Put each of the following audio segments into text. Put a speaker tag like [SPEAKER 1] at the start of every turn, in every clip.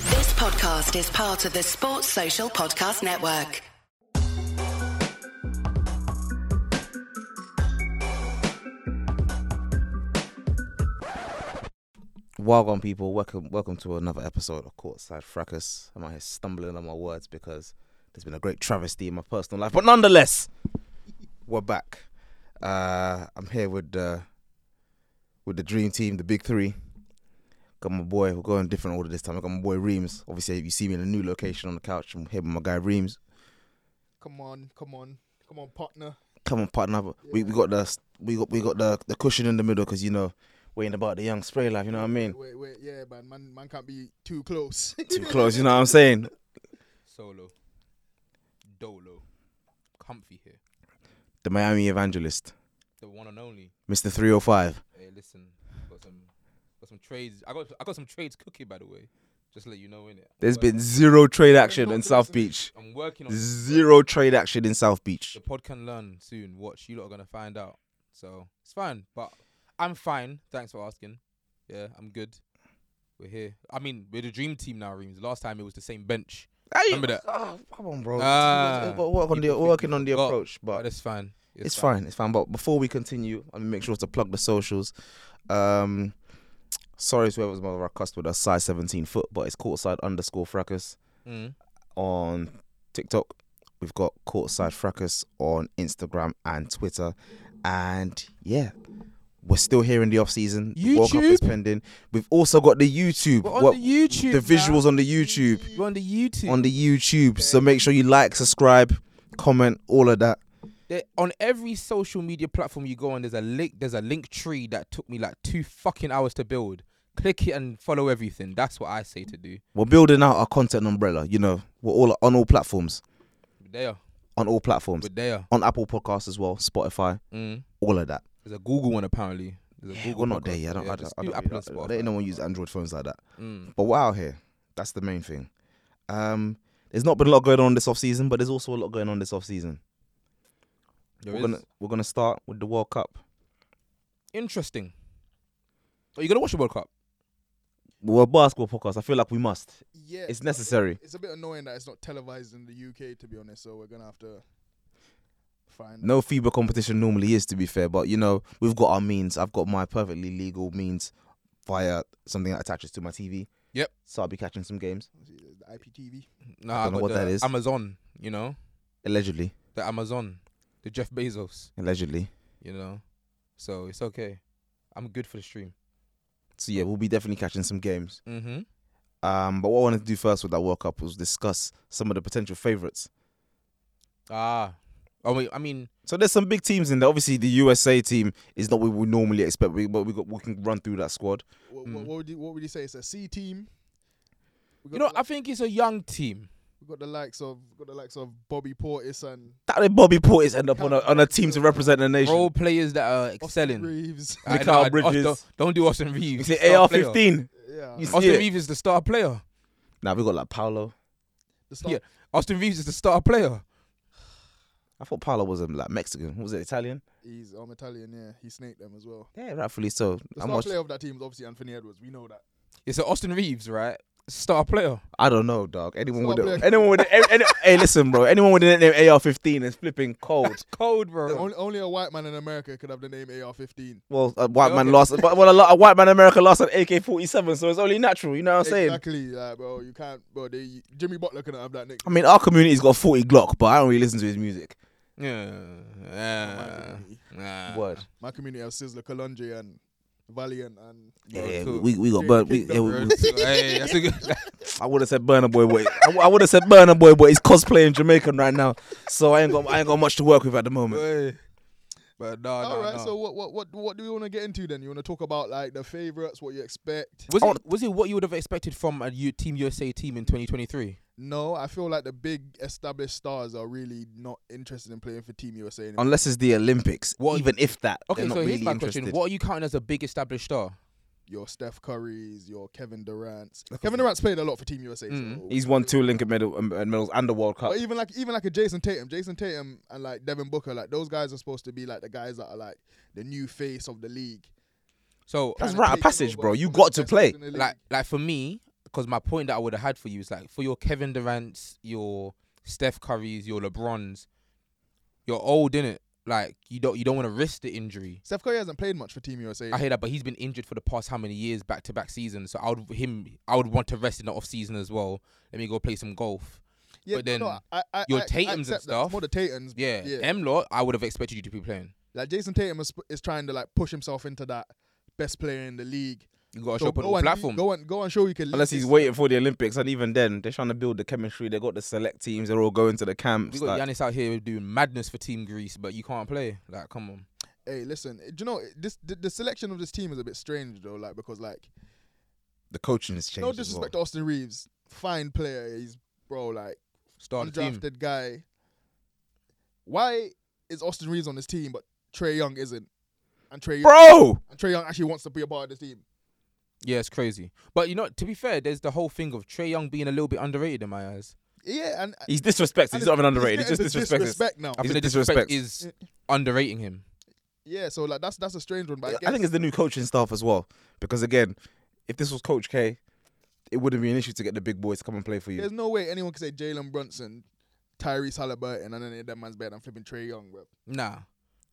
[SPEAKER 1] podcast is part of the Sports Social Podcast Network.
[SPEAKER 2] Welcome, people. Welcome, welcome to another episode of Courtside Fracas. I'm out here stumbling on my words because there's been a great travesty in my personal life, but nonetheless, we're back. Uh, I'm here with uh, with the dream team, the big three. Got my boy. We're going different order this time. I got my boy Reams. Obviously, you see me in a new location on the couch. I'm here with my guy Reams.
[SPEAKER 3] Come on, come on, come on, partner.
[SPEAKER 2] Come on, partner. We we got the we got we got the the cushion in the middle because you know waiting about the young spray life. You know what I mean?
[SPEAKER 3] Wait, wait, yeah, man, man, man can't be too close.
[SPEAKER 2] Too close. You know what I'm saying?
[SPEAKER 4] Solo. Dolo. Comfy here.
[SPEAKER 2] The Miami Evangelist,
[SPEAKER 4] The one and only.
[SPEAKER 2] Mister 305.
[SPEAKER 4] Hey, listen. Got some got some trades. I got I got some trades cookie by the way. Just to let you know innit? I'm
[SPEAKER 2] There's
[SPEAKER 4] working-
[SPEAKER 2] been zero trade action in South Beach.
[SPEAKER 4] I'm working on
[SPEAKER 2] Zero trade action in South Beach.
[SPEAKER 4] the pod can learn soon. Watch, you lot are gonna find out. So it's fine. But I'm fine. Thanks for asking. Yeah, I'm good. We're here. I mean, we're the dream team now, Reams. Last time it was the same bench. Remember that.
[SPEAKER 2] Oh, come on, bro.
[SPEAKER 4] Ah.
[SPEAKER 2] We're working on the,
[SPEAKER 4] People
[SPEAKER 2] we're working on the
[SPEAKER 4] forgot,
[SPEAKER 2] approach, but
[SPEAKER 4] But it's fine.
[SPEAKER 2] it's fine. It's fine. But before we continue, let me make sure to plug the socials. Um, sorry to whoever's mother I cussed with us, size 17 foot, but it's courtside underscore fracas
[SPEAKER 4] Mm.
[SPEAKER 2] on TikTok. We've got courtside fracas on Instagram and Twitter. And yeah, we're still here in the off season. The World Cup is
[SPEAKER 4] YouTube?
[SPEAKER 2] pending. We've also got the YouTube.
[SPEAKER 4] We're on
[SPEAKER 2] What-
[SPEAKER 4] the YouTube.
[SPEAKER 2] the visuals on the YouTube.
[SPEAKER 4] We're on the YouTube.
[SPEAKER 2] On the YouTube. So make sure you like, subscribe, comment, all of that.
[SPEAKER 4] There, on every social media platform you go on, there's a link. There's a link tree that took me like two fucking hours to build. Click it and follow everything. That's what I say to do.
[SPEAKER 2] We're building out our content umbrella. You know, we're all on all platforms.
[SPEAKER 4] We're there,
[SPEAKER 2] On all platforms.
[SPEAKER 4] we're there.
[SPEAKER 2] on Apple Podcasts as well, Spotify,
[SPEAKER 4] Mm.
[SPEAKER 2] all of that.
[SPEAKER 4] There's a Google one apparently. There's a Google
[SPEAKER 2] we're not
[SPEAKER 4] podcast.
[SPEAKER 2] there yet. I don't, I don't,
[SPEAKER 4] just
[SPEAKER 2] I
[SPEAKER 4] do
[SPEAKER 2] don't,
[SPEAKER 4] Apple
[SPEAKER 2] really-
[SPEAKER 4] and Spotify.
[SPEAKER 2] I don't know one use Android phones like that.
[SPEAKER 4] Mm.
[SPEAKER 2] But we're out here. That's the main thing. Um, there's not been a lot going on this off season, but there's also a lot going on this off season.
[SPEAKER 4] There
[SPEAKER 2] we're
[SPEAKER 4] is.
[SPEAKER 2] gonna we're gonna start with the World Cup.
[SPEAKER 4] Interesting. Are you gonna watch the World Cup?
[SPEAKER 2] We're a basketball podcast. I feel like we must.
[SPEAKER 3] yeah,
[SPEAKER 2] It's necessary.
[SPEAKER 3] It's a bit annoying that it's not televised in the UK, to be honest. So we're gonna have to find.
[SPEAKER 2] No FIBA competition normally is, to be fair, but you know we've got our means. I've got my perfectly legal means via something that attaches to my TV.
[SPEAKER 4] Yep.
[SPEAKER 2] So I'll be catching some games
[SPEAKER 3] the IPTV.
[SPEAKER 4] Nah,
[SPEAKER 2] don't know
[SPEAKER 4] got
[SPEAKER 2] what
[SPEAKER 4] the
[SPEAKER 2] that is.
[SPEAKER 4] Amazon. You know
[SPEAKER 2] allegedly.
[SPEAKER 4] the Amazon, the Jeff Bezos.
[SPEAKER 2] Allegedly.
[SPEAKER 4] You know, so it's okay. I'm good for the stream.
[SPEAKER 2] So yeah, we'll be definitely catching some games.
[SPEAKER 4] Mm-hmm.
[SPEAKER 2] Um, but what I wanted to do first with that World Cup was discuss some of the potential favourites.
[SPEAKER 4] Ah, oh wait. I mean,
[SPEAKER 2] So there's some big teams in there. Obviously, the USA team is not what we would normally expect, we- but we, got, we can run through that squad.
[SPEAKER 3] What,
[SPEAKER 4] Mm.
[SPEAKER 3] what, what would you what would you say? It's a C team. We got
[SPEAKER 4] you know,
[SPEAKER 3] the,
[SPEAKER 4] I
[SPEAKER 3] li-
[SPEAKER 4] think it's a young team.
[SPEAKER 3] we got the likes of we got the likes of Bobby Portis and
[SPEAKER 2] That did Bobby Portis end up on a, on a team to represent the nation.
[SPEAKER 4] role players that are
[SPEAKER 3] Austin
[SPEAKER 4] excelling.
[SPEAKER 3] Reeves.
[SPEAKER 4] I
[SPEAKER 2] Mikal
[SPEAKER 4] know, I-
[SPEAKER 2] Bridges.
[SPEAKER 4] Don't, don't do Austin Reeves.
[SPEAKER 2] It's the
[SPEAKER 4] star player.
[SPEAKER 2] AR-15.
[SPEAKER 3] Yeah,
[SPEAKER 2] You see
[SPEAKER 4] Austin
[SPEAKER 2] it?
[SPEAKER 4] Reeves is the star player.
[SPEAKER 2] Now we got like Paolo.
[SPEAKER 3] the star,
[SPEAKER 4] yeah. Austin Reeves is the star player.
[SPEAKER 2] I thought Paolo was um, like Mexican. What was it Italian?
[SPEAKER 3] he's um, Italian. Yeah, he snaked them as well.
[SPEAKER 2] Yeah, rightfully so.
[SPEAKER 3] The
[SPEAKER 2] I
[SPEAKER 3] star
[SPEAKER 2] must-
[SPEAKER 3] player of that team is obviously Anthony Edwards. We know that.
[SPEAKER 4] It's a Austin Reeves, right? Star player.
[SPEAKER 2] I don't know, dog. Anyone
[SPEAKER 3] Stop
[SPEAKER 2] with a,
[SPEAKER 3] playing.
[SPEAKER 2] anyone with a, any, any- hey, listen, bro. Anyone with the name AR-15 is flipping cold.
[SPEAKER 4] It's cold, bro.
[SPEAKER 3] Only, only a white man in America could have the name AR-15.
[SPEAKER 2] Well, a white man
[SPEAKER 4] Okay.
[SPEAKER 2] lost, but well, a, lot, a white man in America lost an AK-47, so it's only natural. You know what I'm saying?
[SPEAKER 3] Exactly, like, bro, you can't, bro. They, Jimmy Butler couldn't have that nick.
[SPEAKER 2] I mean, our community's got 40 Glock, but I don't really listen to his music.
[SPEAKER 4] Yeah. yeah. yeah.
[SPEAKER 2] Word.
[SPEAKER 3] My community has Sizzler, Kalonji, and Valiant, and
[SPEAKER 2] Yeah,
[SPEAKER 4] Yeah,
[SPEAKER 2] yeah,
[SPEAKER 4] cool.
[SPEAKER 2] we, we got burn. We,
[SPEAKER 3] Kingdom,
[SPEAKER 2] yeah, we-
[SPEAKER 4] Bro,
[SPEAKER 2] we-
[SPEAKER 4] so- hey, that's a good.
[SPEAKER 2] I would have said Burner Boy, but I, would have said Burner Boy, but he's cosplaying Jamaican right now, so I ain't got I ain't got much to work with at the moment.
[SPEAKER 4] Hey. But no, no,
[SPEAKER 3] All right,
[SPEAKER 4] no.
[SPEAKER 3] so what, what, what, what do we want to get into then? You want to talk about like the favorites, what you expect?
[SPEAKER 4] was it was it what you would have expected from a U- Team USA team in 2023?
[SPEAKER 3] No, I feel like the big established stars are really not interested in playing for Team USA. Anymore.
[SPEAKER 2] Unless it's the Olympics,
[SPEAKER 4] What-
[SPEAKER 2] even if that,
[SPEAKER 4] Okay,
[SPEAKER 2] they're
[SPEAKER 4] so
[SPEAKER 2] not
[SPEAKER 4] here's
[SPEAKER 2] really
[SPEAKER 4] my
[SPEAKER 2] interested.
[SPEAKER 4] question: What are you counting as a big established star?
[SPEAKER 3] Your Steph Curry's, your Kevin Durant's. Kevin Durant's played a lot for Team USA. So.
[SPEAKER 2] He's won two Lincoln medal, um, uh, medals and the World Cup.
[SPEAKER 3] But even like even like a Jason Tatum, Jason Tatum and like Devin Booker, like those guys are supposed to be like the guys that are like the new face of the league.
[SPEAKER 4] So
[SPEAKER 2] That's
[SPEAKER 3] Kinda
[SPEAKER 2] rite of
[SPEAKER 3] taking
[SPEAKER 2] passage,
[SPEAKER 3] over
[SPEAKER 2] bro. You
[SPEAKER 3] from the
[SPEAKER 2] got to
[SPEAKER 3] best
[SPEAKER 2] play.
[SPEAKER 3] players in the league.
[SPEAKER 4] like like for me because my point that I would have had for you is like for your Kevin Durant's, your Steph Curry's, your LeBrons, you're old in it. Like you don't you don't want to risk the injury.
[SPEAKER 3] Steph Curry hasn't played much for Team USA.
[SPEAKER 4] I hear that, but he's been injured for the past how many years back to back seasons. So I would him I would want to rest in the off season as well. Let me go play some golf.
[SPEAKER 3] yeah,
[SPEAKER 4] but
[SPEAKER 3] no,
[SPEAKER 4] then
[SPEAKER 3] no, I, I,
[SPEAKER 4] your
[SPEAKER 3] I- I
[SPEAKER 4] Tatums and
[SPEAKER 3] accept that.
[SPEAKER 4] stuff-
[SPEAKER 3] It's more the Tatum's.
[SPEAKER 4] Yeah,
[SPEAKER 3] yeah.
[SPEAKER 4] them lot I would have expected you to be playing.
[SPEAKER 3] Like Jason Tatum is, is trying to like push himself into that best player in the league.
[SPEAKER 4] You got to
[SPEAKER 3] So
[SPEAKER 4] show up on
[SPEAKER 3] go
[SPEAKER 4] all
[SPEAKER 3] and
[SPEAKER 4] platforms.
[SPEAKER 3] Go and go and show you can. lead
[SPEAKER 2] Unless he's
[SPEAKER 3] this.
[SPEAKER 2] waiting for the Olympics, and even then, they're trying to build the chemistry. They got the select teams. They're all going to the
[SPEAKER 4] We
[SPEAKER 2] camps.
[SPEAKER 4] got
[SPEAKER 2] like-
[SPEAKER 4] Giannis out here doing madness for Team Greece, but you can't play. Like, come on.
[SPEAKER 3] Hey, listen. Do you know this? The, the selection of this team is a bit strange though. Like because like
[SPEAKER 2] the coaching has changed.
[SPEAKER 3] no
[SPEAKER 2] as well.
[SPEAKER 3] disrespect to Austin Reeves, fine player. He's bro like
[SPEAKER 4] Start the team.
[SPEAKER 3] undrafted guy. Why is Austin Reeves on this team but Trey Young isn't? And Trey
[SPEAKER 2] Bro,
[SPEAKER 3] and Trey Young actually wants to be a part of this team.
[SPEAKER 4] Yeah, it's crazy. But you know, to be fair, there's the whole thing of Trey Young being a little bit underrated in my eyes.
[SPEAKER 3] Yeah, and
[SPEAKER 2] he's disrespected.
[SPEAKER 3] and
[SPEAKER 2] He's not even
[SPEAKER 3] it's-
[SPEAKER 2] underrated. He's
[SPEAKER 3] getting
[SPEAKER 2] just
[SPEAKER 3] the
[SPEAKER 2] disrespected.
[SPEAKER 3] disrespect now.
[SPEAKER 2] Is
[SPEAKER 4] I think
[SPEAKER 2] it
[SPEAKER 4] the disrespect
[SPEAKER 2] disrespect?
[SPEAKER 4] is underrating him.
[SPEAKER 3] Yeah, so like that's that's a strange one. But I,
[SPEAKER 2] I think it's the new coaching staff as well. Because again, if this was Coach K, it wouldn't be an issue to get the big boys to come and play for you.
[SPEAKER 3] there's no way anyone can say Jalen Brunson, Tyrese Halliburton, and any of them man's better than flipping Trey Young, bro.
[SPEAKER 4] Nah.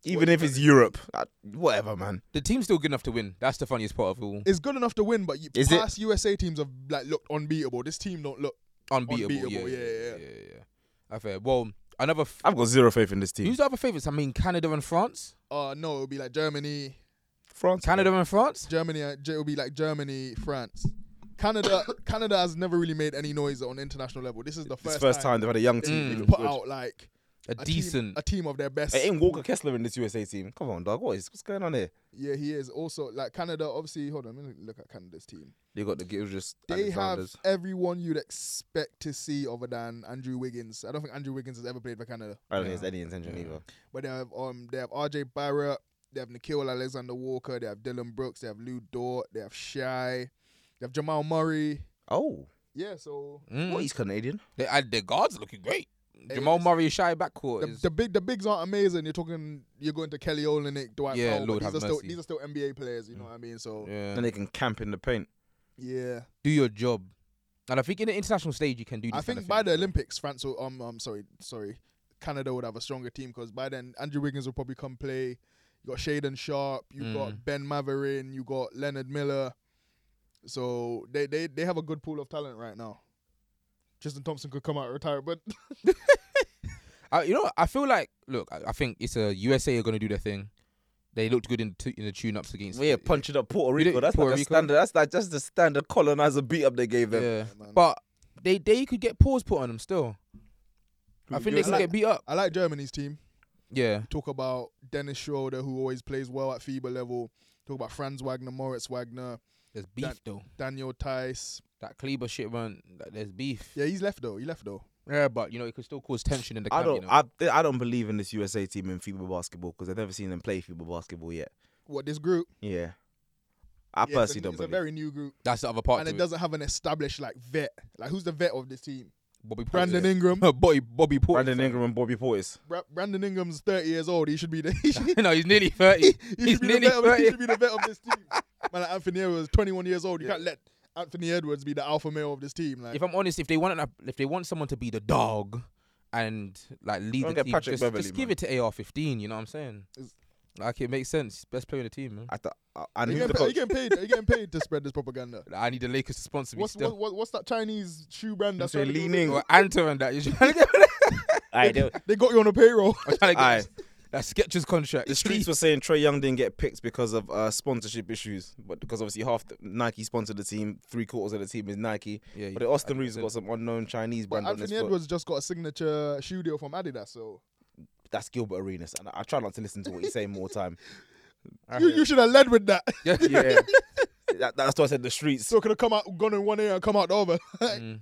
[SPEAKER 2] even if it's Europe, I- whatever, man.
[SPEAKER 4] The team's still good enough to win. That's the funniest part of it all.
[SPEAKER 3] It's good enough to win, but you,
[SPEAKER 2] Is it-
[SPEAKER 3] past USA teams have like looked unbeatable. This team don't look.
[SPEAKER 4] Unbeatable.
[SPEAKER 3] unbeatable,
[SPEAKER 4] yeah,
[SPEAKER 3] yeah,
[SPEAKER 4] yeah, yeah. yeah. I fair. Well, another. F-
[SPEAKER 2] I've got zero faith in this team.
[SPEAKER 4] Who's the other favourites? I mean, Canada and France.
[SPEAKER 3] Uh no, it'll be like Germany,
[SPEAKER 2] France,
[SPEAKER 4] Canada and France.
[SPEAKER 3] Germany. uh, J- It'll be like Germany, France, Canada. Canada has never really made any noise on international level. This is the
[SPEAKER 2] It's
[SPEAKER 3] first,
[SPEAKER 2] the first time they've had a young team.
[SPEAKER 4] Mm.
[SPEAKER 3] they've
[SPEAKER 2] even
[SPEAKER 3] put
[SPEAKER 2] good.
[SPEAKER 3] out like
[SPEAKER 4] A,
[SPEAKER 3] a team,
[SPEAKER 4] decent.
[SPEAKER 3] a team of their best.
[SPEAKER 2] It ain't Walker Kessler in this USA team. Come on, dog. What is what's going on here?
[SPEAKER 3] Yeah, he is also like Canada. Obviously, hold on, let me look at Canada's team.
[SPEAKER 2] They got the Gilgis
[SPEAKER 3] They have
[SPEAKER 2] Alexanders.
[SPEAKER 3] everyone you'd expect to see other than Andrew Wiggins. I don't think Andrew Wiggins has ever played for Canada.
[SPEAKER 2] I don't think
[SPEAKER 4] Yeah.
[SPEAKER 2] it's any intention
[SPEAKER 4] Yeah.
[SPEAKER 2] either.
[SPEAKER 3] But they have um they have RJ Barrett, they have Nikhil Alexander Walker, they have Dylan Brooks, they have Lou Dort, they have Shy, they have Jamal Murray.
[SPEAKER 2] Oh,
[SPEAKER 3] Yeah, so
[SPEAKER 4] Mm.
[SPEAKER 2] well, he's Canadian.
[SPEAKER 4] They- uh, their guards are looking great. Jamal
[SPEAKER 3] it's-
[SPEAKER 4] Murray, shy backcourt.
[SPEAKER 3] the,
[SPEAKER 4] is-
[SPEAKER 3] the big the bigs aren't amazing. You're talking you're going to Kelly Olynyk, Dwight
[SPEAKER 4] Yeah,
[SPEAKER 3] Powell. but
[SPEAKER 4] Lord
[SPEAKER 3] these
[SPEAKER 4] have
[SPEAKER 3] are still
[SPEAKER 4] mercy. Mm.
[SPEAKER 3] these are still NBA players, you know what I mean? So
[SPEAKER 4] yeah.
[SPEAKER 2] Then they can camp in the paint.
[SPEAKER 3] yeah.
[SPEAKER 4] do your job. And I think in the international stage, you can do. This
[SPEAKER 3] I
[SPEAKER 4] kind
[SPEAKER 3] think
[SPEAKER 4] of
[SPEAKER 3] by
[SPEAKER 4] thing.
[SPEAKER 3] the Olympics, France will um um sorry sorry, Canada would have a stronger team because by then Andrew Wiggins will probably come play. You got Shaden Sharp, you
[SPEAKER 4] Mm.
[SPEAKER 3] got Ben Maverin, you got Leonard Miller. So they, they they have a good pool of talent right now. Tristan Thompson could come out of retirement.
[SPEAKER 4] I, you know, what? I feel like look, I, I think it's a USA are going to do their thing. They looked good in, t- in the tune-ups against.
[SPEAKER 2] Well, yeah, punch it up Puerto
[SPEAKER 4] You
[SPEAKER 2] Rico.
[SPEAKER 4] don't-
[SPEAKER 2] That's
[SPEAKER 4] Puerto
[SPEAKER 2] like a
[SPEAKER 4] Rico.
[SPEAKER 2] standard. That's like just the standard colonizer beat up they gave them.
[SPEAKER 4] Yeah,
[SPEAKER 3] man.
[SPEAKER 4] but they they could get paws put on them still. I
[SPEAKER 2] Who,
[SPEAKER 4] think they
[SPEAKER 3] USA?
[SPEAKER 4] could get beat up.
[SPEAKER 3] I like Germany's team.
[SPEAKER 4] Yeah,
[SPEAKER 3] Talk about Dennis Schroeder, who always plays well at FIBA level. Talk about Franz Wagner, Moritz Wagner,
[SPEAKER 4] there's beef
[SPEAKER 3] That-
[SPEAKER 4] though.
[SPEAKER 3] Daniel Tice.
[SPEAKER 4] That Kleber shit run. That there's beef. Yeah.
[SPEAKER 3] Yeah, he's left though. He left though.
[SPEAKER 4] but you know it could still cause tension in the
[SPEAKER 2] I
[SPEAKER 4] camp.
[SPEAKER 2] don't.
[SPEAKER 4] you know?
[SPEAKER 2] I, th- I don't believe in this USA team in FIBA basketball because I've never seen them play FIBA basketball yet.
[SPEAKER 3] What this group?
[SPEAKER 2] Yeah, I
[SPEAKER 3] Yeah, it's
[SPEAKER 2] personally
[SPEAKER 3] a,
[SPEAKER 2] don't
[SPEAKER 3] it's a
[SPEAKER 2] believe.
[SPEAKER 3] very new group.
[SPEAKER 4] That's the other part.
[SPEAKER 3] and
[SPEAKER 4] to
[SPEAKER 3] it doesn't have an established like vet. Like who's the vet of this team?
[SPEAKER 4] Bobby Portis.
[SPEAKER 3] Brandon Ingram.
[SPEAKER 4] Bobby Bobby Portis.
[SPEAKER 2] Brandon Ingram and Bobby Portis.
[SPEAKER 3] Bra- Brandon Ingram's thirty years old. He should be the he should,
[SPEAKER 4] no, he's nearly thirty.
[SPEAKER 3] he
[SPEAKER 4] he's
[SPEAKER 3] should be the
[SPEAKER 4] nearly
[SPEAKER 3] vet. Of, he
[SPEAKER 4] thirty.
[SPEAKER 3] should be the vet of this team. Man, like Anthony Edwards, twenty one years old. You can't let Anthony Edwards be the alpha male of this team. Like
[SPEAKER 4] If I'm honest, if they want an, if they want someone to be the dog and like lead
[SPEAKER 2] Go and
[SPEAKER 4] the
[SPEAKER 2] get
[SPEAKER 4] team,
[SPEAKER 2] Patrick
[SPEAKER 4] just,
[SPEAKER 2] Beverley,
[SPEAKER 4] just give
[SPEAKER 2] man.
[SPEAKER 4] it to AR15. You know what I'm saying?
[SPEAKER 3] It's-
[SPEAKER 4] Like it makes sense. Best player in the team, man.
[SPEAKER 2] I th- I- and
[SPEAKER 3] are you,
[SPEAKER 2] who's the
[SPEAKER 3] getting, pa- are you
[SPEAKER 2] coach?
[SPEAKER 3] getting paid? Are you getting paid to spread this propaganda?
[SPEAKER 4] I need the Lakers to sponsor me.
[SPEAKER 3] What's
[SPEAKER 4] still.
[SPEAKER 3] what, what, what's that Chinese shoe brand that's
[SPEAKER 2] Say
[SPEAKER 3] trying to do
[SPEAKER 2] Li
[SPEAKER 3] this?
[SPEAKER 2] Ning.
[SPEAKER 4] Or Anta and that. You're trying to get,
[SPEAKER 2] Aye, they-
[SPEAKER 3] They got you on a payroll.
[SPEAKER 4] I'm trying to
[SPEAKER 2] aye.
[SPEAKER 4] get that Skechers contract.
[SPEAKER 2] The streets were saying Trey Young didn't get picked because of uh, sponsorship issues, but because obviously half the, Nike sponsored the team, three quarters of the team is Nike.
[SPEAKER 4] Yeah,
[SPEAKER 2] But Austin Reeves has got some unknown Chinese
[SPEAKER 3] but
[SPEAKER 2] brand on his
[SPEAKER 3] Anthony
[SPEAKER 2] foot.
[SPEAKER 3] Edwards just got a signature shoe deal from Adidas, so
[SPEAKER 2] That's Gilbert Arenas, and I, I try not to listen to what he's saying more time.
[SPEAKER 3] you, you should have led with that.
[SPEAKER 4] yeah.
[SPEAKER 2] Yeah, that, that's why I said the streets.
[SPEAKER 3] So could have come out gone in one ear and come out the other.
[SPEAKER 4] Mm.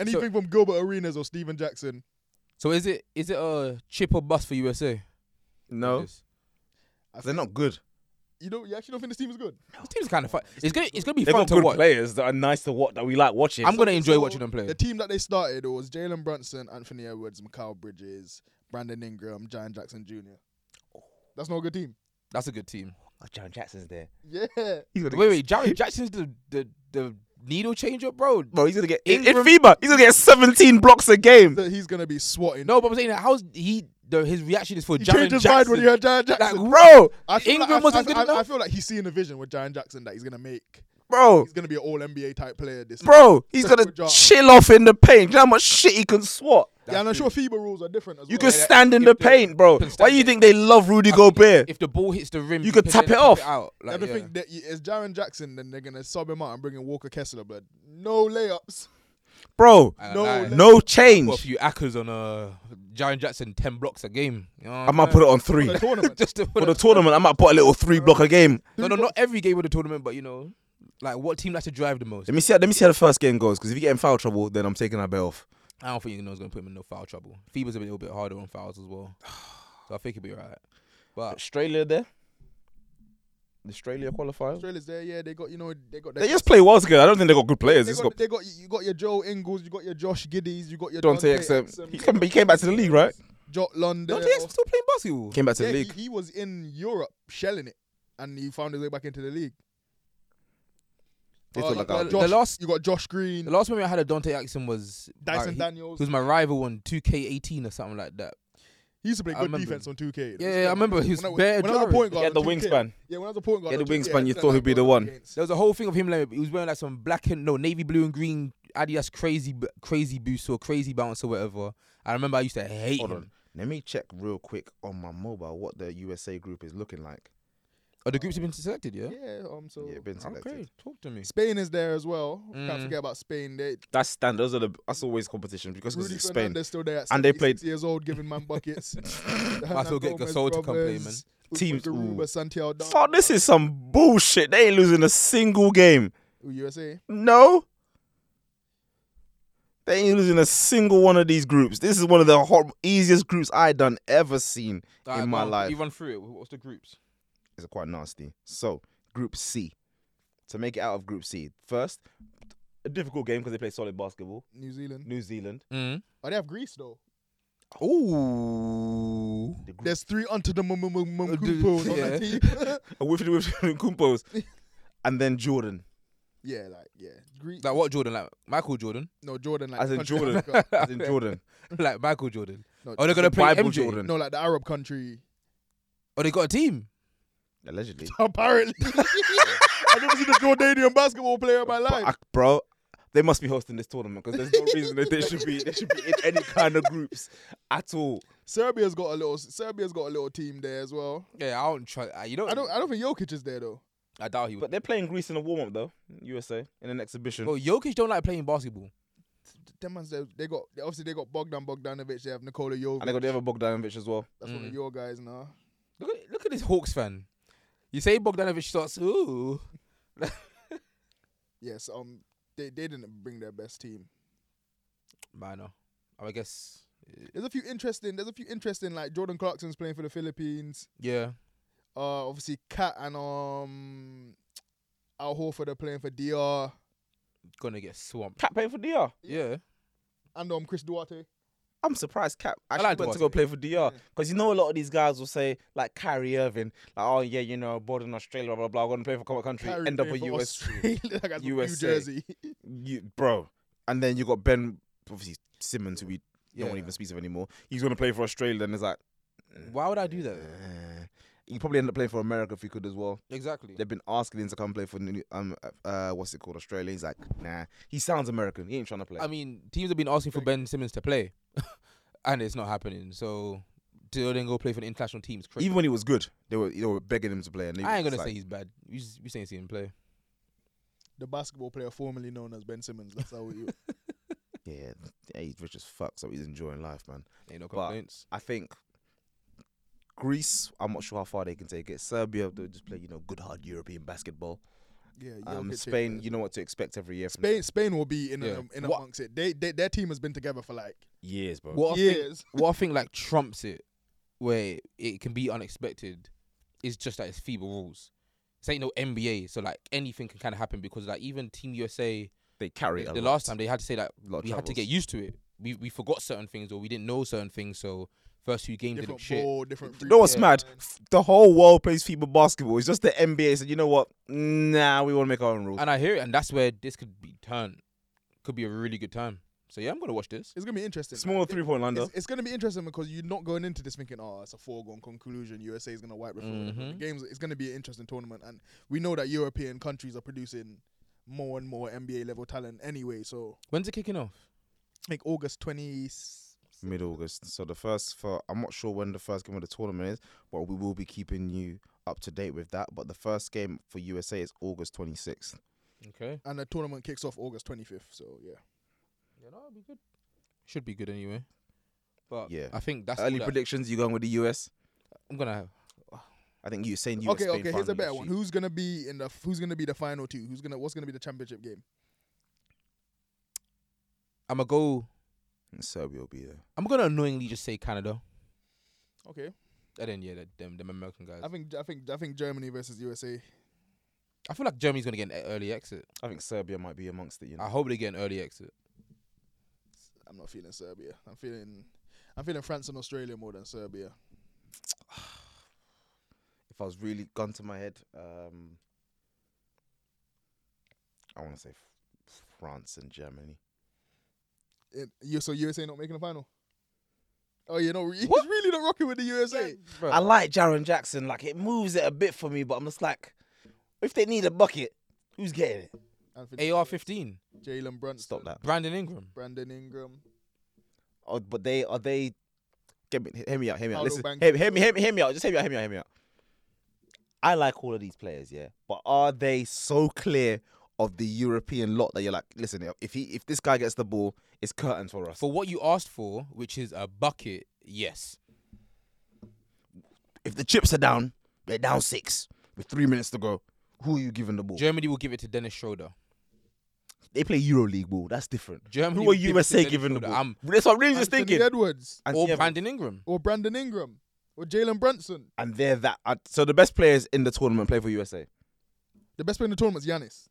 [SPEAKER 3] Anything from Gilbert Arenas or Steven Jackson.
[SPEAKER 4] So is it is it a chip or bust for USA?
[SPEAKER 2] no,
[SPEAKER 4] This
[SPEAKER 2] they're not good.
[SPEAKER 3] You don't. You actually don't think this team is good.
[SPEAKER 4] This team's kind of fun. It's gonna it's gonna be
[SPEAKER 2] They've
[SPEAKER 4] fun
[SPEAKER 2] got
[SPEAKER 4] to
[SPEAKER 2] good
[SPEAKER 4] watch.
[SPEAKER 2] players that are nice to watch that we like watching.
[SPEAKER 4] I'm gonna
[SPEAKER 3] So-
[SPEAKER 4] enjoy
[SPEAKER 3] so
[SPEAKER 4] watching them play.
[SPEAKER 3] The team that they started was Jalen Brunson, Anthony Edwards, Mikal Bridges, Brandon Ingram, Jaren Jackson Jr. That's not a good team.
[SPEAKER 4] That's a good team.
[SPEAKER 2] oh, John Jackson's there.
[SPEAKER 3] Yeah.
[SPEAKER 4] Wait, wait, Jared Jackson's the the the needle changer, bro.
[SPEAKER 2] Bro, he's gonna get in, in
[SPEAKER 4] Ingram-
[SPEAKER 2] FIBA. He's gonna get 17 blocks a game.
[SPEAKER 3] that he's gonna be swatting.
[SPEAKER 4] No, but I'm saying that how's he? The, his reaction is for
[SPEAKER 3] he
[SPEAKER 4] Jaren
[SPEAKER 3] changed his mind when he
[SPEAKER 4] Jackson.
[SPEAKER 3] heard Jaron
[SPEAKER 4] Like,
[SPEAKER 3] Jackson.
[SPEAKER 2] Bro,
[SPEAKER 3] I feel like,
[SPEAKER 4] Ingram
[SPEAKER 3] I-
[SPEAKER 4] wasn't
[SPEAKER 3] I,
[SPEAKER 4] good
[SPEAKER 3] I, I
[SPEAKER 4] enough?
[SPEAKER 3] feel like he's seeing a vision with Jaron Jackson that he's gonna make.
[SPEAKER 2] bro,
[SPEAKER 3] He's gonna be an All NBA type player this. year.
[SPEAKER 2] bro. He's gonna
[SPEAKER 3] Good job.
[SPEAKER 2] chill off in the paint. Do you know how much shit he can swat?
[SPEAKER 3] Yeah, and I'm sure FIBA rules are different as
[SPEAKER 2] You
[SPEAKER 3] well.
[SPEAKER 2] can stand in the paint, bro.
[SPEAKER 4] can stand
[SPEAKER 2] Why do you
[SPEAKER 4] there.
[SPEAKER 2] think they love Rudy Gobert?
[SPEAKER 4] If the ball hits the rim,
[SPEAKER 2] You could
[SPEAKER 4] can
[SPEAKER 2] tap
[SPEAKER 4] then
[SPEAKER 2] it off.
[SPEAKER 4] out. Like,
[SPEAKER 3] Everything
[SPEAKER 4] yeah.
[SPEAKER 3] that you- it's Jaron Jackson, then they're gonna sub him out and bring in Walker Kessler, but no layups.
[SPEAKER 2] Bro,
[SPEAKER 4] I ain't
[SPEAKER 3] No,
[SPEAKER 4] gonna lie.
[SPEAKER 3] let-
[SPEAKER 2] no
[SPEAKER 4] Put a
[SPEAKER 2] change.
[SPEAKER 4] few actors on uh, Jaren Jackson, ten blocks a game. You know what
[SPEAKER 2] I might put it on three.
[SPEAKER 3] For the tournament.
[SPEAKER 4] just to
[SPEAKER 2] For the tournament, I might put a little three block a game.
[SPEAKER 4] no, no, not every game of the tournament, but you know, like what team likes to drive the most.
[SPEAKER 2] Let me see. Let me see how the first game goes. Because if you get in foul trouble, then I'm taking that bet off.
[SPEAKER 4] I don't think you know going to put him in no foul trouble. FIBA's a little bit harder on fouls as well, so I think he'll be alright. But
[SPEAKER 2] Australia there. Australia qualifiers.
[SPEAKER 3] Australia's there, yeah. They got you know they got
[SPEAKER 2] They just play well together. I don't think they got good players.
[SPEAKER 3] they
[SPEAKER 2] It's
[SPEAKER 3] got,
[SPEAKER 2] got
[SPEAKER 3] they got you got your Joe Ingles, you got your Josh Giddies, you got your
[SPEAKER 2] Dante
[SPEAKER 3] Exum,
[SPEAKER 2] XM. He came, he came back to the league, right?
[SPEAKER 3] Jot London.
[SPEAKER 4] don't they still playing basketball?
[SPEAKER 2] Came back to the
[SPEAKER 3] yeah,
[SPEAKER 2] league.
[SPEAKER 3] He, he was in Europe shelling it, and he found his way back into the league.
[SPEAKER 2] They
[SPEAKER 3] Oh,
[SPEAKER 2] took
[SPEAKER 3] like,
[SPEAKER 2] the
[SPEAKER 3] uh,
[SPEAKER 2] guy.
[SPEAKER 3] Josh,
[SPEAKER 4] The last-
[SPEAKER 3] you got Josh Green,
[SPEAKER 4] The last memory I had of Dante Axon was
[SPEAKER 3] Dyson
[SPEAKER 4] he-
[SPEAKER 3] Daniels.
[SPEAKER 4] who's my rival on 2K18 or something like that.
[SPEAKER 3] He used to play
[SPEAKER 4] I
[SPEAKER 3] good
[SPEAKER 4] remember
[SPEAKER 3] defense on 2K.
[SPEAKER 4] Yeah, yeah, I remember he was
[SPEAKER 3] when I,
[SPEAKER 4] bare
[SPEAKER 3] when I was a
[SPEAKER 4] jarring.
[SPEAKER 3] point guard
[SPEAKER 2] Get the
[SPEAKER 3] on 2K.
[SPEAKER 2] wingspan.
[SPEAKER 3] Yeah, when I was a point guard.
[SPEAKER 2] Get
[SPEAKER 3] on
[SPEAKER 2] the
[SPEAKER 3] 2K,
[SPEAKER 2] wingspan, you
[SPEAKER 3] I
[SPEAKER 2] thought he'd
[SPEAKER 3] like
[SPEAKER 2] be the
[SPEAKER 3] going
[SPEAKER 2] one.
[SPEAKER 3] against-
[SPEAKER 4] There was a whole thing of him like he was wearing like some black and no navy blue and green Adidas crazy b- crazy boots or crazy bounce or whatever. I remember I used to hate
[SPEAKER 2] Hold
[SPEAKER 4] him.
[SPEAKER 2] on. Let me check real quick on my mobile what the USA group is looking like.
[SPEAKER 4] Oh, the groups have been selected, yeah.
[SPEAKER 3] Yeah, um, so
[SPEAKER 2] Yeah, been selected.
[SPEAKER 4] Okay, talk to me.
[SPEAKER 3] Spain is there as well. Can't
[SPEAKER 4] Mm.
[SPEAKER 3] forget about Spain. They,
[SPEAKER 2] That's standard. Those are the that's always competition because 'cause
[SPEAKER 3] Rudy
[SPEAKER 2] it's Spain.
[SPEAKER 3] Fernandez still there at
[SPEAKER 2] And they played-
[SPEAKER 3] 76 years old, giving man buckets.
[SPEAKER 4] Might as well get Gasol to come play, man.
[SPEAKER 2] Teams- ooh.
[SPEAKER 3] Garuba, Santiago, Dom-
[SPEAKER 2] Fuck, this is some bullshit. They ain't losing a single game.
[SPEAKER 3] ooh, USA.
[SPEAKER 2] No. They ain't losing a single one of these groups. This is one of the hor- easiest groups I done ever seen
[SPEAKER 4] Alright,
[SPEAKER 2] in
[SPEAKER 4] go
[SPEAKER 2] my
[SPEAKER 4] on,
[SPEAKER 2] life.
[SPEAKER 4] You run through it. What's the groups?
[SPEAKER 2] is quite nasty. So, Group C. To make it out of Group C, first, a difficult game because they play solid basketball.
[SPEAKER 3] New Zealand.
[SPEAKER 2] New Zealand.
[SPEAKER 4] Mm.
[SPEAKER 3] Oh, they have Greece though.
[SPEAKER 4] Ooh.
[SPEAKER 2] The group,
[SPEAKER 3] There's three onto the mum mum mum mum
[SPEAKER 4] Uh, dude,
[SPEAKER 3] Kumpos on
[SPEAKER 4] yeah.
[SPEAKER 3] the team.
[SPEAKER 2] a whiffy whiffy Kumpos. And then Jordan.
[SPEAKER 3] yeah, like yeah, Greece.
[SPEAKER 4] Like what Jordan? Like Michael Jordan?
[SPEAKER 3] no, Jordan. Like
[SPEAKER 2] As
[SPEAKER 3] the
[SPEAKER 2] in
[SPEAKER 3] country
[SPEAKER 2] Jordan.
[SPEAKER 3] Africa.
[SPEAKER 2] As in Jordan.
[SPEAKER 4] like Michael Jordan?
[SPEAKER 3] No,
[SPEAKER 4] oh, they're gonna
[SPEAKER 2] the
[SPEAKER 4] play
[SPEAKER 2] Bible
[SPEAKER 4] MJ.
[SPEAKER 2] Jordan.
[SPEAKER 3] No, like the Arab country.
[SPEAKER 4] Oh, they got a team.
[SPEAKER 2] Allegedly.
[SPEAKER 3] Apparently, I've never seen a Jordanian basketball player in my
[SPEAKER 2] But I,
[SPEAKER 3] life.
[SPEAKER 2] bro, they must be hosting this tournament because there's no reason that they should be they should be in any kind of groups at all.
[SPEAKER 3] Serbia's got a little. Serbia's got a little team there as well.
[SPEAKER 4] Yeah, I don't try. uh, You don't.
[SPEAKER 2] Hmm.
[SPEAKER 3] I don't. I don't think Jokic is there though.
[SPEAKER 4] I doubt he would.
[SPEAKER 2] But they're playing Greece in a warm up though, USA in an exhibition.
[SPEAKER 4] Bro, Jokic don't like playing basketball.
[SPEAKER 3] Them man's there- they got obviously they got Bogdan Bogdanovic. They have Nikola Jovic.
[SPEAKER 2] and they got the other Bogdanovich as well.
[SPEAKER 3] That's one of
[SPEAKER 4] Mm.
[SPEAKER 3] your guys now.
[SPEAKER 4] Look at look at this Hawks fan. You say Bogdanovich starts. Ooh.
[SPEAKER 3] Yes. Um. They they didn't bring their best team.
[SPEAKER 4] Minor. I guess. uh,
[SPEAKER 3] There's a few interesting. There's a few interesting like Jordan Clarkson's playing for the Philippines.
[SPEAKER 4] Yeah.
[SPEAKER 3] Uh, obviously Cat and um Al Horford are playing for DR
[SPEAKER 4] Gonna get swamped.
[SPEAKER 2] Cap playing for DR.
[SPEAKER 4] Yeah.
[SPEAKER 3] and um Chris Duarte.
[SPEAKER 2] I'm surprised Cap actually
[SPEAKER 4] like
[SPEAKER 2] went to
[SPEAKER 4] Duarte.
[SPEAKER 2] go play for DR because you know a lot of these guys will say like Kyrie Irving, like oh yeah, you know, born in Australia, blah blah blah, going to play for co- country,
[SPEAKER 3] Kyrie
[SPEAKER 2] end up a
[SPEAKER 3] playing for
[SPEAKER 2] US,
[SPEAKER 3] Australia. That guy's from New
[SPEAKER 2] USA.
[SPEAKER 3] Jersey.
[SPEAKER 2] you, bro, and then you got Ben, obviously Simmons, who we
[SPEAKER 4] Yeah.
[SPEAKER 2] no one even speaks of anymore. He's going to play for Australia, and it's like,
[SPEAKER 4] Why would I do that?
[SPEAKER 2] eh. he'd probably end up playing for America if he could as well.
[SPEAKER 4] Exactly.
[SPEAKER 2] They've been asking him to come play for New- um uh what's it called Australia. He's like, nah, he sounds American. He ain't trying to play.
[SPEAKER 4] I mean, teams have been asking for Ben Simmons to play, and it's not happening. So, to then go play for the international teams, crazy.
[SPEAKER 2] even when he was good, they were they were begging him to play. And he
[SPEAKER 4] I ain't
[SPEAKER 2] was
[SPEAKER 4] gonna
[SPEAKER 2] like,
[SPEAKER 4] say he's bad. We s- we saying see him play.
[SPEAKER 3] The basketball player formerly known as Ben Simmons. That's how you.
[SPEAKER 2] Yeah, yeah, he's rich as fuck, so he's enjoying life, man.
[SPEAKER 4] Ain't no
[SPEAKER 2] But-
[SPEAKER 4] complaints.
[SPEAKER 2] I think Greece, I'm not sure how far they can take it. Serbia, they'll just play, you know, good hard European basketball.
[SPEAKER 3] Yeah.
[SPEAKER 2] Um,
[SPEAKER 3] Jokic ain't
[SPEAKER 2] Spain,
[SPEAKER 3] there.
[SPEAKER 2] you know what to expect every year. From
[SPEAKER 3] Spain, Spain will be in
[SPEAKER 4] Yeah.
[SPEAKER 3] and, in
[SPEAKER 4] What-
[SPEAKER 3] amongst it. They, they their team has been together for like
[SPEAKER 2] years, bro.
[SPEAKER 4] what I think,
[SPEAKER 3] years.
[SPEAKER 4] what I think like trumps it, where it can be unexpected, is just that it's feeble rules. This ain't no NBA, so like anything can kind of happen because like even Team USA,
[SPEAKER 2] They carry
[SPEAKER 4] the,
[SPEAKER 2] a
[SPEAKER 4] the
[SPEAKER 2] lot.
[SPEAKER 4] last time they had to say like
[SPEAKER 2] Lot of
[SPEAKER 4] we had to
[SPEAKER 2] travels.
[SPEAKER 4] get used to it. We we forgot certain things or we didn't know certain things, so First few games they look
[SPEAKER 3] different
[SPEAKER 4] shit.
[SPEAKER 3] ball, different.
[SPEAKER 2] You
[SPEAKER 3] free
[SPEAKER 2] know what's
[SPEAKER 3] throw
[SPEAKER 2] mad?
[SPEAKER 3] line.
[SPEAKER 2] F- The whole world plays FIBA basketball. It's just the NBA said, you know what? Nah, we want to make our own rules.
[SPEAKER 4] And I hear it, and that's where this could be turned. Could be a really good time. So yeah, I'm gonna watch this.
[SPEAKER 3] It's gonna be interesting.
[SPEAKER 2] Smaller three point lander.
[SPEAKER 3] It's, it's gonna be interesting because you're not going into this thinking, oh, it's a foregone conclusion. USA is gonna wipe the floor. with them."
[SPEAKER 4] Mhm.
[SPEAKER 3] The games. It's gonna be an interesting tournament, and we know that European countries are producing more and more NBA level talent anyway. So
[SPEAKER 4] When's it kicking off?
[SPEAKER 3] like August twenty.
[SPEAKER 2] Mid August. So the first for I'm not sure when the first game of the tournament is, but we will be keeping you up to date with that. But the first game for USA is August 26th.
[SPEAKER 4] Okay.
[SPEAKER 3] And the tournament kicks off August 25th, so yeah.
[SPEAKER 4] Yeah, that'll be good. Should be good anyway. But yeah,
[SPEAKER 2] Yeah.
[SPEAKER 4] I think that's
[SPEAKER 2] Early
[SPEAKER 4] all that-
[SPEAKER 2] predictions, you going with the US?
[SPEAKER 4] I'm gonna have.
[SPEAKER 2] I think you saying US.
[SPEAKER 3] okay,
[SPEAKER 2] Spain
[SPEAKER 3] okay. Here's
[SPEAKER 2] final
[SPEAKER 3] a better
[SPEAKER 2] next
[SPEAKER 3] one.
[SPEAKER 2] week.
[SPEAKER 3] Who's gonna be in the? Who's gonna be the final two? Who's gonna? What's gonna be the championship game?
[SPEAKER 4] I'm gonna go.
[SPEAKER 2] And Serbia will be there.
[SPEAKER 4] I'm gonna annoyingly just say Canada.
[SPEAKER 3] Okay,
[SPEAKER 4] And then yeah, that- them them American guys.
[SPEAKER 3] I think I think I think Germany versus USA.
[SPEAKER 4] I feel like Germany's gonna get an e- early exit.
[SPEAKER 2] I think Serbia might be amongst it. You know,
[SPEAKER 4] I hope they get an early exit.
[SPEAKER 3] I'm not feeling Serbia. I'm feeling I'm feeling France and Australia more than Serbia.
[SPEAKER 2] if I was really gun to my head, um, I want to say f- France and Germany.
[SPEAKER 3] It, you so USA not making the final? Oh, you know, he's
[SPEAKER 4] What?
[SPEAKER 3] really not rocking with the USA.
[SPEAKER 2] I like Jaron Jackson. Like it moves it a bit for me, but I'm just like, if they need a bucket, who's getting it?
[SPEAKER 3] Anthony
[SPEAKER 4] AR15.
[SPEAKER 3] Jalen Brunson,
[SPEAKER 2] Stop that.
[SPEAKER 4] Brandon Ingram.
[SPEAKER 3] Brandon Ingram.
[SPEAKER 2] Oh, but they are they. Get me, hear me out. Hear me out.
[SPEAKER 3] Paolo
[SPEAKER 2] Listen,
[SPEAKER 3] Banchero.
[SPEAKER 2] hear, hear me, hear me, hear me out. Just hear me out. Hear me out. Hear me out. I like all of these players, yeah, but are they so clear of the European lot that you're like, listen, if he, if this guy gets the ball, it's curtains for us.
[SPEAKER 4] For what you asked for, which is a bucket, yes.
[SPEAKER 2] If the chips are down, they're down six with three minutes to go. Who are you giving the ball?
[SPEAKER 4] Germany will give it to Dennis Schroeder.
[SPEAKER 2] they play EuroLeague ball. That's different.
[SPEAKER 4] Germany
[SPEAKER 2] Who
[SPEAKER 4] will
[SPEAKER 2] are
[SPEAKER 4] give it to
[SPEAKER 2] USA
[SPEAKER 4] Dennis
[SPEAKER 2] giving the
[SPEAKER 4] Schroeder.
[SPEAKER 2] ball?
[SPEAKER 4] I'm- Oh,
[SPEAKER 2] That's what I'm really just
[SPEAKER 3] Anthony
[SPEAKER 2] thinking.
[SPEAKER 3] Edwards
[SPEAKER 2] Anthony
[SPEAKER 4] or
[SPEAKER 2] Edwards.
[SPEAKER 4] Brandon Ingram.
[SPEAKER 3] or Brandon Ingram or Jalen Brunson.
[SPEAKER 2] and they're that. uh, so the best players in the tournament play for USA.
[SPEAKER 3] The best player in the tournament is Giannis,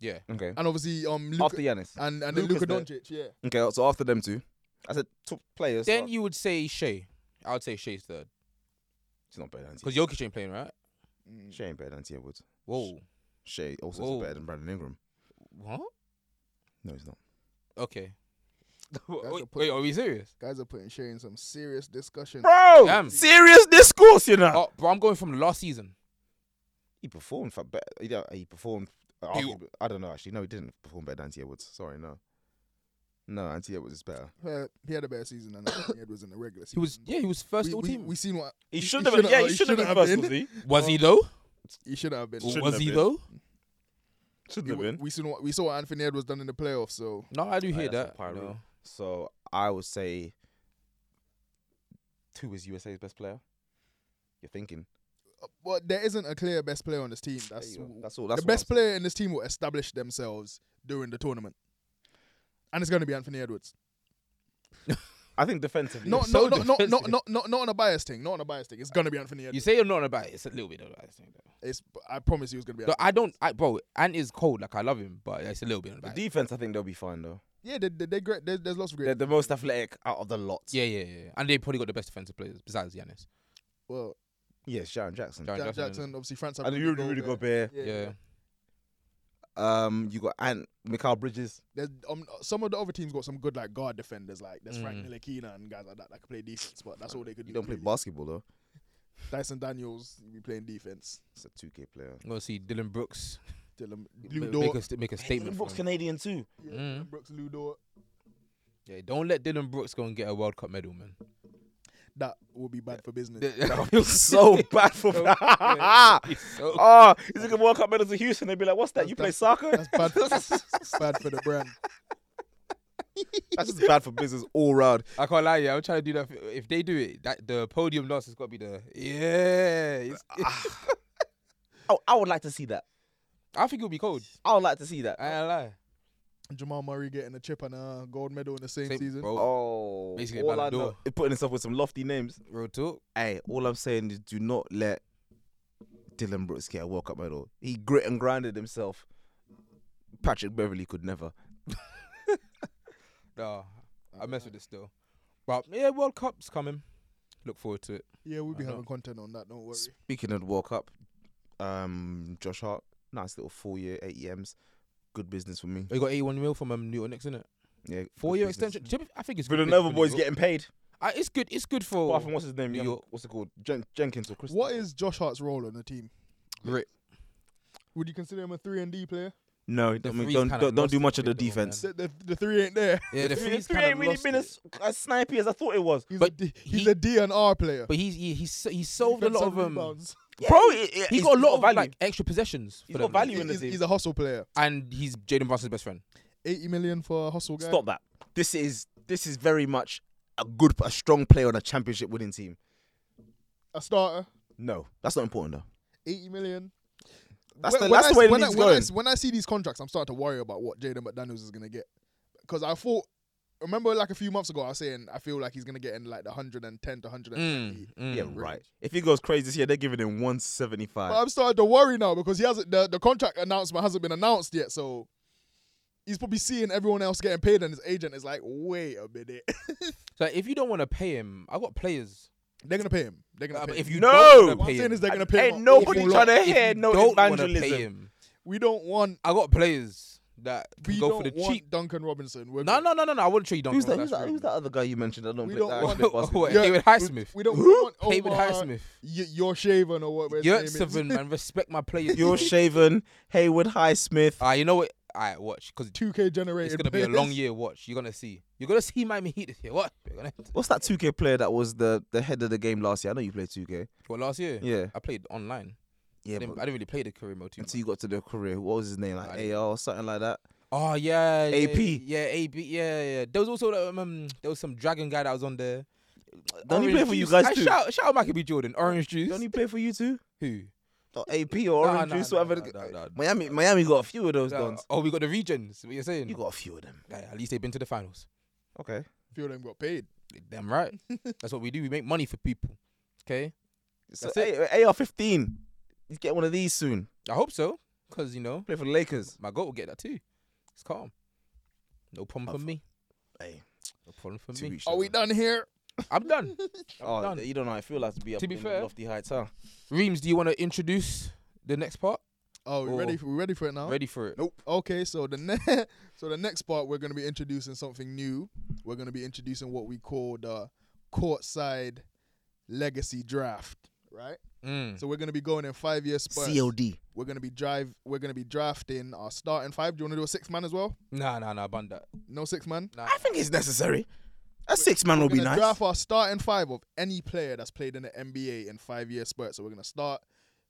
[SPEAKER 4] Yeah.
[SPEAKER 2] Okay.
[SPEAKER 3] and obviously um Luka,
[SPEAKER 2] after Yanis.
[SPEAKER 3] and and then
[SPEAKER 2] Luka's
[SPEAKER 3] Luka
[SPEAKER 2] there.
[SPEAKER 3] Doncic. Yeah,
[SPEAKER 2] Okay, so after them two, I said top players.
[SPEAKER 4] Then
[SPEAKER 2] uh,
[SPEAKER 4] you would say Shea. I would say Shea's third.
[SPEAKER 2] She's not better than T.
[SPEAKER 4] Because Jokic ain't playing, right?
[SPEAKER 2] She ain't better than Tia Woods.
[SPEAKER 4] Whoa.
[SPEAKER 2] She also is
[SPEAKER 4] Whoa.
[SPEAKER 2] better than Brandon Ingram.
[SPEAKER 4] What?
[SPEAKER 2] No, he's not.
[SPEAKER 4] Okay. wait,
[SPEAKER 3] the point.
[SPEAKER 4] wait, are we serious?
[SPEAKER 3] guys are putting Shea in some serious discussion.
[SPEAKER 2] Bro,
[SPEAKER 4] Damn.
[SPEAKER 2] serious discourse, you know.
[SPEAKER 4] Oh, bro, I'm going from the last season.
[SPEAKER 2] He performed for better. He, don't- he performed. uh,
[SPEAKER 4] He-
[SPEAKER 2] arguably- I don't know actually. No, he didn't perform better than Tia Woods. Sorry, no. No, Antia Woods is better.
[SPEAKER 3] Uh, he had a better season than Anthony Edwards in the regular
[SPEAKER 4] He
[SPEAKER 3] season.
[SPEAKER 4] was, yeah, he was first
[SPEAKER 3] we,
[SPEAKER 4] all
[SPEAKER 3] we,
[SPEAKER 4] team.
[SPEAKER 3] We seen what
[SPEAKER 2] He
[SPEAKER 3] should have been- yeah, he should have been first, was he?
[SPEAKER 4] was he though?
[SPEAKER 3] he shouldn't have been.
[SPEAKER 2] Shouldn't
[SPEAKER 4] was
[SPEAKER 2] have
[SPEAKER 4] he
[SPEAKER 2] been.
[SPEAKER 4] though?
[SPEAKER 2] Shouldn't
[SPEAKER 3] We,
[SPEAKER 2] have been.
[SPEAKER 3] we seen what we saw what Anthony Edwards done in the playoffs. So
[SPEAKER 4] No, I do
[SPEAKER 2] Alright,
[SPEAKER 4] hear
[SPEAKER 2] that's not
[SPEAKER 4] that.
[SPEAKER 2] Pyro.
[SPEAKER 4] No.
[SPEAKER 2] So I would say two is USA's best player. You're thinking.
[SPEAKER 3] Well, there isn't a clear best player on this team.
[SPEAKER 2] There
[SPEAKER 3] That's,
[SPEAKER 2] you go. that's all. That's
[SPEAKER 3] the
[SPEAKER 2] what I'm
[SPEAKER 3] best player in this team will establish themselves during the tournament, and it's going to be Anthony Edwards.
[SPEAKER 2] I think defensively.
[SPEAKER 3] No,
[SPEAKER 2] it's so
[SPEAKER 3] no, no, no, no,
[SPEAKER 2] defensive.
[SPEAKER 3] no, no, not on a bias thing. Not on a bias thing. It's going to be Anthony
[SPEAKER 4] You
[SPEAKER 3] Edwards.
[SPEAKER 4] say you're not about it. It's a little bit of that.
[SPEAKER 3] It's, I promise you, it's going to be.
[SPEAKER 4] No,
[SPEAKER 3] Anthony.
[SPEAKER 4] I don't, I, bro. Ant is cold. Like I love him, but it's a little bit of
[SPEAKER 2] The
[SPEAKER 4] that.
[SPEAKER 2] defense, I think they'll be fine though.
[SPEAKER 3] Yeah, they, they, they're great. There's, there's lots of
[SPEAKER 2] They're
[SPEAKER 3] great.
[SPEAKER 2] the most athletic out of the lot.
[SPEAKER 4] Yeah, yeah, yeah. yeah. And they probably got the best defensive players besides Giannis.
[SPEAKER 3] Well,
[SPEAKER 2] Yes, Sharon Jackson.
[SPEAKER 4] Jaren
[SPEAKER 3] Jack
[SPEAKER 4] Jackson.
[SPEAKER 3] Jackson, obviously France. have
[SPEAKER 2] And you really, really
[SPEAKER 3] Gobert.
[SPEAKER 2] good bear.
[SPEAKER 4] Yeah.
[SPEAKER 2] Um, you got Ant, Mikhail Bridges.
[SPEAKER 3] There's, um, some of the other teams got some good like guard defenders, like there's Frank
[SPEAKER 4] Mm.
[SPEAKER 3] Ntilikina and guys like that that can play defense, but that's all they could
[SPEAKER 2] You
[SPEAKER 3] do.
[SPEAKER 2] don't play
[SPEAKER 3] really.
[SPEAKER 2] basketball though.
[SPEAKER 3] Dyson Daniels be playing defense.
[SPEAKER 2] It's a 2K player.
[SPEAKER 4] I'm gonna see Dylan Brooks
[SPEAKER 3] Dylan Lou
[SPEAKER 4] make make a
[SPEAKER 3] Dort.
[SPEAKER 4] st- make a statement. For him.
[SPEAKER 2] Canadian too.
[SPEAKER 3] Yeah,
[SPEAKER 4] Mm.
[SPEAKER 3] Dylan Brooks, Lou Dort.
[SPEAKER 4] Yeah, don't let Dylan Brooks go and get a World Cup medal, man.
[SPEAKER 3] That will be bad for business.
[SPEAKER 2] That feels so bad for. Ah,
[SPEAKER 4] He's so-
[SPEAKER 2] oh, he's like a World Cup medal to Houston. They'd be like, "What's that?
[SPEAKER 3] That's-
[SPEAKER 2] you play
[SPEAKER 3] that's-
[SPEAKER 2] soccer?"
[SPEAKER 3] That's bad. that's bad for the brand.
[SPEAKER 2] That's just bad for business all round.
[SPEAKER 4] I can't lie, yeah. I'm trying to do that. If- If they do it, that the podium loss has got to be the yeah. it's-
[SPEAKER 2] Ah. Oh, I would like to see that.
[SPEAKER 4] I think it'll be cold.
[SPEAKER 2] I would like to see that.
[SPEAKER 4] I ain't lie.
[SPEAKER 3] Jamal Murray getting a chip and a gold medal in the same,
[SPEAKER 4] Same-
[SPEAKER 3] season.
[SPEAKER 4] bro,
[SPEAKER 2] Oh,
[SPEAKER 4] Basically,
[SPEAKER 2] all
[SPEAKER 4] Ballon
[SPEAKER 2] I know,
[SPEAKER 4] d'Or.
[SPEAKER 2] it putting himself with some lofty names.
[SPEAKER 4] real talk.
[SPEAKER 2] Hey, all I'm saying is, do not let Dylan Brooks get a World Cup medal. He grit and grinded himself. Patrick Beverly could never.
[SPEAKER 4] Nah, I mess with it still. But yeah, World Cup's coming. Look forward to it.
[SPEAKER 3] Yeah, we'll be
[SPEAKER 4] I know.
[SPEAKER 3] having content on that. Don't worry.
[SPEAKER 2] Speaking of the World Cup, um, Josh Hart, nice little four year AEMs. Good business for me.
[SPEAKER 4] We got 81 mil from um, Newton Next, innit?
[SPEAKER 2] Yeah,
[SPEAKER 4] Four year
[SPEAKER 2] good business.
[SPEAKER 4] extension. Do you know, I think it's good
[SPEAKER 2] Villanova
[SPEAKER 4] for New
[SPEAKER 2] boys
[SPEAKER 4] York.
[SPEAKER 2] getting paid.
[SPEAKER 4] Uh, it's good. It's good for
[SPEAKER 2] Apart from what's his name?
[SPEAKER 4] New
[SPEAKER 2] um,
[SPEAKER 4] York.
[SPEAKER 2] What's it called? Jen- Jenkins or Chris?
[SPEAKER 3] What is Josh Hart's role on the team?
[SPEAKER 4] grit.
[SPEAKER 3] Would you consider him a three and D player?
[SPEAKER 2] No,
[SPEAKER 4] The
[SPEAKER 2] I mean,
[SPEAKER 4] three's
[SPEAKER 2] don't
[SPEAKER 4] kinda
[SPEAKER 2] don't, don't do
[SPEAKER 4] lost
[SPEAKER 2] much of
[SPEAKER 4] it
[SPEAKER 2] the
[SPEAKER 4] though, man.
[SPEAKER 2] defense.
[SPEAKER 3] The, the, the three ain't there.
[SPEAKER 4] Yeah, the
[SPEAKER 2] Three-
[SPEAKER 4] freeze
[SPEAKER 2] three
[SPEAKER 4] kinda
[SPEAKER 2] ain't really
[SPEAKER 4] lost
[SPEAKER 2] been
[SPEAKER 4] it.
[SPEAKER 2] as, as snipey as I thought it was,
[SPEAKER 3] He's a
[SPEAKER 4] But
[SPEAKER 3] D, he's
[SPEAKER 4] he-
[SPEAKER 3] a D and R player.
[SPEAKER 4] But he's he, he's so- he's solved a
[SPEAKER 3] Defense
[SPEAKER 4] lot
[SPEAKER 3] and
[SPEAKER 4] of um.
[SPEAKER 3] rebounds.
[SPEAKER 2] bro. It, it,
[SPEAKER 4] He's
[SPEAKER 2] it's
[SPEAKER 4] got a lot of
[SPEAKER 2] value.
[SPEAKER 4] like extra possessions.
[SPEAKER 2] He's
[SPEAKER 4] for
[SPEAKER 2] got
[SPEAKER 4] them, like,
[SPEAKER 2] value in the
[SPEAKER 3] He's,
[SPEAKER 2] team.
[SPEAKER 3] he's a hustle player.
[SPEAKER 4] and he's Jaden Brunson's best friend.
[SPEAKER 3] Eighty million for a hustle guy.
[SPEAKER 2] Stop that. This is this is very much a good, a strong player on a championship winning team.
[SPEAKER 3] A starter.
[SPEAKER 2] No, that's not important though.
[SPEAKER 3] Eighty million.
[SPEAKER 2] That's
[SPEAKER 3] When-
[SPEAKER 2] the-
[SPEAKER 3] when
[SPEAKER 2] that's
[SPEAKER 3] I
[SPEAKER 2] the
[SPEAKER 3] s-
[SPEAKER 2] way the
[SPEAKER 3] when I,
[SPEAKER 2] league's
[SPEAKER 3] when I
[SPEAKER 2] going.
[SPEAKER 3] s- when I see these contracts, I'm starting to worry about what Jaden McDaniels is gonna get. Because I thought, remember, like a few months ago, I was saying I feel like he's gonna get in like the 110 to 120.
[SPEAKER 4] Mm, mm.
[SPEAKER 2] Yeah, right. If he goes crazy this year, they're giving him one seventy
[SPEAKER 3] But
[SPEAKER 2] five.
[SPEAKER 3] I'm starting to worry now because he hasn't the, the contract announcement hasn't been announced yet, so he's probably seeing everyone else getting paid, and his agent is like, "Wait a minute,
[SPEAKER 4] So if you don't want to pay him, I got players.
[SPEAKER 3] they're gonna pay him. They're gonna
[SPEAKER 4] Nah,
[SPEAKER 3] pay
[SPEAKER 4] Uh, but
[SPEAKER 3] him.
[SPEAKER 4] if you
[SPEAKER 2] No!
[SPEAKER 4] don't
[SPEAKER 3] what
[SPEAKER 4] want
[SPEAKER 3] I'm
[SPEAKER 4] to pay
[SPEAKER 3] saying is
[SPEAKER 4] him,
[SPEAKER 3] they're
[SPEAKER 2] And
[SPEAKER 3] gonna pay
[SPEAKER 2] ain't
[SPEAKER 3] him. an
[SPEAKER 2] nobody
[SPEAKER 3] awful
[SPEAKER 2] tryna
[SPEAKER 3] lot.
[SPEAKER 2] hear-
[SPEAKER 4] if
[SPEAKER 2] Yeah,
[SPEAKER 4] you
[SPEAKER 2] no
[SPEAKER 4] don't wanna
[SPEAKER 2] evangelism.
[SPEAKER 4] Pay him,
[SPEAKER 3] We don't want.
[SPEAKER 4] I got players that can
[SPEAKER 3] We
[SPEAKER 4] go
[SPEAKER 3] don't
[SPEAKER 4] for the
[SPEAKER 3] want
[SPEAKER 4] cheap.
[SPEAKER 3] Duncan Robinson. We're
[SPEAKER 4] No, no, no, no, no. I wouldn't trade Duncan.
[SPEAKER 2] Who's that? Who's
[SPEAKER 4] That's
[SPEAKER 2] that,
[SPEAKER 4] really-
[SPEAKER 2] who's that other guy you mentioned? I don't
[SPEAKER 3] We
[SPEAKER 2] play
[SPEAKER 3] don't
[SPEAKER 2] that. I
[SPEAKER 3] want-
[SPEAKER 2] play basketball.
[SPEAKER 4] Oh, wait.
[SPEAKER 3] Yeah,
[SPEAKER 4] David Highsmith.
[SPEAKER 3] We, we don't
[SPEAKER 2] Who?
[SPEAKER 3] want Omar,
[SPEAKER 4] David
[SPEAKER 2] Oh, uh,
[SPEAKER 4] Highsmith.
[SPEAKER 3] Y- your shaven or whatever. his name
[SPEAKER 4] You're
[SPEAKER 3] is.
[SPEAKER 4] seven, man. Respect my players.
[SPEAKER 2] You're shaven, Hayward Highsmith.
[SPEAKER 4] Ah, you know what? All right, watch because
[SPEAKER 3] 2K generated.
[SPEAKER 4] it's gonna be a long
[SPEAKER 3] players.
[SPEAKER 4] year. Watch, you're gonna see. You're gonna see Miami Heat this year. What? You're gonna...
[SPEAKER 2] What's that 2K player that was the, the head of the game last year? I know you played 2K.
[SPEAKER 4] What last year?
[SPEAKER 2] Yeah.
[SPEAKER 4] I played online.
[SPEAKER 2] Yeah,
[SPEAKER 4] I, didn't, I
[SPEAKER 2] but
[SPEAKER 4] didn't really play the career mode too.
[SPEAKER 2] until you got to the career, what was his name?
[SPEAKER 4] I
[SPEAKER 2] Like
[SPEAKER 4] didn't-
[SPEAKER 2] AR or something like that?
[SPEAKER 4] Oh yeah, yeah,
[SPEAKER 2] AP.
[SPEAKER 4] Yeah, AB. Yeah, yeah. There was also um, um there was some dragon guy that was on there.
[SPEAKER 2] Don't he
[SPEAKER 4] Orange
[SPEAKER 2] play for you
[SPEAKER 4] Juice.
[SPEAKER 2] guys
[SPEAKER 4] I
[SPEAKER 2] too?
[SPEAKER 4] shout, shout out Michael B. Jordan. Orange juice.
[SPEAKER 2] Don't he play for you too?
[SPEAKER 4] Who?
[SPEAKER 2] Or AP or
[SPEAKER 4] Nah,
[SPEAKER 2] Orange
[SPEAKER 4] nah,
[SPEAKER 2] Juice,
[SPEAKER 4] nah,
[SPEAKER 2] whatever.
[SPEAKER 4] nah, nah, nah.
[SPEAKER 2] Miami, Miami got a few of those
[SPEAKER 4] Uh,
[SPEAKER 2] dons.
[SPEAKER 4] oh, we got the regions. What you're saying?
[SPEAKER 2] You got a few of them.
[SPEAKER 4] Yeah, at least they've been to the finals.
[SPEAKER 2] Okay.
[SPEAKER 3] Few of them got paid.
[SPEAKER 4] Damn right. That's what we do. We make money for people. Okay.
[SPEAKER 2] So
[SPEAKER 4] That's
[SPEAKER 2] A- AR 15. He's getting one of these soon.
[SPEAKER 4] I hope so, cause you know
[SPEAKER 2] Play for the Lakers.
[SPEAKER 4] my goat will get that too. It's calm. No problem for me.
[SPEAKER 2] Hey,
[SPEAKER 4] No problem for
[SPEAKER 2] two
[SPEAKER 4] me.
[SPEAKER 2] weeks.
[SPEAKER 3] Are we
[SPEAKER 2] done?
[SPEAKER 3] done here?
[SPEAKER 4] I'm done.
[SPEAKER 2] Oh,
[SPEAKER 4] done.
[SPEAKER 2] you don't know how it feels like to be up
[SPEAKER 4] To be
[SPEAKER 2] in
[SPEAKER 4] fair-
[SPEAKER 2] lofty heights, huh?
[SPEAKER 4] Reams, do you want to introduce the next part?
[SPEAKER 3] Oh, we
[SPEAKER 4] Oh.
[SPEAKER 3] ready? We ready for it now?
[SPEAKER 4] Ready for it?
[SPEAKER 3] Nope. Okay, so the ne- so the next part we're gonna be introducing something new. We're gonna be introducing what we call the courtside legacy draft, right?
[SPEAKER 4] Mm.
[SPEAKER 3] So we're gonna be going in five year spurts.
[SPEAKER 2] COD.
[SPEAKER 3] We're gonna be drive. We're gonna be drafting our starting five. Do you wanna do a six man as well?
[SPEAKER 4] Nah, nah, nah. Bun that.
[SPEAKER 3] No six man.
[SPEAKER 4] Nah.
[SPEAKER 2] I think it's necessary. A six man will
[SPEAKER 3] We're
[SPEAKER 2] be
[SPEAKER 3] gonna
[SPEAKER 2] nice.
[SPEAKER 3] draft our starting five of any player that's played in the NBA in five year spurts. So we're gonna start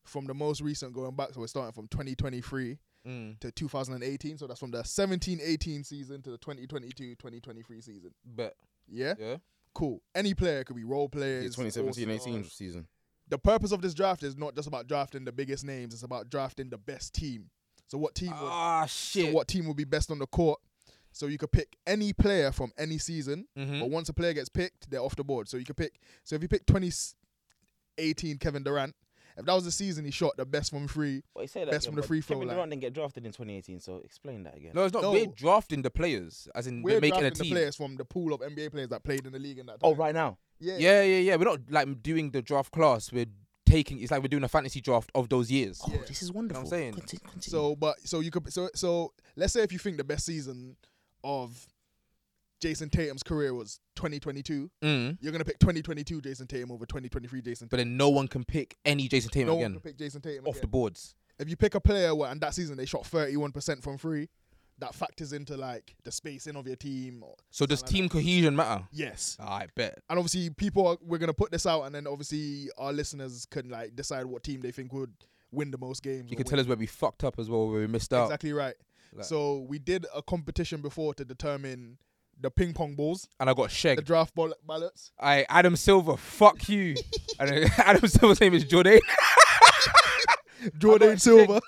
[SPEAKER 3] from the most recent going back. So we're starting from 2023
[SPEAKER 4] Mm.
[SPEAKER 3] to 2018. So that's from the 17-18 season to the 2022-2023 season.
[SPEAKER 4] But
[SPEAKER 3] Yeah,
[SPEAKER 4] yeah,
[SPEAKER 3] cool. Any player it could be role
[SPEAKER 2] Yeah,
[SPEAKER 3] players.
[SPEAKER 2] 2017-18
[SPEAKER 4] Oh,
[SPEAKER 3] all-stars.
[SPEAKER 2] season.
[SPEAKER 3] The purpose of this draft is not just about drafting the biggest names. It's about drafting the best team. So what team? would,
[SPEAKER 4] ah shit.
[SPEAKER 3] so what team would be best on the court? So you could pick any player from any season.
[SPEAKER 4] Mhm.
[SPEAKER 3] But once a player gets picked, they're off the board. So you could pick. So if you pick 2018 Kevin Durant, if that was the season he shot the best from three,
[SPEAKER 2] Well, you say that
[SPEAKER 3] Best
[SPEAKER 2] again,
[SPEAKER 3] from the
[SPEAKER 2] but
[SPEAKER 3] free throw
[SPEAKER 2] Kevin
[SPEAKER 3] line.
[SPEAKER 2] Durant didn't get drafted in 2018, so explain that again.
[SPEAKER 4] No, it's not.
[SPEAKER 3] No.
[SPEAKER 4] We're drafting the players, as in we're,
[SPEAKER 3] we're
[SPEAKER 4] making
[SPEAKER 3] drafting
[SPEAKER 4] a
[SPEAKER 3] the
[SPEAKER 4] team.
[SPEAKER 3] players from the pool of NBA players that played in the league in that time.
[SPEAKER 2] Oh, right now.
[SPEAKER 3] Yeah.
[SPEAKER 4] Yeah, yeah, yeah. We're not like doing the draft class. We're taking. It's like we're doing a fantasy draft of those years.
[SPEAKER 2] Oh,
[SPEAKER 3] Yeah.
[SPEAKER 2] this is wonderful.
[SPEAKER 4] saying.
[SPEAKER 2] Conti- continue.
[SPEAKER 3] So, but so you could so so let's say if you think the best season of Jason Tatum's career was 2022,
[SPEAKER 4] Mm.
[SPEAKER 3] you're gonna pick 2022 Jason Tatum over 2023 Jason.
[SPEAKER 4] But
[SPEAKER 3] Tatum.
[SPEAKER 4] then no one can pick any Jason Tatum
[SPEAKER 3] no
[SPEAKER 4] again
[SPEAKER 3] one can pick Jason Tatum.
[SPEAKER 4] off
[SPEAKER 3] again.
[SPEAKER 4] the boards.
[SPEAKER 3] if you pick a player where and that season they shot 31 percent from three, that factors into like the spacing of your team. Or,
[SPEAKER 4] So does
[SPEAKER 3] Something
[SPEAKER 4] team cohesion matter?
[SPEAKER 3] yes,
[SPEAKER 4] I bet.
[SPEAKER 3] and obviously people are we're gonna put this out, and then obviously our listeners can like decide what team they think would win the most games. or
[SPEAKER 4] You can
[SPEAKER 3] win-
[SPEAKER 4] tell us where we fucked up as well, where we missed out.
[SPEAKER 3] exactly right.
[SPEAKER 4] Like-
[SPEAKER 3] so we did a competition before to determine the ping pong balls,
[SPEAKER 4] And I got
[SPEAKER 3] the
[SPEAKER 4] shagged.
[SPEAKER 3] draft ball- ballots.
[SPEAKER 4] I Adam Silver, fuck you. and then Adam Silver's name is Jordan.
[SPEAKER 3] Jordan
[SPEAKER 4] got
[SPEAKER 3] Silva.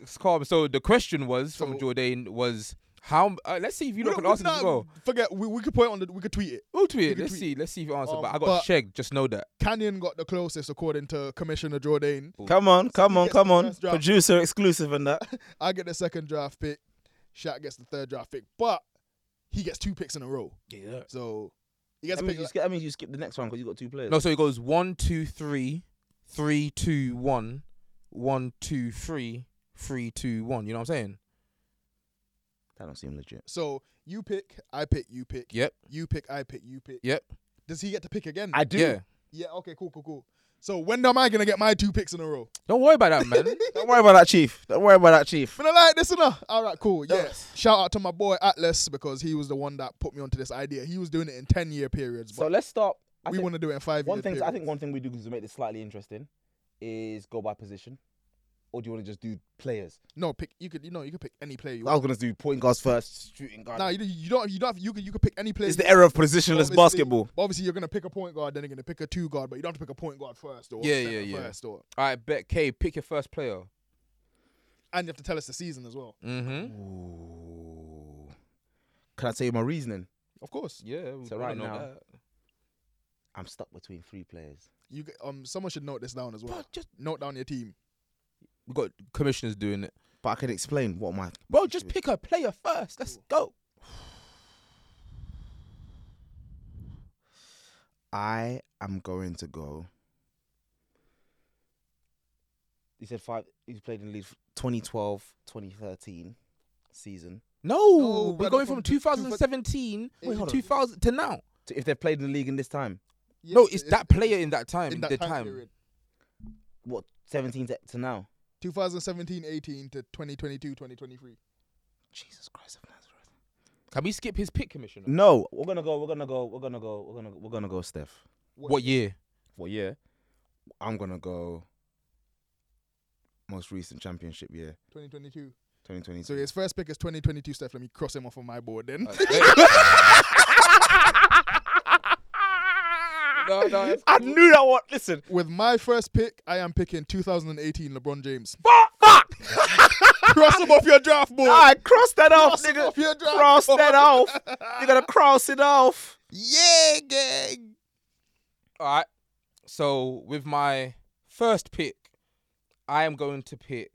[SPEAKER 4] It's calm. So the question was from
[SPEAKER 3] So-
[SPEAKER 4] Jordan was how? Uh, let's see if you
[SPEAKER 3] We
[SPEAKER 4] look at
[SPEAKER 3] don't-
[SPEAKER 4] answer
[SPEAKER 3] nah,
[SPEAKER 4] as well.
[SPEAKER 3] Forget we, we could put it on the we could tweet it.
[SPEAKER 4] We'll tweet. it.
[SPEAKER 3] can
[SPEAKER 4] Let's
[SPEAKER 3] tweet.
[SPEAKER 4] see. Let's see if you answer.
[SPEAKER 3] Um,
[SPEAKER 4] but I got
[SPEAKER 3] but-
[SPEAKER 4] shagged. Just know that.
[SPEAKER 3] Canyon got the closest according to Commissioner Jordan.
[SPEAKER 2] come on, come on,
[SPEAKER 3] gets the
[SPEAKER 2] come on.
[SPEAKER 3] first draft.
[SPEAKER 2] Producer exclusive and that.
[SPEAKER 3] I get the second draft pick. Shaq gets the third draft pick, but he gets two picks in a row.
[SPEAKER 4] Yeah.
[SPEAKER 3] So He gets
[SPEAKER 2] I mean,
[SPEAKER 3] picked.
[SPEAKER 2] you
[SPEAKER 3] like-
[SPEAKER 2] skip, I mean, you skip the next one because you got two players.
[SPEAKER 4] No, so it goes one, two, three, three, two, one, one, two, three, three, two, one. You know what I'm saying?
[SPEAKER 2] that don't seem legit.
[SPEAKER 3] so you pick, I pick, you pick.
[SPEAKER 4] Yep.
[SPEAKER 3] You pick, I pick, you pick.
[SPEAKER 4] Yep.
[SPEAKER 3] Does he get to pick again?
[SPEAKER 2] I do.
[SPEAKER 4] Yeah.
[SPEAKER 3] yeah. Okay. Cool. Cool. Cool. So when am I gonna get my two picks in a row?
[SPEAKER 4] Don't worry about that, man.
[SPEAKER 2] Don't worry about that, chief. Don't worry about that, chief.
[SPEAKER 3] Finna like this enough. All right, cool. Yeah.
[SPEAKER 2] Yes.
[SPEAKER 3] Shout out to my boy Atlas because he was the one that put me onto this idea. He was doing it in ten year periods,
[SPEAKER 2] So
[SPEAKER 3] but
[SPEAKER 2] let's stop. I
[SPEAKER 3] we
[SPEAKER 2] think
[SPEAKER 3] want to do it in five.
[SPEAKER 2] one
[SPEAKER 3] year
[SPEAKER 2] thing. I
[SPEAKER 3] periods.
[SPEAKER 2] think one thing we do to make this slightly interesting is go by position, or do you want to just do players?
[SPEAKER 3] no pick. You could you know you could pick any player you
[SPEAKER 2] I
[SPEAKER 3] want.
[SPEAKER 2] was gonna do point guards first, shooting guard.
[SPEAKER 3] Nah, you, you don't you don't have, you could you could pick any player.
[SPEAKER 2] it's
[SPEAKER 3] you
[SPEAKER 2] the era of positionless
[SPEAKER 3] Obviously-
[SPEAKER 2] basketball.
[SPEAKER 3] Obviously, you're gonna pick a point guard, then you're gonna pick a two guard, but you don't have to pick a point guard first, or a
[SPEAKER 4] Yeah,
[SPEAKER 3] center
[SPEAKER 4] yeah, yeah.
[SPEAKER 3] first, or
[SPEAKER 4] All right, bet K, pick your first player.
[SPEAKER 3] and you have to tell us the season as well.
[SPEAKER 4] Mm-hmm.
[SPEAKER 2] Ooh. Can I tell you my reasoning?
[SPEAKER 3] Of course,
[SPEAKER 4] Yeah. we
[SPEAKER 2] So
[SPEAKER 4] wanna
[SPEAKER 2] right
[SPEAKER 4] know
[SPEAKER 2] now-
[SPEAKER 4] that.
[SPEAKER 2] I'm stuck between three players.
[SPEAKER 3] you g- um someone should note this down as well.
[SPEAKER 4] Bro, just
[SPEAKER 3] Note down your team.
[SPEAKER 4] we got commissioners doing it.
[SPEAKER 2] But I can explain what my
[SPEAKER 4] Bro, just pick a player first. Let's go.
[SPEAKER 2] I am going to go. He said five. He's played in the league f- 2012, 2013 season.
[SPEAKER 4] No,
[SPEAKER 3] No,
[SPEAKER 4] we're
[SPEAKER 3] brother,
[SPEAKER 4] going
[SPEAKER 3] from
[SPEAKER 4] from
[SPEAKER 3] two-
[SPEAKER 4] 2017
[SPEAKER 3] Wait, hold
[SPEAKER 4] to
[SPEAKER 3] on.
[SPEAKER 4] 2000 to now.
[SPEAKER 2] So if they've played in the league in this time,
[SPEAKER 4] No, it's, that player in that time.
[SPEAKER 3] in that
[SPEAKER 4] the
[SPEAKER 3] time,
[SPEAKER 4] time.
[SPEAKER 3] period,
[SPEAKER 2] what 17 to, to now?
[SPEAKER 3] 2017, 18 to 2022, 2023.
[SPEAKER 2] Jesus Christ of Nazareth.
[SPEAKER 4] Can we skip his pick, commissioner?
[SPEAKER 2] No, we're gonna go. We're gonna go. We're gonna go. We're gonna. We're gonna go. Steph.
[SPEAKER 4] What year?
[SPEAKER 2] Well, yeah. I'm gonna go. Most recent championship year,
[SPEAKER 3] 2022.
[SPEAKER 2] 2020.
[SPEAKER 3] So his first pick is 2022. Steph, let me cross him off on my board then.
[SPEAKER 4] no, no. it's-
[SPEAKER 2] I knew that one. Listen,
[SPEAKER 3] With my first pick, I am picking 2018 LeBron James.
[SPEAKER 2] fuck, fuck.
[SPEAKER 3] cross him off your draft board.
[SPEAKER 2] I crossed that off,
[SPEAKER 3] Cross it
[SPEAKER 2] nigga.
[SPEAKER 3] off your draft
[SPEAKER 2] cross
[SPEAKER 3] board.
[SPEAKER 2] that off. You gotta cross it off.
[SPEAKER 3] Yeah, gang.
[SPEAKER 4] All right. So with my first pick, I am going to pick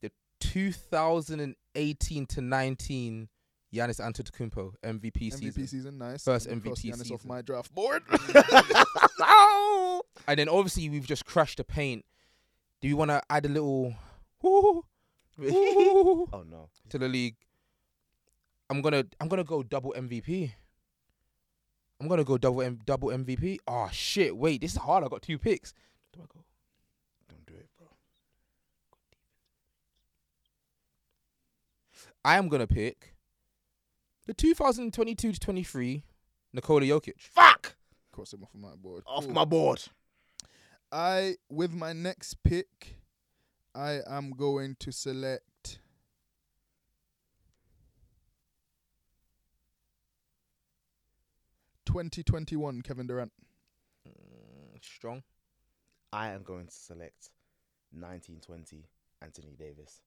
[SPEAKER 4] the 2018 to 19 Giannis Antetokounmpo MVP season,
[SPEAKER 3] MVP season, nice.
[SPEAKER 4] First
[SPEAKER 3] Let me cross
[SPEAKER 4] MVP
[SPEAKER 3] Giannis off
[SPEAKER 4] season.
[SPEAKER 3] my draft board.
[SPEAKER 2] Oh.
[SPEAKER 4] and then obviously we've just crushed the paint. Do you want to add a little woo, woo
[SPEAKER 2] Oh no.
[SPEAKER 4] to the league? I'm gonna I'm gonna go double MVP. I'm gonna go double M, double MVP. Oh shit! Wait, this is hard. I got two picks. Do I go?
[SPEAKER 2] Don't do it, bro.
[SPEAKER 4] I am gonna pick the 2022 to 23 Nikola Jokic.
[SPEAKER 2] Fuck.
[SPEAKER 3] cross him off of my board.
[SPEAKER 2] Off
[SPEAKER 3] Cool.
[SPEAKER 2] my board.
[SPEAKER 3] I with my next pick, I am going to select. Twenty twenty one Kevin Durant.
[SPEAKER 4] Mm, Strong.
[SPEAKER 2] I am going to select 1920 Anthony Davis.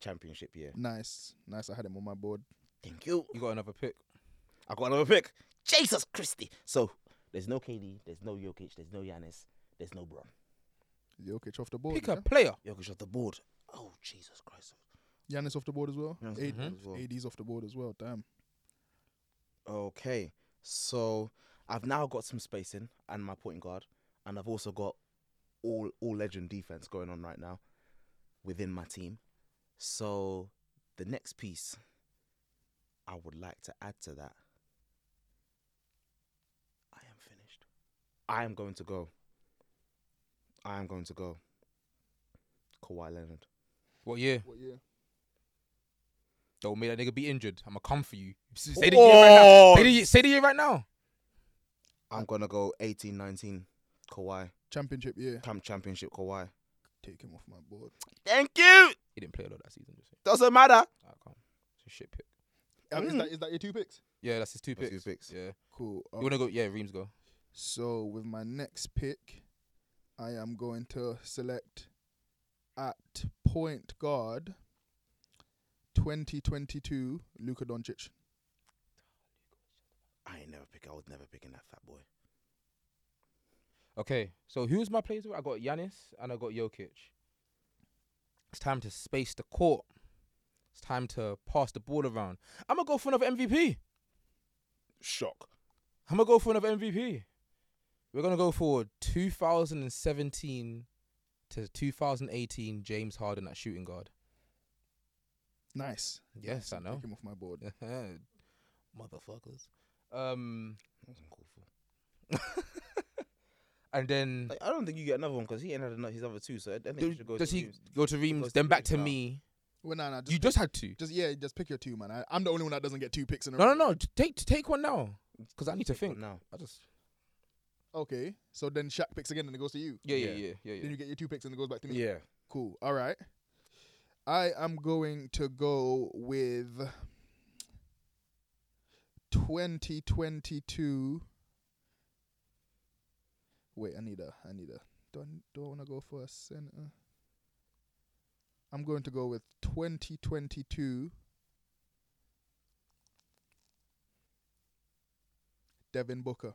[SPEAKER 2] Championship year.
[SPEAKER 3] Nice. Nice. I had him on my board.
[SPEAKER 2] Thank you.
[SPEAKER 4] You got another pick.
[SPEAKER 2] I got another pick. Jesus Christy. So there's no KD, there's no Jokic, there's no Giannis, there's no Bron.
[SPEAKER 3] Jokic off the board.
[SPEAKER 4] Pick
[SPEAKER 3] yeah?
[SPEAKER 4] a player.
[SPEAKER 2] Jokic off the board. Oh Jesus Christ.
[SPEAKER 3] Giannis off the board as well.
[SPEAKER 2] Giannis off the
[SPEAKER 3] AD,
[SPEAKER 2] board as well.
[SPEAKER 3] AD's off the board as well. Damn.
[SPEAKER 2] Okay. So I've now got some spacing and my point guard, and I've also got all all legend defense going on right now within my team. So the next piece I would like to add to that. I am finished. I am going to go. I am going to go. Kawhi Leonard.
[SPEAKER 4] What year?
[SPEAKER 3] What year?
[SPEAKER 4] Don't make that nigga be injured. I'ma come for you. S- Say the year right now. Say the, year- say the year right now.
[SPEAKER 2] I'm gonna go 18-19 Kawhi.
[SPEAKER 3] Championship year.
[SPEAKER 2] Camp championship Kawhi.
[SPEAKER 3] Take him off my board.
[SPEAKER 2] Thank you.
[SPEAKER 4] He didn't play a lot that season. Just saying.
[SPEAKER 2] Doesn't matter.
[SPEAKER 4] All right, come. It's a shit pick.
[SPEAKER 3] Um, is,
[SPEAKER 2] Mm.
[SPEAKER 3] that, is that your two picks?
[SPEAKER 4] Yeah, that's his two
[SPEAKER 2] That's his
[SPEAKER 4] picks.
[SPEAKER 2] picks. Oh.
[SPEAKER 4] Yeah.
[SPEAKER 3] Cool. Uh,
[SPEAKER 4] You wanna go? Yeah, Reams go.
[SPEAKER 3] So with my next pick, I am going to select at point guard 2022 Luka Doncic.
[SPEAKER 2] I ain't never pick. I was never picking that fat boy.
[SPEAKER 4] Okay. So who's my players? with? I got Yanis and I got Jokic. It's time to space the court. It's time to pass the ball around. I'm gonna go for another MVP.
[SPEAKER 2] Shock.
[SPEAKER 4] I'm gonna go for another MVP. We're gonna go for 2017 to 2018 James Harden at shooting guard.
[SPEAKER 3] Nice.
[SPEAKER 4] Yes, I know.
[SPEAKER 3] Take him off my board.
[SPEAKER 4] Motherfuckers. Um, and then
[SPEAKER 2] Like, I don't think you get another one because he ain't had enough. His other two, so I I think
[SPEAKER 4] do-
[SPEAKER 2] you should go.
[SPEAKER 4] does
[SPEAKER 2] to
[SPEAKER 4] he
[SPEAKER 2] Reeves.
[SPEAKER 4] go to Reams?
[SPEAKER 2] goes
[SPEAKER 4] Then
[SPEAKER 2] to
[SPEAKER 4] back
[SPEAKER 2] Reeves
[SPEAKER 4] to
[SPEAKER 2] now.
[SPEAKER 4] me.
[SPEAKER 3] Well, nah, nah. Just,
[SPEAKER 4] You just had two.
[SPEAKER 3] just yeah, just pick your two, man. I, I'm the only one that doesn't get two picks in a
[SPEAKER 4] No,
[SPEAKER 3] row.
[SPEAKER 4] no, no. t- Take take one now because I need to
[SPEAKER 2] Take one
[SPEAKER 4] think.
[SPEAKER 2] now.
[SPEAKER 4] I just
[SPEAKER 3] Okay, so then Shaq picks again and it goes to you.
[SPEAKER 4] yeah yeah
[SPEAKER 2] Yeah.
[SPEAKER 4] yeah yeah. yeah.
[SPEAKER 3] Then you get your two picks and it goes back to me.
[SPEAKER 2] Yeah.
[SPEAKER 3] Cool. All right. I am going to go with 2022. Wait, I need a. I need a. Do I, do I want to go for a center? I'm going to go with 2022. Devin Booker.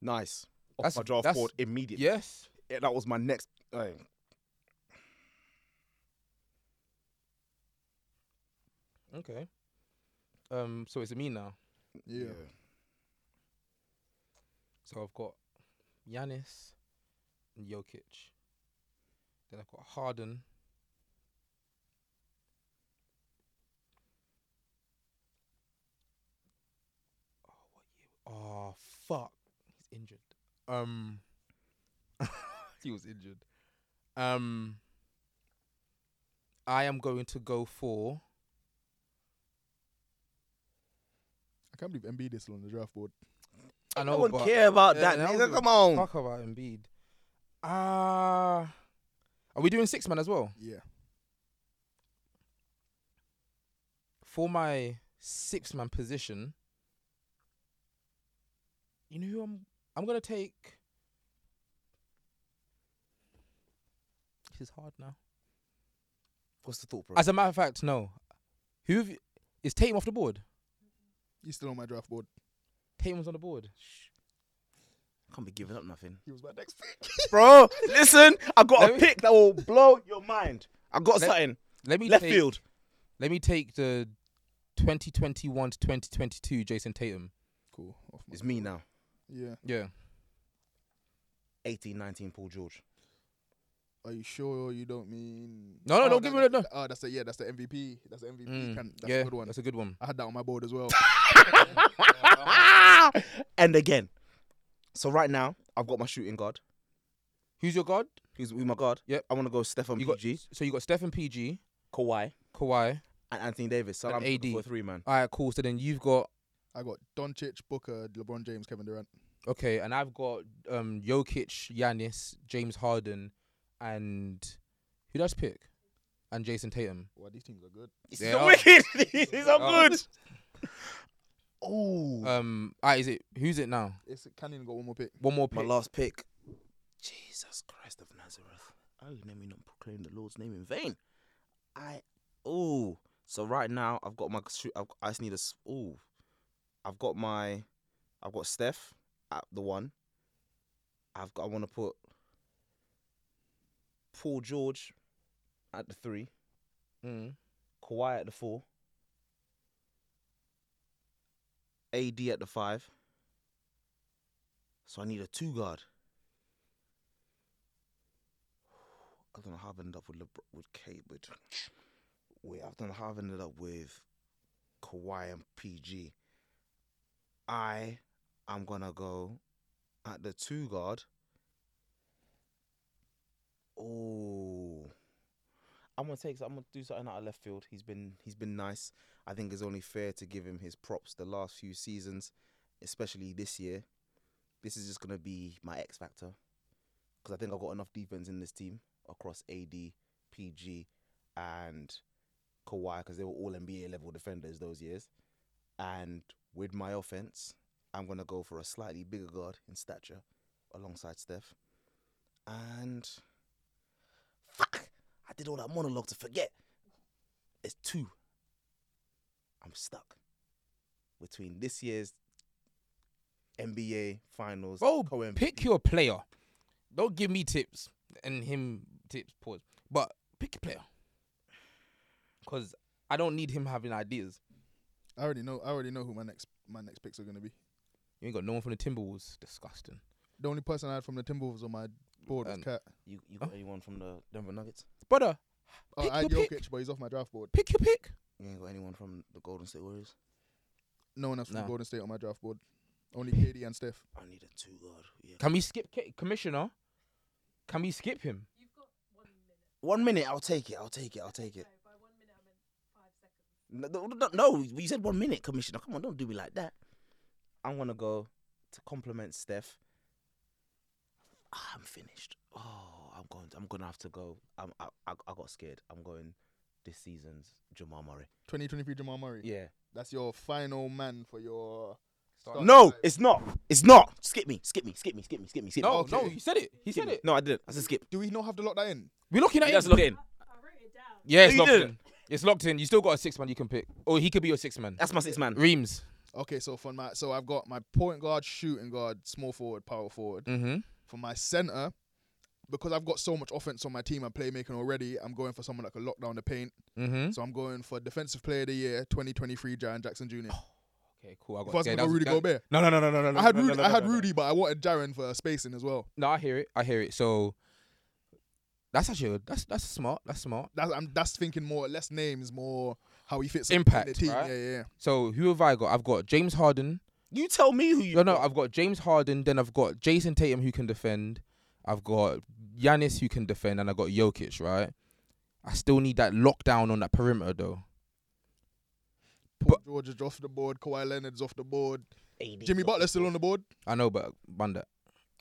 [SPEAKER 2] Nice. Off
[SPEAKER 4] That's-
[SPEAKER 2] my draft
[SPEAKER 4] that's-
[SPEAKER 2] board immediately.
[SPEAKER 4] Yes.
[SPEAKER 2] Yeah, that was my next. Like,
[SPEAKER 4] Okay. Um. So it's me now.
[SPEAKER 3] Yeah.
[SPEAKER 4] So I've got Yanis and Jokic. Then I've got Harden. Oh, what year? Oh, fuck. He's injured. Um, he was injured. Um, I am going to go for.
[SPEAKER 3] I can't believe Embiid is still on the draft board.
[SPEAKER 4] I
[SPEAKER 2] No
[SPEAKER 4] know,
[SPEAKER 2] one
[SPEAKER 4] but
[SPEAKER 2] care about
[SPEAKER 4] Yeah,
[SPEAKER 2] that.
[SPEAKER 4] no one
[SPEAKER 2] Nigga,
[SPEAKER 4] give a
[SPEAKER 2] come on.
[SPEAKER 4] Talk about Embiid. Ah, are we doing six man as well?
[SPEAKER 3] Yeah.
[SPEAKER 4] For my six man position, you know who I'm. I'm gonna take. This is hard now.
[SPEAKER 2] What's the thought, bro?
[SPEAKER 4] As a matter of fact, no. Who have you- is Tatum off the board?
[SPEAKER 3] He's still on my draft board.
[SPEAKER 4] Tatum's on the board.
[SPEAKER 2] can't be giving up nothing.
[SPEAKER 3] He was my next pick.
[SPEAKER 2] Bro, listen, I got
[SPEAKER 4] Let
[SPEAKER 2] a
[SPEAKER 4] me-
[SPEAKER 2] pick that will blow your mind. I got
[SPEAKER 4] Let-
[SPEAKER 2] something.
[SPEAKER 4] Let me
[SPEAKER 2] Left
[SPEAKER 4] take,
[SPEAKER 2] field.
[SPEAKER 4] Let me take the 2021 to 2022 Jason Tatum.
[SPEAKER 3] Cool. Off my
[SPEAKER 2] It's me now.
[SPEAKER 3] Yeah.
[SPEAKER 4] Yeah.
[SPEAKER 2] Eighteen, nineteen. Paul George.
[SPEAKER 3] Are you sure you don't mean?
[SPEAKER 4] No, no, don't give me that, no.
[SPEAKER 3] Oh, that's the yeah, that's the MVP. That's the MVP.
[SPEAKER 4] Mm,
[SPEAKER 3] Can, that's
[SPEAKER 4] yeah,
[SPEAKER 3] a good one.
[SPEAKER 4] That's a good one.
[SPEAKER 3] I had that on my board as well.
[SPEAKER 4] Ah!
[SPEAKER 2] and again. So right now, I've got my shooting guard.
[SPEAKER 4] Who's your guard?
[SPEAKER 2] Who's who's my guard?
[SPEAKER 4] Yep.
[SPEAKER 2] I want to go Stefan
[SPEAKER 4] You got
[SPEAKER 2] PG,
[SPEAKER 4] so you got Stephen PG,
[SPEAKER 2] Kawhi,
[SPEAKER 4] Kawhi.
[SPEAKER 2] and Anthony Davis. So
[SPEAKER 4] And
[SPEAKER 2] I'm
[SPEAKER 4] AD.
[SPEAKER 2] looking for a three man.
[SPEAKER 4] All right, cool. So then you've got
[SPEAKER 3] I got Doncic, Booker, LeBron James, Kevin Durant.
[SPEAKER 4] okay, and I've got um Jokic, Giannis, James Harden, and who does pick? And Jason Tatum.
[SPEAKER 3] Wow, these teams are good.
[SPEAKER 2] This
[SPEAKER 4] They
[SPEAKER 2] is
[SPEAKER 4] are.
[SPEAKER 2] wicked. These are
[SPEAKER 4] are.
[SPEAKER 2] good. Oh,
[SPEAKER 4] Um, all right, is it who's it now?
[SPEAKER 3] It's can even got one more pick.
[SPEAKER 4] One more
[SPEAKER 2] my
[SPEAKER 4] pick.
[SPEAKER 2] last pick. Jesus Christ of Nazareth! I let me not proclaim the Lord's name in vain. I oh, so right now I've got my shoot. I've, I just need a oh. I've got my, I've got Steph at the one. I've got. I want to put Paul George at the three.
[SPEAKER 4] Mm.
[SPEAKER 2] Kawhi at the four. AD at the five. So I need a two guard. I don't know how I've ended up with LeBron, with K, with wait, I don't know how I've ended up with Kawhi and PG. I am gonna go at the two guard. Oh. I'm gonna take. I'm gonna do something out of left field. He's been he's been nice. I think it's only fair to give him his props the last few seasons, especially this year. This is just gonna be my X factor because I think I've got enough defense in this team across AD, PG, and Kawhi because they were all NBA level defenders those years. And with my offense, I'm gonna go for a slightly bigger guard in stature, alongside Steph, and fuck. I did all that monologue to forget. It's two. I'm stuck between this year's NBA Finals.
[SPEAKER 4] Oh,
[SPEAKER 2] co-MVP.
[SPEAKER 4] pick your player. Don't give me tips and him tips. Pause. But pick your player, cause I don't need him having ideas.
[SPEAKER 3] I already know. I already know who my next my next picks are gonna be.
[SPEAKER 4] You ain't got no one from the Timberwolves. Disgusting.
[SPEAKER 3] The only person I had from the Timberwolves on my board was
[SPEAKER 4] And-
[SPEAKER 3] Cat.
[SPEAKER 2] You you got anyone from the Denver Nuggets?
[SPEAKER 4] Brother,
[SPEAKER 3] Oh,
[SPEAKER 4] pick
[SPEAKER 3] I had
[SPEAKER 4] your
[SPEAKER 3] Jokic,
[SPEAKER 4] pick.
[SPEAKER 3] but he's off my draft board.
[SPEAKER 4] pick your pick.
[SPEAKER 2] You ain't got anyone from the Golden State Warriors?
[SPEAKER 3] No one else from
[SPEAKER 4] Nah.
[SPEAKER 3] Golden State on my draft board. Only KD and Steph.
[SPEAKER 2] I need a two guard. Yeah.
[SPEAKER 4] Can we skip K- Commissioner? Can we skip him?
[SPEAKER 2] One minute, I'll take it. I'll take it. I'll take it. No, no, no, no, you said one minute, Commissioner. Come on, don't do me like that. I'm gonna go to compliment Steph. I'm finished. Oh, I'm going. I'm gonna have to go. I'm, I, I I got scared. I'm going this season's Jamal Murray.
[SPEAKER 3] 2023 Jamal Murray.
[SPEAKER 2] Yeah.
[SPEAKER 3] That's your final man for your. starting
[SPEAKER 2] No,
[SPEAKER 3] five.
[SPEAKER 2] it's not. It's not. Skip me. Skip me. Skip me. Skip me. Skip me. Skip
[SPEAKER 4] No,
[SPEAKER 2] me.
[SPEAKER 3] Okay.
[SPEAKER 4] no, you said it. He
[SPEAKER 2] Skip
[SPEAKER 4] said
[SPEAKER 2] me.
[SPEAKER 4] it.
[SPEAKER 2] No, I didn't. I said skip.
[SPEAKER 3] Do we not have to lock that in?
[SPEAKER 4] We're looking at
[SPEAKER 2] You guys
[SPEAKER 4] him.
[SPEAKER 2] lock in.
[SPEAKER 4] Yeah, it's
[SPEAKER 2] You
[SPEAKER 4] locked
[SPEAKER 2] did.
[SPEAKER 4] in. It's locked in. You still got a six man you can pick. Or he could be your six man.
[SPEAKER 2] That's my six man.
[SPEAKER 4] Reams.
[SPEAKER 3] Okay, so for my so I've got my point guard, shooting guard, small forward, power forward.
[SPEAKER 4] Mm-hmm.
[SPEAKER 3] For my center, because I've got so much offense on my team and playmaking already, I'm going for someone that can lock down the paint.
[SPEAKER 4] Mm-hmm.
[SPEAKER 3] So I'm going for defensive player of the year, 2023 Jaron Jackson Jr.
[SPEAKER 4] Oh, Okay, cool. I got
[SPEAKER 3] If I was
[SPEAKER 4] scared.
[SPEAKER 3] gonna go
[SPEAKER 4] That was-
[SPEAKER 3] Rudy
[SPEAKER 4] that-
[SPEAKER 3] Gobert.
[SPEAKER 4] No, no, no, no, no, no.
[SPEAKER 3] I had
[SPEAKER 4] no, no,
[SPEAKER 3] Rudy,
[SPEAKER 4] no,
[SPEAKER 3] I
[SPEAKER 4] no,
[SPEAKER 3] had
[SPEAKER 4] no, no.
[SPEAKER 3] Rudy, but I wanted Jaron for spacing as well.
[SPEAKER 4] No, I hear it. I hear it. So that's actually that's that's smart. That's smart.
[SPEAKER 3] That's I'm, that's thinking more less names, more how he fits in
[SPEAKER 4] Impact,
[SPEAKER 3] the team.
[SPEAKER 4] right?
[SPEAKER 3] Yeah, yeah. yeah.
[SPEAKER 4] So who have I got? I've got James Harden.
[SPEAKER 2] You tell me who you.
[SPEAKER 4] No, no, I've got James Harden. Then I've got Jason Tatum who can defend. I've got Giannis who can defend, and I got Jokic. Right. I still need that lockdown on that perimeter though.
[SPEAKER 3] Paul George is off the board. Kawhi Leonard's off the board.
[SPEAKER 2] AD.
[SPEAKER 3] Jimmy Butler's still on the board.
[SPEAKER 4] I know, but Banda.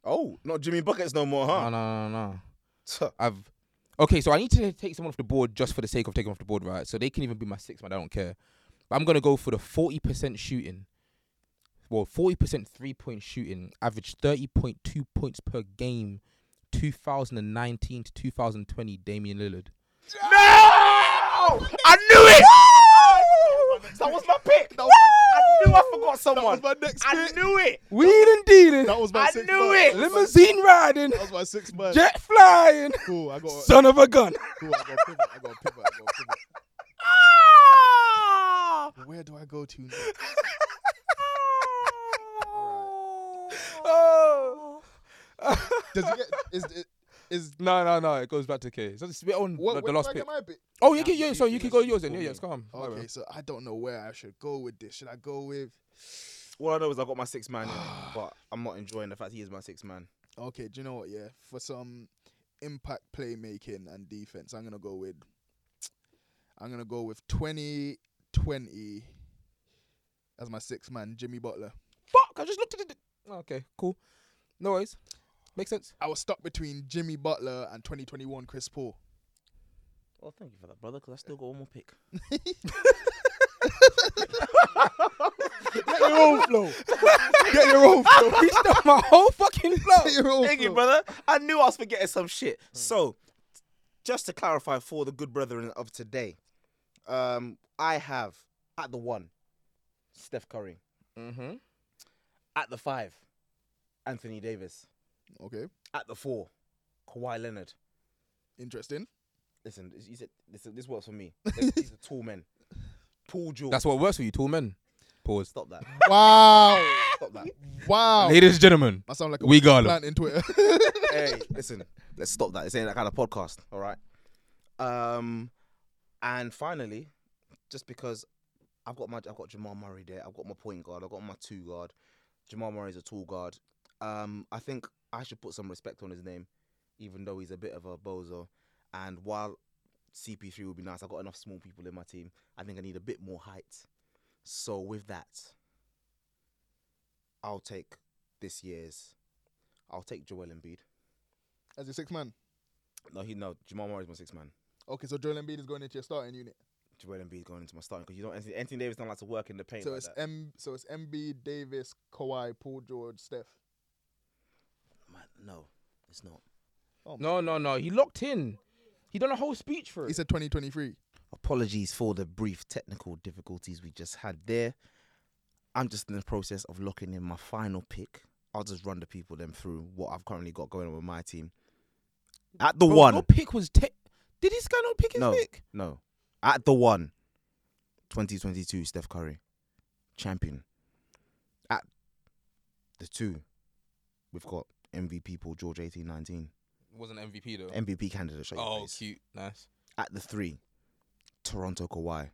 [SPEAKER 2] Oh, not Jimmy buckets no more,
[SPEAKER 4] No,
[SPEAKER 2] huh?
[SPEAKER 4] no, no, no.
[SPEAKER 2] Tuh.
[SPEAKER 4] I've okay, so I need to take someone off the board just for the sake of taking off the board, right? So they can even be my six man. I don't care. But I'm gonna go for the forty percent shooting. Well, forty percent three point shooting, average thirty point two points per game, two thousand and nineteen to two thousand twenty. Damian Lillard.
[SPEAKER 2] No! I knew it! that was my pick.
[SPEAKER 3] That was my-
[SPEAKER 2] I knew I forgot
[SPEAKER 3] That was
[SPEAKER 2] someone.
[SPEAKER 3] my next
[SPEAKER 2] I
[SPEAKER 3] pick.
[SPEAKER 2] knew it.
[SPEAKER 4] Wheeling, dealing,
[SPEAKER 3] That was my
[SPEAKER 2] I
[SPEAKER 3] six
[SPEAKER 2] knew
[SPEAKER 3] man.
[SPEAKER 2] it.
[SPEAKER 3] That was my-
[SPEAKER 4] riding,
[SPEAKER 3] That was my six man.
[SPEAKER 4] flying,
[SPEAKER 3] Cool. I got.
[SPEAKER 4] of a gun.
[SPEAKER 3] cool. I got pivot. I got pivot. I got pivot. Where do I go to? next?
[SPEAKER 4] Oh.
[SPEAKER 3] Does he get? Is it? Is
[SPEAKER 4] No, no, no. It goes back to K. So it's on
[SPEAKER 3] what? where
[SPEAKER 4] the, the
[SPEAKER 3] do
[SPEAKER 4] last
[SPEAKER 3] I
[SPEAKER 4] pick.
[SPEAKER 3] get my pick?
[SPEAKER 4] Oh, you
[SPEAKER 2] Nah,
[SPEAKER 4] can.
[SPEAKER 2] but
[SPEAKER 4] Yeah,
[SPEAKER 2] you
[SPEAKER 4] so
[SPEAKER 2] can
[SPEAKER 4] you can
[SPEAKER 2] just
[SPEAKER 4] go yours then.
[SPEAKER 2] call
[SPEAKER 4] Yeah,
[SPEAKER 2] me.
[SPEAKER 4] yeah. It's calm.
[SPEAKER 3] Okay, so I don't know where I should go with this. Should I go with?
[SPEAKER 2] All I know is I got my six man, but I'm not enjoying the fact he is my six man.
[SPEAKER 3] Okay, do you know what? Yeah, for some impact playmaking and defense, I'm gonna go with. I'm gonna go with 2020 as my six man, Jimmy Butler.
[SPEAKER 4] Fuck! I just looked at it. Okay, cool. No worries. Makes sense.
[SPEAKER 3] I was stuck between Jimmy Butler and 2021 Chris Paul.
[SPEAKER 2] Well, thank you for that, brother, because I still got one more pick.
[SPEAKER 3] Get your own flow. Get your own flow.
[SPEAKER 4] He stole my whole fucking
[SPEAKER 3] Get
[SPEAKER 4] flow.
[SPEAKER 3] your own
[SPEAKER 2] Thank you,
[SPEAKER 3] flow.
[SPEAKER 2] brother. I knew I was forgetting some shit. So, just to clarify for the good brethren of today, um, I have at the one, Steph Curry.
[SPEAKER 4] Mm-hmm.
[SPEAKER 2] At the five, Anthony Davis.
[SPEAKER 3] Okay,
[SPEAKER 2] At the four, Kawhi Leonard.
[SPEAKER 3] interesting.
[SPEAKER 2] Listen, you said this, this works for me. These these are tall men. Paul George.
[SPEAKER 4] That's what works for you, tall men. Pause.
[SPEAKER 2] Stop that.
[SPEAKER 3] Wow.
[SPEAKER 2] Stop that.
[SPEAKER 3] Wow.
[SPEAKER 4] Ladies and gentlemen,
[SPEAKER 3] I sound like a
[SPEAKER 4] We got 'em.
[SPEAKER 3] plant in Twitter.
[SPEAKER 2] hey, listen. Let's stop that. This ain't that kind of podcast. All right. Um, and finally, just because I've got my I've got Jamal Murray there. I've got my point guard. I've got my two guard. Jamal Murray's a tall guard. Um, I think I should put some respect on his name, even though he's a bit of a bozo. And while CP3 would be nice, I've got enough small people in my team. I think I need a bit more height. So with that, I'll take this year's. I'll take Joel Embiid.
[SPEAKER 3] as your six man.
[SPEAKER 2] No, he no. Jamal Murray's my six man.
[SPEAKER 3] Okay, so Joel Embiid is going into your starting unit.
[SPEAKER 2] Joel Embiid going into my starting because you don't. Anthony, Anthony Davis don't like to work in the paint.
[SPEAKER 3] So
[SPEAKER 2] like
[SPEAKER 3] it's
[SPEAKER 2] that.
[SPEAKER 3] M. So it's MB, Davis, Kawhi, Paul George, Steph.
[SPEAKER 2] Man, no, it's not.
[SPEAKER 4] no, no, no. He locked in. Oh He done a whole speech for
[SPEAKER 3] He
[SPEAKER 4] it.
[SPEAKER 3] said 2023.
[SPEAKER 2] Apologies for the brief technical difficulties we just had there. I'm just in the process of locking in my final pick. I'll just run the people them through what I've currently got going on with my team. At the
[SPEAKER 4] Bro, Your
[SPEAKER 2] one,
[SPEAKER 4] pick was. Te- Did this guy not pick his
[SPEAKER 2] no,
[SPEAKER 4] pick?
[SPEAKER 2] no, at the one, 2022 Steph Curry, champion. At the two, we've got MVP Paul George eighteen nineteen
[SPEAKER 4] Wasn't MVP though.
[SPEAKER 2] MVP candidate. shut your
[SPEAKER 4] oh,
[SPEAKER 2] face.
[SPEAKER 4] cute, nice.
[SPEAKER 2] At the three, Toronto Kawhi,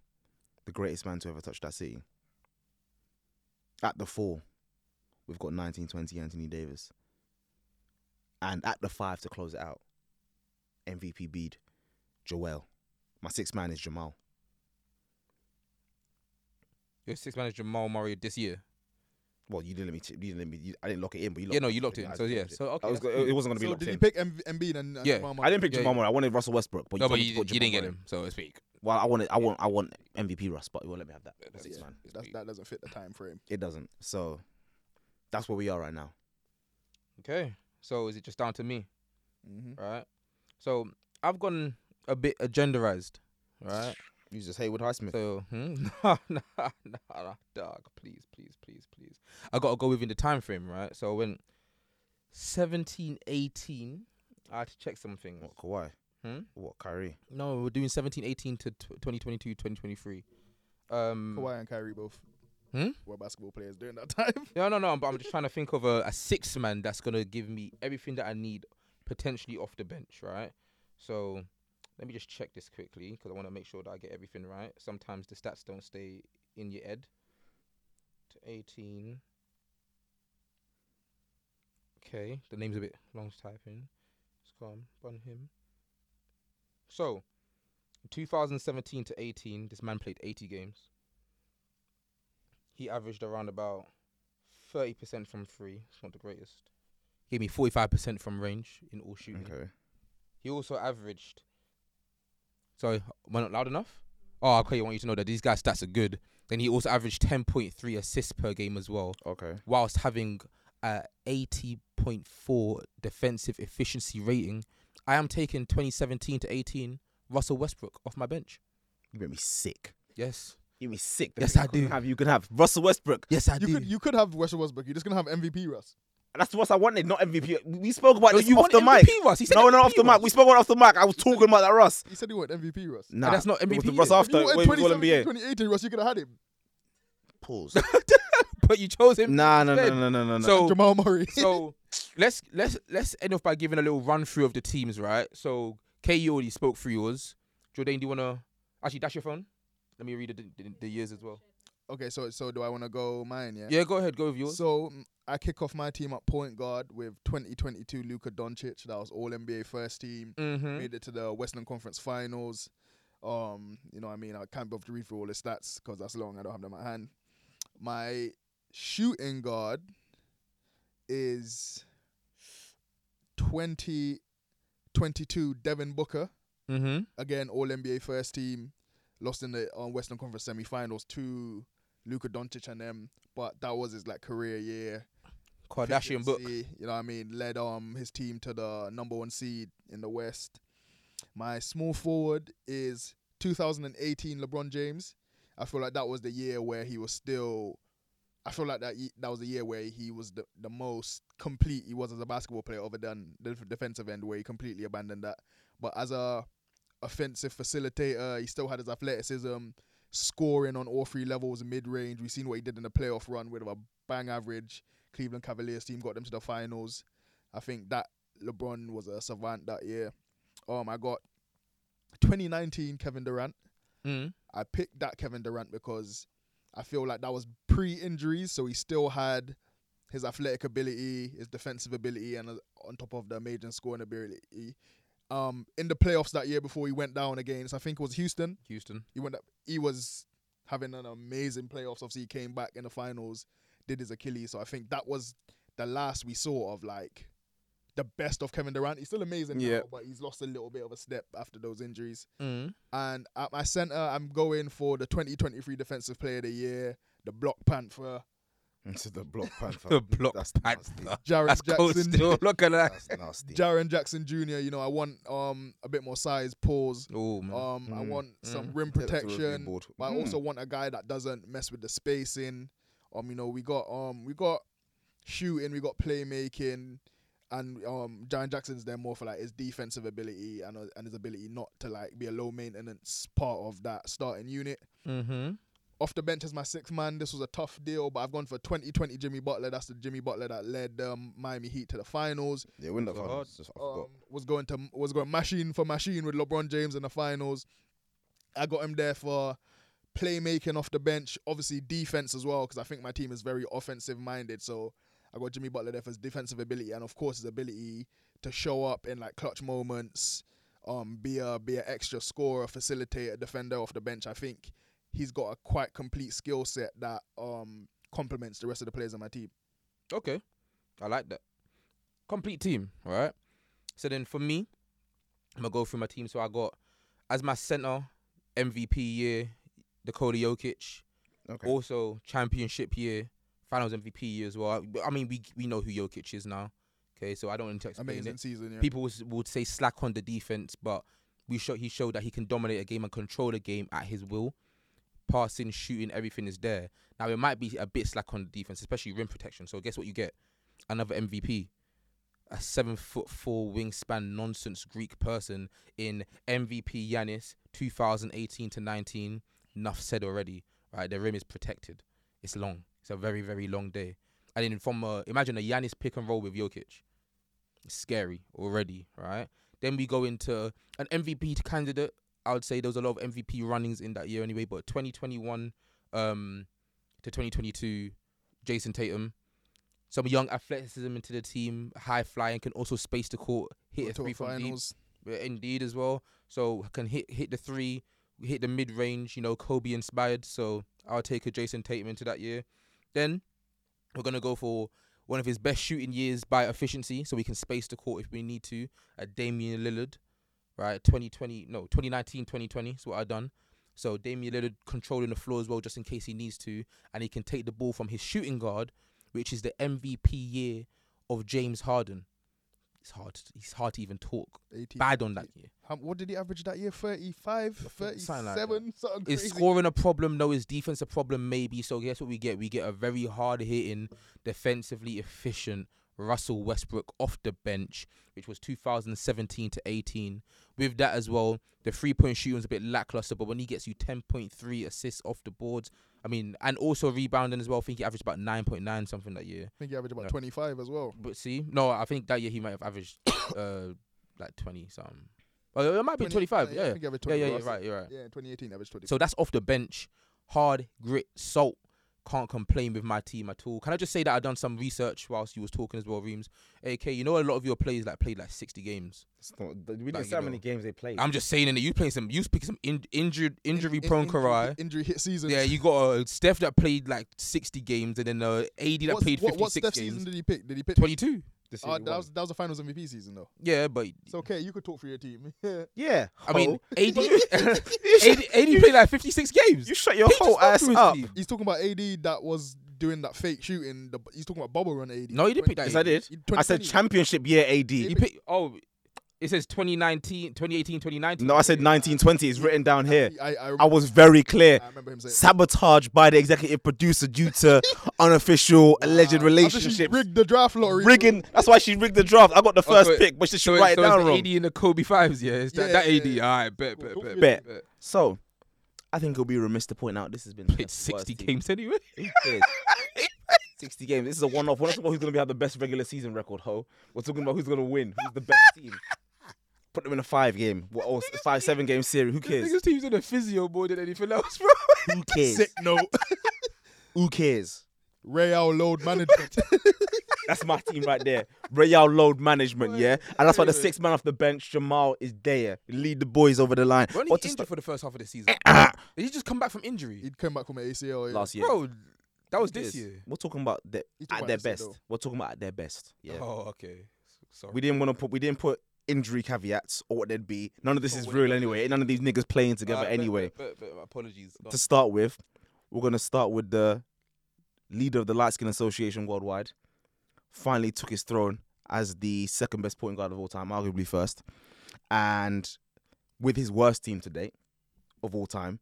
[SPEAKER 2] the greatest man to ever touch that city. At the four, we've got nineteen twenty Anthony Davis. And at the five to close it out, MVP Bede, Joel. My sixth man is Jamal.
[SPEAKER 4] Your six man is Jamal Murray this year.
[SPEAKER 2] Well, you didn't let me. T- you didn't let me. You, I didn't lock it in, but you. Locked
[SPEAKER 4] yeah, no, you locked in.
[SPEAKER 2] I
[SPEAKER 4] So yeah,
[SPEAKER 2] locked it.
[SPEAKER 4] so okay.
[SPEAKER 2] I was,
[SPEAKER 4] that's
[SPEAKER 2] go-
[SPEAKER 4] cool.
[SPEAKER 2] it wasn't gonna be
[SPEAKER 3] So
[SPEAKER 2] locked
[SPEAKER 3] did
[SPEAKER 2] in.
[SPEAKER 3] you pick M- Embiid and, and
[SPEAKER 4] Yeah,
[SPEAKER 3] Jamal Murray?
[SPEAKER 2] I didn't pick
[SPEAKER 4] Yeah,
[SPEAKER 2] Jamal
[SPEAKER 4] yeah.
[SPEAKER 2] Murray. I wanted Russell Westbrook, but
[SPEAKER 4] no, but
[SPEAKER 2] told me
[SPEAKER 4] you,
[SPEAKER 2] to
[SPEAKER 4] you
[SPEAKER 2] put
[SPEAKER 4] didn't
[SPEAKER 2] Jamal
[SPEAKER 4] get
[SPEAKER 2] Murray.
[SPEAKER 4] him, so to speak.
[SPEAKER 2] Well, I wanted, I want, I want MVP Russ, but he won't let me have that.
[SPEAKER 4] that's-
[SPEAKER 2] Six
[SPEAKER 4] yeah.
[SPEAKER 2] man,
[SPEAKER 4] It's
[SPEAKER 3] That,
[SPEAKER 4] weak.
[SPEAKER 3] that doesn't fit the time frame.
[SPEAKER 2] it doesn't. So that's where we are right now.
[SPEAKER 4] Okay, so is it just down to me,
[SPEAKER 3] Mm-hmm.
[SPEAKER 4] right? So I've gone a bit genderized, right?
[SPEAKER 2] You just Hayward Highsmith.
[SPEAKER 4] So, hmm? nah, nah, nah, nah, dog. Please, please, please, please. I gotta go within the time frame, right? So I went 17, 18. I had to check something.
[SPEAKER 2] what Kawhi?
[SPEAKER 4] Hmm?
[SPEAKER 2] What Kyrie?
[SPEAKER 4] No, we're doing 17, 18 to tw 2022, 2023. Um,
[SPEAKER 3] Mm. Kawhi and Kyrie both
[SPEAKER 4] Hmm?
[SPEAKER 3] were basketball players during that time.
[SPEAKER 4] No, no, no. But I'm just trying to think of a, a six man that's gonna give me everything that I need potentially off the bench, right? So let me just check this quickly because I want to make sure that I get everything right. Sometimes the stats don't stay in your head. To 18. Okay, the name's a bit long to type in. It's calm. Bun him. So, 2017 to 18, this man played 80 games. He averaged around about thirty percent from three. It's not the greatest. Gave me forty five percent from range in all shooting.
[SPEAKER 2] Okay.
[SPEAKER 4] He also averaged. Sorry, am I not loud enough? Oh, okay. I want you to know that these guys' stats are good. Then he also averaged ten point three assists per game as well,
[SPEAKER 2] Okay.
[SPEAKER 4] whilst having a eighty point four defensive efficiency rating. I am taking twenty seventeen to eighteen Russell Westbrook off my bench.
[SPEAKER 2] You make me sick.
[SPEAKER 4] Yes,
[SPEAKER 2] You make me sick. The
[SPEAKER 4] Yes,
[SPEAKER 2] thing
[SPEAKER 4] I
[SPEAKER 2] you couldn't
[SPEAKER 4] do.
[SPEAKER 2] Have you can have Russell Westbrook.
[SPEAKER 4] yes, I
[SPEAKER 3] you
[SPEAKER 4] do.
[SPEAKER 3] could you could have Russell Westbrook. You're just gonna have MVP Russ.
[SPEAKER 2] That's what I wanted, not MVP. We we spoke about
[SPEAKER 4] No,
[SPEAKER 2] this
[SPEAKER 4] you
[SPEAKER 2] off
[SPEAKER 4] want
[SPEAKER 2] the mic.
[SPEAKER 4] MVP Russ. He said
[SPEAKER 2] No, no,
[SPEAKER 4] MVP
[SPEAKER 2] off the
[SPEAKER 4] Russ.
[SPEAKER 2] mic. We spoke about it off the mic. I was talking about that Russ.
[SPEAKER 3] He said he wanted MVP Russ.
[SPEAKER 2] Nah,
[SPEAKER 4] that's not
[SPEAKER 2] it was
[SPEAKER 4] MVP
[SPEAKER 2] the
[SPEAKER 4] yet.
[SPEAKER 2] Russ after.
[SPEAKER 3] if you
[SPEAKER 2] Wait,
[SPEAKER 3] wanted
[SPEAKER 2] it was all NBA.
[SPEAKER 3] 2018 Russ, you could have had him.
[SPEAKER 2] Pause.
[SPEAKER 4] but you chose him.
[SPEAKER 2] Nah, no, no,
[SPEAKER 4] instead.
[SPEAKER 2] no, no, no, no.
[SPEAKER 4] So
[SPEAKER 3] Jamal Murray.
[SPEAKER 4] so let's let's let's end off by giving a little run through of the teams, right? So KU already spoke through yours. Jordan, do you wanna actually dash your phone? Let me read the, the, the years as well.
[SPEAKER 3] okay, so so do I want to go mine? Yeah.
[SPEAKER 4] Yeah, go ahead, go with yours.
[SPEAKER 3] So mm, I kick off my team at point guard with 2022 Luka Doncic. That was All NBA first team.
[SPEAKER 4] mm-hmm.
[SPEAKER 3] Made it to the Western Conference Finals. Um, you know, what I mean, I can't be off to read through all the stats because that's long. I don't have them at hand. My shooting guard is 2022 Devin Booker.
[SPEAKER 4] Mm-hmm.
[SPEAKER 3] again All NBA first team, lost in the on Western Conference semifinals to Luka Doncic and them, but that was his like career year.
[SPEAKER 4] Kardashian book.
[SPEAKER 3] Efficiency, you know what I mean? Led um his team to the number one seed in the West. My small forward is 2018 LeBron James. I feel like that was the year where he was still. I feel like that ye- that was the year where he was the, the most complete he was as a basketball player, other than the def- defensive end where he completely abandoned that. But as a offensive facilitator, he still had his athleticism, scoring on all three levels, mid range. We've seen what he did in the playoff run with a bang average. Cleveland Cavaliers team got them to the finals. I think that LeBron was a savant that year. Um, I got 2019 Kevin Durant.
[SPEAKER 4] Mm.
[SPEAKER 3] I picked that Kevin Durant because I feel like that was pre-injuries, so he still had his athletic ability, his defensive ability, and uh, on top of the amazing scoring ability. Um, in the playoffs that year before he went down against, I think it was Houston.
[SPEAKER 4] Houston.
[SPEAKER 3] He went up. He was having an amazing playoffs. Obviously, he came back in the finals, did his Achilles. So I think that was the last we saw of like the best of Kevin Durant. He's still amazing,
[SPEAKER 2] Yeah.
[SPEAKER 3] now, but he's lost a little bit of a step after those injuries.
[SPEAKER 4] Mm.
[SPEAKER 3] And at my center, I'm going for the 2023 Defensive Player of the Year, the Block Panther,
[SPEAKER 2] Into the block panther.
[SPEAKER 4] The block
[SPEAKER 2] Oh, That's
[SPEAKER 4] panther.
[SPEAKER 2] nasty.
[SPEAKER 3] Jaron
[SPEAKER 4] That's cold
[SPEAKER 3] Jackson.
[SPEAKER 4] still. Look at that.
[SPEAKER 2] That's nasty.
[SPEAKER 3] Jaron Jackson Jr. You know, I want um a bit more size, pause.
[SPEAKER 4] Oh man.
[SPEAKER 3] Um, I
[SPEAKER 2] Mm.
[SPEAKER 3] want some
[SPEAKER 4] Mm.
[SPEAKER 3] rim
[SPEAKER 2] Take that to review
[SPEAKER 3] protection.
[SPEAKER 2] board.
[SPEAKER 3] But I
[SPEAKER 2] Mm.
[SPEAKER 3] also want a guy that doesn't mess with the spacing. Um, you know, we got um we got shooting, we got playmaking, and um Jaron Jackson's there more for like his defensive ability and uh, and his ability not to like be a low maintenance part of that starting unit.
[SPEAKER 4] mm-hmm.
[SPEAKER 3] Off the bench as my sixth man. This was a tough deal, but I've gone for 2020 Jimmy Butler. That's the Jimmy Butler that led um, Miami Heat to the finals.
[SPEAKER 5] Yeah, win the
[SPEAKER 4] God.
[SPEAKER 5] finals. Just, I forgot.
[SPEAKER 3] Um, was going to was going machine for machine with LeBron James in the finals. I got him there for playmaking off the bench, obviously defense as well, because I think my team is very offensive minded. So I got Jimmy Butler there for his defensive ability and of course his ability to show up in like clutch moments, um, be a be an extra scorer, facilitator, defender off the bench. I think he's got a quite complete skill set that um complements the rest of the players on my team.
[SPEAKER 4] Okay. I like that. Complete team, all right? So then for me, I'm gonna go through my team. So I got as my center, MVP year, Dakota Jokic.
[SPEAKER 5] Okay.
[SPEAKER 4] Also championship year, finals MVP year as well. I- I mean we we know who Jokic is now. Okay, so I don't need to explain it
[SPEAKER 3] Amazing season, yeah.
[SPEAKER 4] people was, would say slack on the defense, but we show, he showed that he can dominate a game and control a game at his will. Passing, shooting, everything is there. Now it might be a bit slack on the defense, especially rim protection. So guess what you get? Another MVP, a seven foot four wingspan nonsense Greek person in MVP Yanis 2018 to 19. Enough said already. Right, the rim is protected. It's long. It's a very very long day. And then from uh, imagine a Yanis pick and roll with Jokic scary already, right? Then we go into an MVP candidate. I would say there was a lot of MVP runnings in that year anyway, but 2021 um, to 2022, Jason Tatum. Some young athleticism into the team, high flying, can also space the court, hit a
[SPEAKER 3] To a
[SPEAKER 4] three from deep.
[SPEAKER 3] finals.
[SPEAKER 4] Yeah, indeed as well. So can hit hit the three, hit the mid range. You know, Kobe inspired. So I'll take a Jason Tatum into that year. Then we're gonna go for one of his best shooting years by efficiency, so we can space the court if we need to. A Damian Lillard, right? 2020, no, 2019, 2020 is what I done. So Damian Lillard controlling the floor as well, just in case he needs to, and he can take the ball from his shooting guard, which is the MVP year of James Harden. It's hard. to- It's hard to even talk
[SPEAKER 3] 18.
[SPEAKER 4] bad on that year.
[SPEAKER 3] How, what did he average that year? 35,
[SPEAKER 4] think
[SPEAKER 3] 37,
[SPEAKER 4] something
[SPEAKER 3] something,
[SPEAKER 4] like Is
[SPEAKER 3] crazy.
[SPEAKER 4] scoring a problem? No. Is defense a problem? Maybe. So guess what we get? We get a very hard hitting, defensively efficient Russell Westbrook off the bench, which was 2017 to 18. With that as well, the three point shooting was a bit lackluster, but when he gets you 10.3 assists off the boards, I mean, and also rebounding as well. I think he averaged about 9.9 something that year.
[SPEAKER 3] I think he averaged about
[SPEAKER 4] No.
[SPEAKER 3] 25 as well.
[SPEAKER 4] But see, no, I think that year he might have averaged uh like 20 something. Oh, it might be 25.
[SPEAKER 3] I
[SPEAKER 4] Yeah,
[SPEAKER 3] think he averaged
[SPEAKER 4] yeah,
[SPEAKER 3] 20
[SPEAKER 4] yeah. You're right. You're right.
[SPEAKER 3] Yeah, in 2018 averaged 20.
[SPEAKER 4] So that's off the bench. Hard grit, salt. Can't complain with my team at all. Can I just say that I done some research whilst you was talking as well, Reams? AK, you know a lot of your players like played like sixty games.
[SPEAKER 2] It's not, th- we
[SPEAKER 4] Like,
[SPEAKER 2] didn't
[SPEAKER 4] you
[SPEAKER 2] see how many
[SPEAKER 4] know.
[SPEAKER 2] games they played.
[SPEAKER 4] I'm just saying that you playing some, you speak some in, injured,
[SPEAKER 3] In-
[SPEAKER 4] injury
[SPEAKER 3] in-
[SPEAKER 4] prone
[SPEAKER 3] injury-
[SPEAKER 4] Karai.
[SPEAKER 3] Injury hit season.
[SPEAKER 4] Yeah, you got uh, Steph that played like sixty games, and then uh, AD that
[SPEAKER 3] What's-
[SPEAKER 4] played
[SPEAKER 3] what, what
[SPEAKER 4] fifty six
[SPEAKER 3] Steph's season
[SPEAKER 4] games.
[SPEAKER 3] did he pick? Did he pick?
[SPEAKER 4] Twenty two.
[SPEAKER 2] This
[SPEAKER 3] Uh,
[SPEAKER 2] year we
[SPEAKER 3] that,
[SPEAKER 2] won.
[SPEAKER 3] was, that was the finals MVP season, though.
[SPEAKER 4] Yeah, but
[SPEAKER 3] It's okay. You could talk for your team.
[SPEAKER 2] yeah,
[SPEAKER 4] I
[SPEAKER 2] Ho.
[SPEAKER 3] Oh.
[SPEAKER 4] mean, AD, AD,
[SPEAKER 2] You shut-
[SPEAKER 4] AD played like fifty six games.
[SPEAKER 2] you shut your
[SPEAKER 4] He just
[SPEAKER 2] whole
[SPEAKER 4] fucked
[SPEAKER 2] ass
[SPEAKER 4] with his
[SPEAKER 2] up.
[SPEAKER 4] team.
[SPEAKER 3] he's talking about AD that was doing that fake shooting. The, he's talking about bubble run AD.
[SPEAKER 4] No, he didn't pick that
[SPEAKER 2] Yes, I did. I said championship year AD.
[SPEAKER 4] You pick, oh, it says 2019, 2018, 2019.
[SPEAKER 2] No, I said 1920. It's written down here.
[SPEAKER 3] I, I,
[SPEAKER 2] I was very clear.
[SPEAKER 3] I remember him saying
[SPEAKER 2] Sabotaged by the executive producer due to unofficial alleged
[SPEAKER 3] After she
[SPEAKER 2] relationships.
[SPEAKER 3] rigged the draft lottery.
[SPEAKER 2] Rigging. That's why she rigged the draft. I got the first
[SPEAKER 4] Oh, so it-
[SPEAKER 2] pick, but she should
[SPEAKER 4] So, it-
[SPEAKER 2] write
[SPEAKER 4] so
[SPEAKER 2] it down
[SPEAKER 4] it's
[SPEAKER 2] wrong.
[SPEAKER 4] the AD in the Kobe fives, yeah. It's that,
[SPEAKER 3] Yeah,
[SPEAKER 4] that
[SPEAKER 3] yeah,
[SPEAKER 4] Ad.
[SPEAKER 3] yeah.
[SPEAKER 4] All right, bet, bet,
[SPEAKER 3] Cool.
[SPEAKER 4] bet,
[SPEAKER 2] Bet.
[SPEAKER 4] bet.
[SPEAKER 2] So, I think it'll be remiss to point out this has been
[SPEAKER 4] Played
[SPEAKER 2] Pep's
[SPEAKER 4] 60
[SPEAKER 2] worst
[SPEAKER 4] games anyway.
[SPEAKER 2] team. Yes. 60 games. This is a one-off. We're not talking about who's going to have the best regular season record, ho. We're talking about who's going to win. Who's the best team? Put them in a five-game, well, or s- five-seven game series. Who
[SPEAKER 4] This
[SPEAKER 2] cares?
[SPEAKER 4] nigga's team's in a physio more than anything else, bro.
[SPEAKER 2] Who cares?
[SPEAKER 3] Sick note.
[SPEAKER 2] Who cares?
[SPEAKER 3] Real load management.
[SPEAKER 2] That's my team right there. Real load management, yeah? And that's why the sixth man off the bench, Jamal, is there. Lead the boys over the line.
[SPEAKER 4] We're only
[SPEAKER 2] What
[SPEAKER 4] injured
[SPEAKER 2] to Ah. stop-
[SPEAKER 4] for the first half of the season. Did he just come back from injury?
[SPEAKER 3] he came back from an ACL. Yeah.
[SPEAKER 2] last year?
[SPEAKER 4] Bro, that was this
[SPEAKER 2] Yes.
[SPEAKER 4] year.
[SPEAKER 2] We're talking about the,
[SPEAKER 3] He's
[SPEAKER 2] at
[SPEAKER 3] talking about
[SPEAKER 2] their
[SPEAKER 3] this year,
[SPEAKER 2] best.
[SPEAKER 3] though.
[SPEAKER 2] We're talking about at their best. Yeah.
[SPEAKER 4] Oh, okay. Sorry.
[SPEAKER 2] We didn't want to put we didn't put injury caveats or what they'd be. None of this
[SPEAKER 4] Oh,
[SPEAKER 2] is
[SPEAKER 4] wait,
[SPEAKER 2] real
[SPEAKER 4] wait,
[SPEAKER 2] anyway. None of these niggas playing together
[SPEAKER 4] Alright, bet,
[SPEAKER 2] anyway.
[SPEAKER 4] bet, bet, bet. Apologies. Go on.
[SPEAKER 2] To start with, we're gonna start with the leader of the Light Skin Association worldwide. Finally took his throne as the second best point guard of all time, arguably first. And with his worst team to date of all time,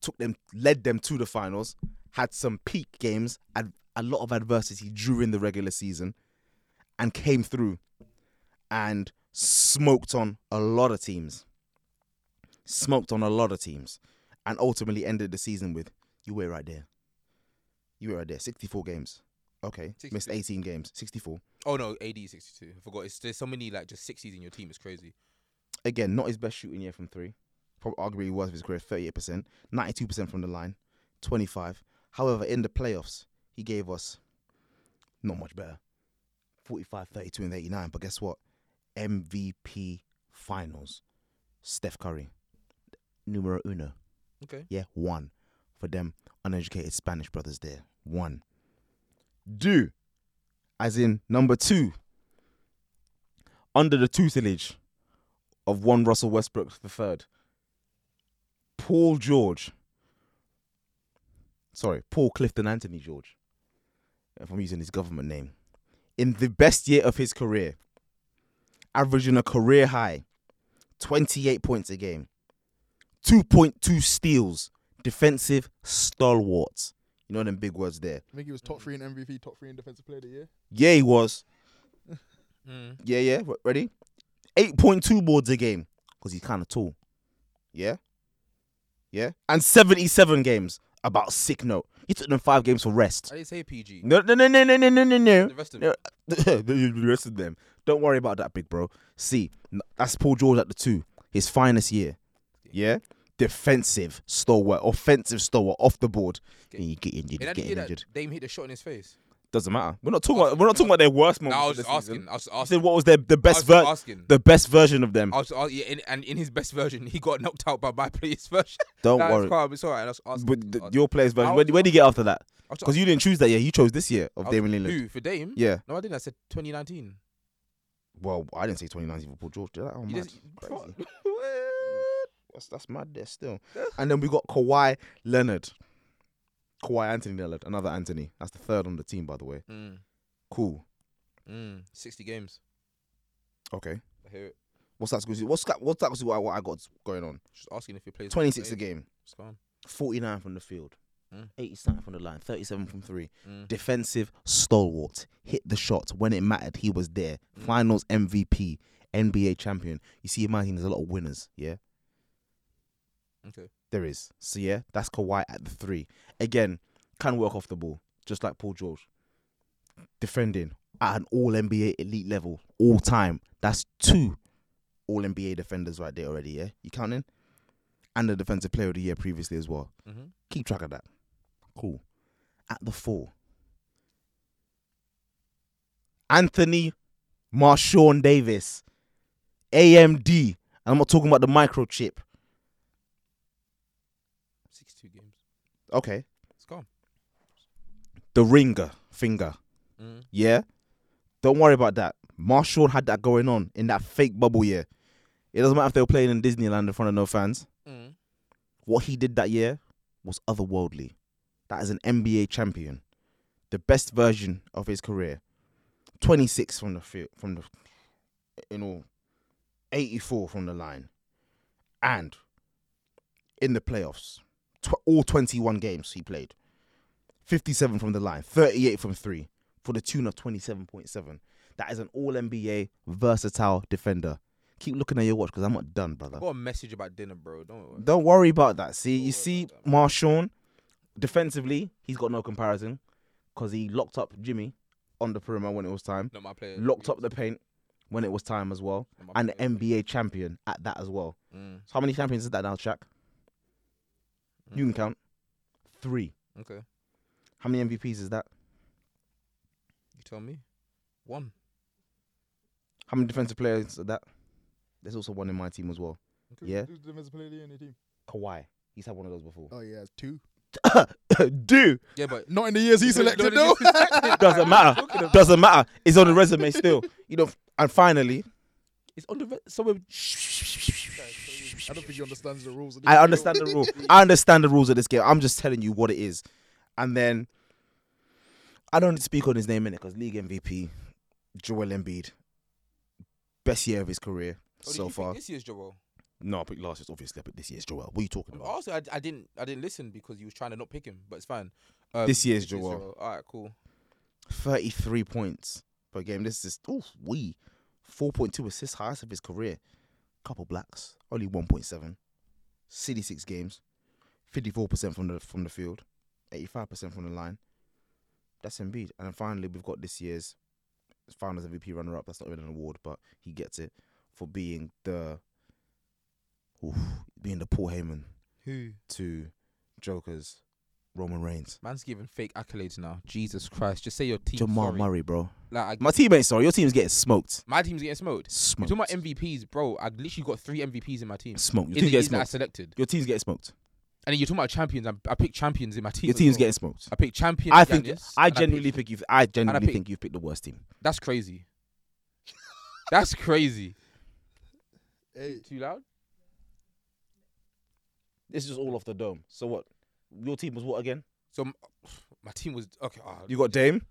[SPEAKER 2] took them led them to the finals, had some peak games, and a lot of adversity during the regular season, and came through and smoked on a lot of teams. Smoked on a lot of teams. And ultimately ended the season with You were right there. You were right there. 64 games. Okay. Missed
[SPEAKER 4] 62.
[SPEAKER 2] 18 games. 64.
[SPEAKER 4] Oh no, AD is 62. I forgot. It's, there's so many like just 60s in your team. It's crazy.
[SPEAKER 2] Again, not his best shooting year from three. Probably arguably worst of his career, 38%. 92% from the line. 25. However, in the playoffs, he gave us not much better. 45, 32, and 89. But guess what? MVP finals. Steph Curry. Numero uno.
[SPEAKER 4] Okay.
[SPEAKER 2] Yeah, one for them uneducated Spanish brothers there. One. Do, as in number two, under the tutelage of one Russell Westbrook the third, Paul George. Sorry, Paul Clifton Anthony George. If I'm using his government name, in the best year of his career, averaging a career high, 28 points a game. 2.2 steals, defensive stalwarts. You know them big words there.
[SPEAKER 3] I think he was top three in MVP, top three in defensive player of the year.
[SPEAKER 2] Yeah, he was.
[SPEAKER 4] Mm.
[SPEAKER 2] Yeah, yeah. Re- Ready? 8.2 boards a game because he's kind of tall. Yeah? Yeah? And 77 games. About sick note. He took them five games for rest.
[SPEAKER 4] I didn't say PG.
[SPEAKER 2] No, no, no, no, no, no, no, no, no.
[SPEAKER 4] The rest of
[SPEAKER 2] Yeah.
[SPEAKER 4] it.
[SPEAKER 2] the rest of them. Don't worry about that, big bro. See, n- that's Paul George at the two, his finest year. Yeah, defensive stalwart, offensive stalwart, off the board. And you get injured,
[SPEAKER 4] And I
[SPEAKER 2] you
[SPEAKER 4] didn't hear
[SPEAKER 2] get
[SPEAKER 4] that
[SPEAKER 2] injured.
[SPEAKER 4] Dame hit a shot in his face.
[SPEAKER 2] Doesn't matter. We're not talking. About, we're not talking about their worst
[SPEAKER 4] No,
[SPEAKER 2] moments.
[SPEAKER 4] I
[SPEAKER 2] of
[SPEAKER 4] was
[SPEAKER 2] the
[SPEAKER 4] just
[SPEAKER 2] season.
[SPEAKER 4] asking. I was just
[SPEAKER 2] I said
[SPEAKER 4] asking.
[SPEAKER 2] what was their the
[SPEAKER 4] I
[SPEAKER 2] best
[SPEAKER 4] was just
[SPEAKER 2] ver-
[SPEAKER 4] asking.
[SPEAKER 2] the best version of them.
[SPEAKER 4] I was asking. Yeah, and, and in his best version, he got knocked out by my player's version.
[SPEAKER 2] Don't
[SPEAKER 4] Nah,
[SPEAKER 2] worry.
[SPEAKER 4] It's, calm, it's all right. I was asking.
[SPEAKER 2] But the,
[SPEAKER 4] I was-
[SPEAKER 2] your players
[SPEAKER 4] I
[SPEAKER 2] version.
[SPEAKER 4] was-
[SPEAKER 2] Where, where do you get after that?
[SPEAKER 4] I was-
[SPEAKER 2] Because you didn't choose that year. You chose this year
[SPEAKER 4] I
[SPEAKER 2] of
[SPEAKER 4] was-
[SPEAKER 2] Damian Lillard.
[SPEAKER 4] Who for Dame?
[SPEAKER 2] Yeah.
[SPEAKER 4] No, I didn't. I said 2019.
[SPEAKER 2] Well, I didn't say 2019 for Paul George. Did I? Oh,
[SPEAKER 4] You
[SPEAKER 2] mad.
[SPEAKER 4] just,
[SPEAKER 2] Crazy.
[SPEAKER 4] What?
[SPEAKER 2] That's that's mad there still. and then we got Kawhi Leonard. Kawhi Anthony Leonard, another Anthony. That's the third on the team, by the way.
[SPEAKER 4] Mm,
[SPEAKER 2] Cool.
[SPEAKER 4] mm, 60 games.
[SPEAKER 2] Okay.
[SPEAKER 4] I hear it.
[SPEAKER 2] What's that? What's that? What's that? What I, what I got going on?
[SPEAKER 4] Just asking if he plays.
[SPEAKER 2] Twenty six a game,
[SPEAKER 4] It's calm.
[SPEAKER 2] forty nine from the field,
[SPEAKER 4] Mm.
[SPEAKER 2] eighty seven from the line, thirty seven from three.
[SPEAKER 4] Mm.
[SPEAKER 2] Defensive stalwart, hit the shot when it mattered. He was there.
[SPEAKER 4] Mm.
[SPEAKER 2] Finals MVP, NBA champion. You see, in my team, there's a lot of winners. Yeah.
[SPEAKER 4] Okay.
[SPEAKER 2] There is. So yeah, that's Kawhi at the three. Again, can work off the ball, just like Paul George. Defending at an all NBA elite level, all time. That's two all NBA defenders right there already, yeah? You counting? And the defensive player of the year previously as well.
[SPEAKER 4] Mhm.
[SPEAKER 2] Keep track of that. Cool. At the four. Anthony Marshawn Davis. AMD. And I'm not talking about the microchip.
[SPEAKER 4] 62 games.
[SPEAKER 2] Okay.
[SPEAKER 4] It's calm.
[SPEAKER 2] the ringer finger.
[SPEAKER 4] Mm.
[SPEAKER 2] Yeah, don't worry about that. Marshall had that going on in that fake bubble year. It doesn't matter if they were playing in Disneyland in front of no fans.
[SPEAKER 4] Mm.
[SPEAKER 2] What he did that year was otherworldly. That is an NBA champion, the best version of his career. Twenty six from the field, from the in all, eighty four from the line, and in the playoffs, tw- all twenty one games he played. 57 from the line, 38 from three, for the tune of 27.7. That is an all NBA versatile defender. Keep looking at your watch because I'm not done, brother.
[SPEAKER 4] I got a message about dinner, bro. Don't worry.
[SPEAKER 2] Don't worry about that. See,
[SPEAKER 4] Don't
[SPEAKER 2] you
[SPEAKER 4] worry
[SPEAKER 2] see,
[SPEAKER 4] about that.
[SPEAKER 2] Marshawn, defensively, he's got no comparison because he locked up Jimmy on the perimeter when it was time,
[SPEAKER 4] Not my player.
[SPEAKER 2] locked up the paint when it was time as well,
[SPEAKER 4] Not my
[SPEAKER 2] and
[SPEAKER 4] player.
[SPEAKER 2] NBA champion at that as well.
[SPEAKER 4] Mm.
[SPEAKER 2] So, how many champions is that now, Shaq? You can count. Three.
[SPEAKER 4] mm, Okay.
[SPEAKER 2] How many MVPs is that?
[SPEAKER 4] You tell me. One.
[SPEAKER 2] How many defensive players are that? There's also one in my team as well.
[SPEAKER 3] Okay,
[SPEAKER 2] Yeah.
[SPEAKER 3] Who's the defensive player of the year in your team?
[SPEAKER 2] Kawhi. He's had one of those before.
[SPEAKER 3] Oh yeah, it's two.
[SPEAKER 2] Do
[SPEAKER 4] Yeah, but
[SPEAKER 3] Not in the years he selected though.
[SPEAKER 2] doesn't matter. Doesn't matter. It's on the resume still. You know. And finally,
[SPEAKER 4] it's on the re- somewhere.
[SPEAKER 3] I don't think he understands the rules. Of this
[SPEAKER 2] I
[SPEAKER 3] game.
[SPEAKER 2] understand the rule. I understand the rules of this game. I'm just telling you what it is. And then I don't speak on his name in it because league MVP, Joel Embiid, best year of his career
[SPEAKER 4] Oh, did you
[SPEAKER 2] so
[SPEAKER 4] pick
[SPEAKER 2] far.
[SPEAKER 4] This year's Joel.
[SPEAKER 2] No, I picked last year's obviously, I picked this year's Joel. What are you talking about?
[SPEAKER 4] Also, I, I didn't I didn't listen because you was trying to not pick him, but it's fine. Um,
[SPEAKER 2] This year's Joel.
[SPEAKER 4] All right, cool.
[SPEAKER 2] 33 points per game. This is oh we 4.2 assists, highest of his career. Couple blacks, only 1.7. 66 games, 54% from the from the field, eighty-five percent from the line. That's Embiid. And then finally, we've got this year's Founders MVP runner-up. That's not even an award, but he gets it for being the oof, being the Paul Heyman
[SPEAKER 4] Who?
[SPEAKER 2] to Joker's Roman Reigns.
[SPEAKER 4] Man's giving fake accolades now. Jesus Christ. Just say your team.
[SPEAKER 2] Jamal
[SPEAKER 4] sorry.
[SPEAKER 2] Murray, bro.
[SPEAKER 4] Like, I,
[SPEAKER 2] My teammates, sorry, your team's getting smoked.
[SPEAKER 4] my team's getting smoked.
[SPEAKER 2] Smoked.
[SPEAKER 4] You're talking about MVPs, bro. I literally got three MVPs in my team.
[SPEAKER 2] smoked. Your
[SPEAKER 4] In
[SPEAKER 2] team's
[SPEAKER 4] the
[SPEAKER 2] getting
[SPEAKER 4] years that I
[SPEAKER 2] smoked.
[SPEAKER 4] selected.
[SPEAKER 2] Your team's getting smoked.
[SPEAKER 4] And then you're talking about champions. I, I picked champions in my team.
[SPEAKER 2] Your
[SPEAKER 4] as
[SPEAKER 2] team's
[SPEAKER 4] well.
[SPEAKER 2] getting smoked.
[SPEAKER 4] I picked champions.
[SPEAKER 2] I think
[SPEAKER 4] Giannis,
[SPEAKER 2] I
[SPEAKER 4] and
[SPEAKER 2] genuinely
[SPEAKER 4] picked-
[SPEAKER 2] think you've I genuinely
[SPEAKER 4] picked-
[SPEAKER 2] think you've picked the worst team.
[SPEAKER 4] that's crazy. that's crazy.
[SPEAKER 3] Hey,
[SPEAKER 4] Too loud?
[SPEAKER 2] This is just all off the dome. So what? Your team was what again?
[SPEAKER 4] So m- my team was okay. ah,
[SPEAKER 2] You got Dame.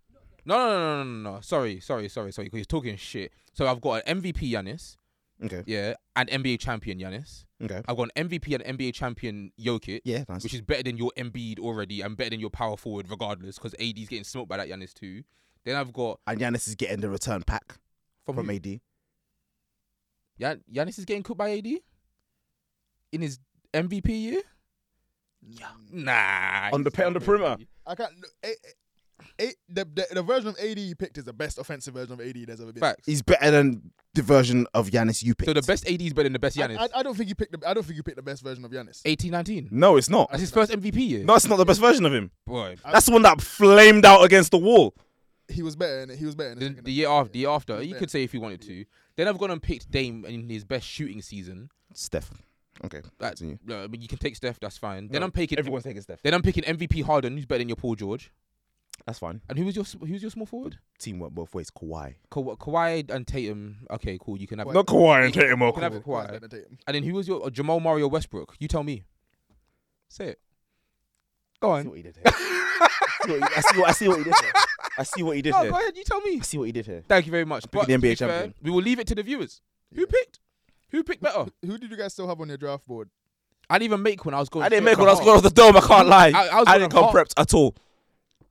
[SPEAKER 4] no, no, no, no, no, no. Sorry, sorry, sorry, sorry. Because you're talking shit. So I've got an MVP Yanis,
[SPEAKER 2] Okay.
[SPEAKER 4] yeah, and NBA champion Yanis.
[SPEAKER 2] Okay.
[SPEAKER 4] I've got an MVP and NBA champion Jokic,
[SPEAKER 2] Yeah, nice.
[SPEAKER 4] which is better than your Embiid already, and better than your power forward regardless, because AD's getting smoked by that Yanis too. Then I've got
[SPEAKER 2] and Giannis is getting the return pack
[SPEAKER 4] from,
[SPEAKER 2] from
[SPEAKER 4] who?
[SPEAKER 2] AD.
[SPEAKER 4] Yan- Giannis is getting cooked by AD in his MVP year.
[SPEAKER 3] yeah.
[SPEAKER 4] Nah,
[SPEAKER 2] On the
[SPEAKER 4] he's
[SPEAKER 2] pe- on
[SPEAKER 4] not
[SPEAKER 2] the perimeter.
[SPEAKER 4] really.
[SPEAKER 3] I can't. no, eh, eh, eh, the, the the version of AD you picked is the best offensive version of AD there's ever been.
[SPEAKER 4] Facts.
[SPEAKER 2] He's better than the version of Giannis you picked.
[SPEAKER 4] So the best AD is better than the best
[SPEAKER 3] I,
[SPEAKER 4] Yanis.
[SPEAKER 3] I, I don't think you picked. The, I don't think you picked the best version of Giannis.
[SPEAKER 4] Eighteen, nineteen. 18 19.
[SPEAKER 2] No, it's not.
[SPEAKER 4] That's his first MVP year.
[SPEAKER 2] No, it's not the best version of him.
[SPEAKER 4] Boy,
[SPEAKER 2] That's the one that flamed out against the wall.
[SPEAKER 3] He was better. In it. He was better. In the
[SPEAKER 4] the,
[SPEAKER 3] second
[SPEAKER 4] the
[SPEAKER 3] half.
[SPEAKER 4] year after, the year after,
[SPEAKER 3] He's
[SPEAKER 4] you
[SPEAKER 3] better.
[SPEAKER 4] could say if you wanted to. Then I've gone and picked Dame in his best shooting season.
[SPEAKER 2] Steph. Okay.
[SPEAKER 4] That,
[SPEAKER 2] Continue.
[SPEAKER 4] no, I mean, you can take Steph, that's fine. Then
[SPEAKER 2] No,
[SPEAKER 4] I'm picking.
[SPEAKER 2] Everyone's taking Steph.
[SPEAKER 4] Then I'm picking MVP Harden, who's better than your Paul George.
[SPEAKER 2] That's fine.
[SPEAKER 4] And who was your s- who's your small forward?
[SPEAKER 2] Team went both ways. Kawhi.
[SPEAKER 4] Ka- Kawhi and Tatum. Okay, cool. You can have.
[SPEAKER 2] Not Kawhi and Tatum.
[SPEAKER 4] You can have
[SPEAKER 2] Okafor.
[SPEAKER 4] it.
[SPEAKER 3] Kawhi's
[SPEAKER 4] Kawhi.
[SPEAKER 3] better than Tatum.
[SPEAKER 4] And then who was your uh, Jamal Mario Westbrook? You tell me. Say it. Go
[SPEAKER 2] I see
[SPEAKER 4] on.
[SPEAKER 2] what he did here. I see what I see what he did here. I see what he did
[SPEAKER 4] No,
[SPEAKER 2] here.
[SPEAKER 4] go ahead. You tell me.
[SPEAKER 2] I see what he did here.
[SPEAKER 4] Thank you very much.
[SPEAKER 2] picking
[SPEAKER 4] But
[SPEAKER 2] the
[SPEAKER 4] to be
[SPEAKER 2] NBA
[SPEAKER 4] fair,
[SPEAKER 2] champion.
[SPEAKER 4] we will leave it to the viewers. Who picked? Who picked better?
[SPEAKER 3] Who did you guys still have on your draft board?
[SPEAKER 4] I didn't even make when I was going.
[SPEAKER 2] I didn't
[SPEAKER 4] straight
[SPEAKER 2] make
[SPEAKER 4] from
[SPEAKER 2] one. I was
[SPEAKER 4] heart.
[SPEAKER 2] going off the dome. I can't lie.
[SPEAKER 4] I- I
[SPEAKER 2] Mm.
[SPEAKER 4] was
[SPEAKER 2] I
[SPEAKER 4] going
[SPEAKER 2] didn't
[SPEAKER 4] off
[SPEAKER 2] come
[SPEAKER 4] heart.
[SPEAKER 2] prepped at all.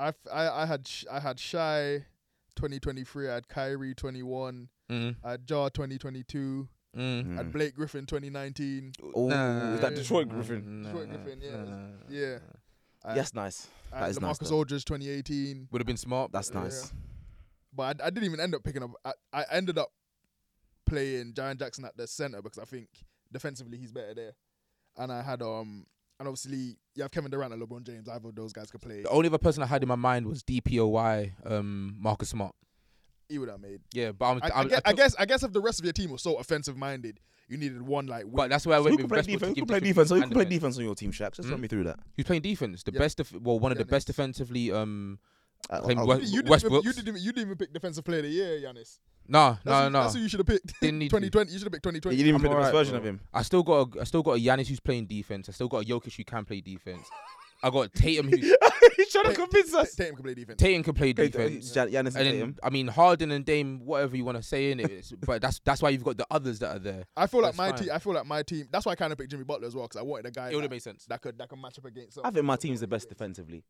[SPEAKER 3] I, f- I- I had sh- I had shy. 2023, I had Kyrie 21,
[SPEAKER 4] Mm,
[SPEAKER 3] I had Jar 2022,
[SPEAKER 4] mm.
[SPEAKER 3] I had Blake Griffin 2019.
[SPEAKER 2] Ooh,
[SPEAKER 4] Nah.
[SPEAKER 2] is that Detroit Griffin?
[SPEAKER 3] Detroit Griffin, yeah. Yeah. I-
[SPEAKER 2] That's nice.
[SPEAKER 3] I
[SPEAKER 2] That
[SPEAKER 3] had
[SPEAKER 2] is nice,
[SPEAKER 3] LaMarcus
[SPEAKER 2] though.
[SPEAKER 3] Aldridge 2018.
[SPEAKER 4] Would have been smart.
[SPEAKER 2] That's
[SPEAKER 3] Yeah.
[SPEAKER 2] nice.
[SPEAKER 3] But I, I didn't even end up picking up. I, I ended up playing Jaron Jackson at the center because I think defensively he's better there. And I had um and obviously you have Kevin Durant and LeBron James. Either of those guys could play.
[SPEAKER 4] The only other person I had in my mind was DPOY, um, Marcus Smart.
[SPEAKER 3] He would have made.
[SPEAKER 4] Yeah, but I'm,
[SPEAKER 3] I,
[SPEAKER 4] I'm-
[SPEAKER 3] I, guess,
[SPEAKER 4] took-
[SPEAKER 3] I guess I guess if the rest of your team was so offensive minded, you needed one like.
[SPEAKER 4] But
[SPEAKER 3] Wing.
[SPEAKER 4] that's where I
[SPEAKER 2] So
[SPEAKER 4] went
[SPEAKER 2] who can
[SPEAKER 4] with
[SPEAKER 2] play
[SPEAKER 4] Westbrook
[SPEAKER 2] defense?
[SPEAKER 4] to
[SPEAKER 2] Who
[SPEAKER 4] give
[SPEAKER 2] can play
[SPEAKER 4] different
[SPEAKER 2] defense? Who
[SPEAKER 4] and
[SPEAKER 2] can play defense on your team, Shaq? Just run
[SPEAKER 4] Hmm?
[SPEAKER 2] me through that.
[SPEAKER 4] Who's playing defense? The
[SPEAKER 3] Yeah.
[SPEAKER 4] best, def- well, one of the
[SPEAKER 3] Giannis.
[SPEAKER 4] best defensively. Um,
[SPEAKER 2] I-
[SPEAKER 4] Claim
[SPEAKER 2] I'll-
[SPEAKER 4] Wes-
[SPEAKER 3] you didn't,
[SPEAKER 4] Westbrooks.
[SPEAKER 3] even, you, didn't even, you didn't even pick defensive player of the year, Giannis.
[SPEAKER 4] no,
[SPEAKER 3] That's
[SPEAKER 4] no,
[SPEAKER 3] who,
[SPEAKER 4] no.
[SPEAKER 3] That's who you should have picked.
[SPEAKER 4] Didn't need to.
[SPEAKER 3] 2020. You should have picked
[SPEAKER 2] You
[SPEAKER 3] 2020.
[SPEAKER 2] didn't even
[SPEAKER 4] I'm
[SPEAKER 2] pick the best
[SPEAKER 4] alright,
[SPEAKER 2] version
[SPEAKER 4] bro.
[SPEAKER 2] of him.
[SPEAKER 4] I still got, a, I still got a Yanis who's playing defense. I still got a Jokic who can play defense. I got Tatum who
[SPEAKER 2] He's trying to
[SPEAKER 3] Ta-
[SPEAKER 2] convince us.
[SPEAKER 3] Tatum could play defense.
[SPEAKER 4] Tatum can play
[SPEAKER 2] Okay,
[SPEAKER 3] uh,
[SPEAKER 4] defense.
[SPEAKER 2] Gian- Giannis and
[SPEAKER 4] And
[SPEAKER 2] Tatum.
[SPEAKER 4] then, I mean Harden and Dame, whatever you want to say in it, but that's that's why you've got the others that are there.
[SPEAKER 3] I feel like
[SPEAKER 4] That's
[SPEAKER 3] my
[SPEAKER 4] fine.
[SPEAKER 3] team. I feel like my team. That's why I kind of picked Jimmy Butler as well because I wanted a guy
[SPEAKER 4] It would
[SPEAKER 3] that,
[SPEAKER 4] have made sense.
[SPEAKER 3] that could that could match up against.
[SPEAKER 2] I think my team's the best defensively.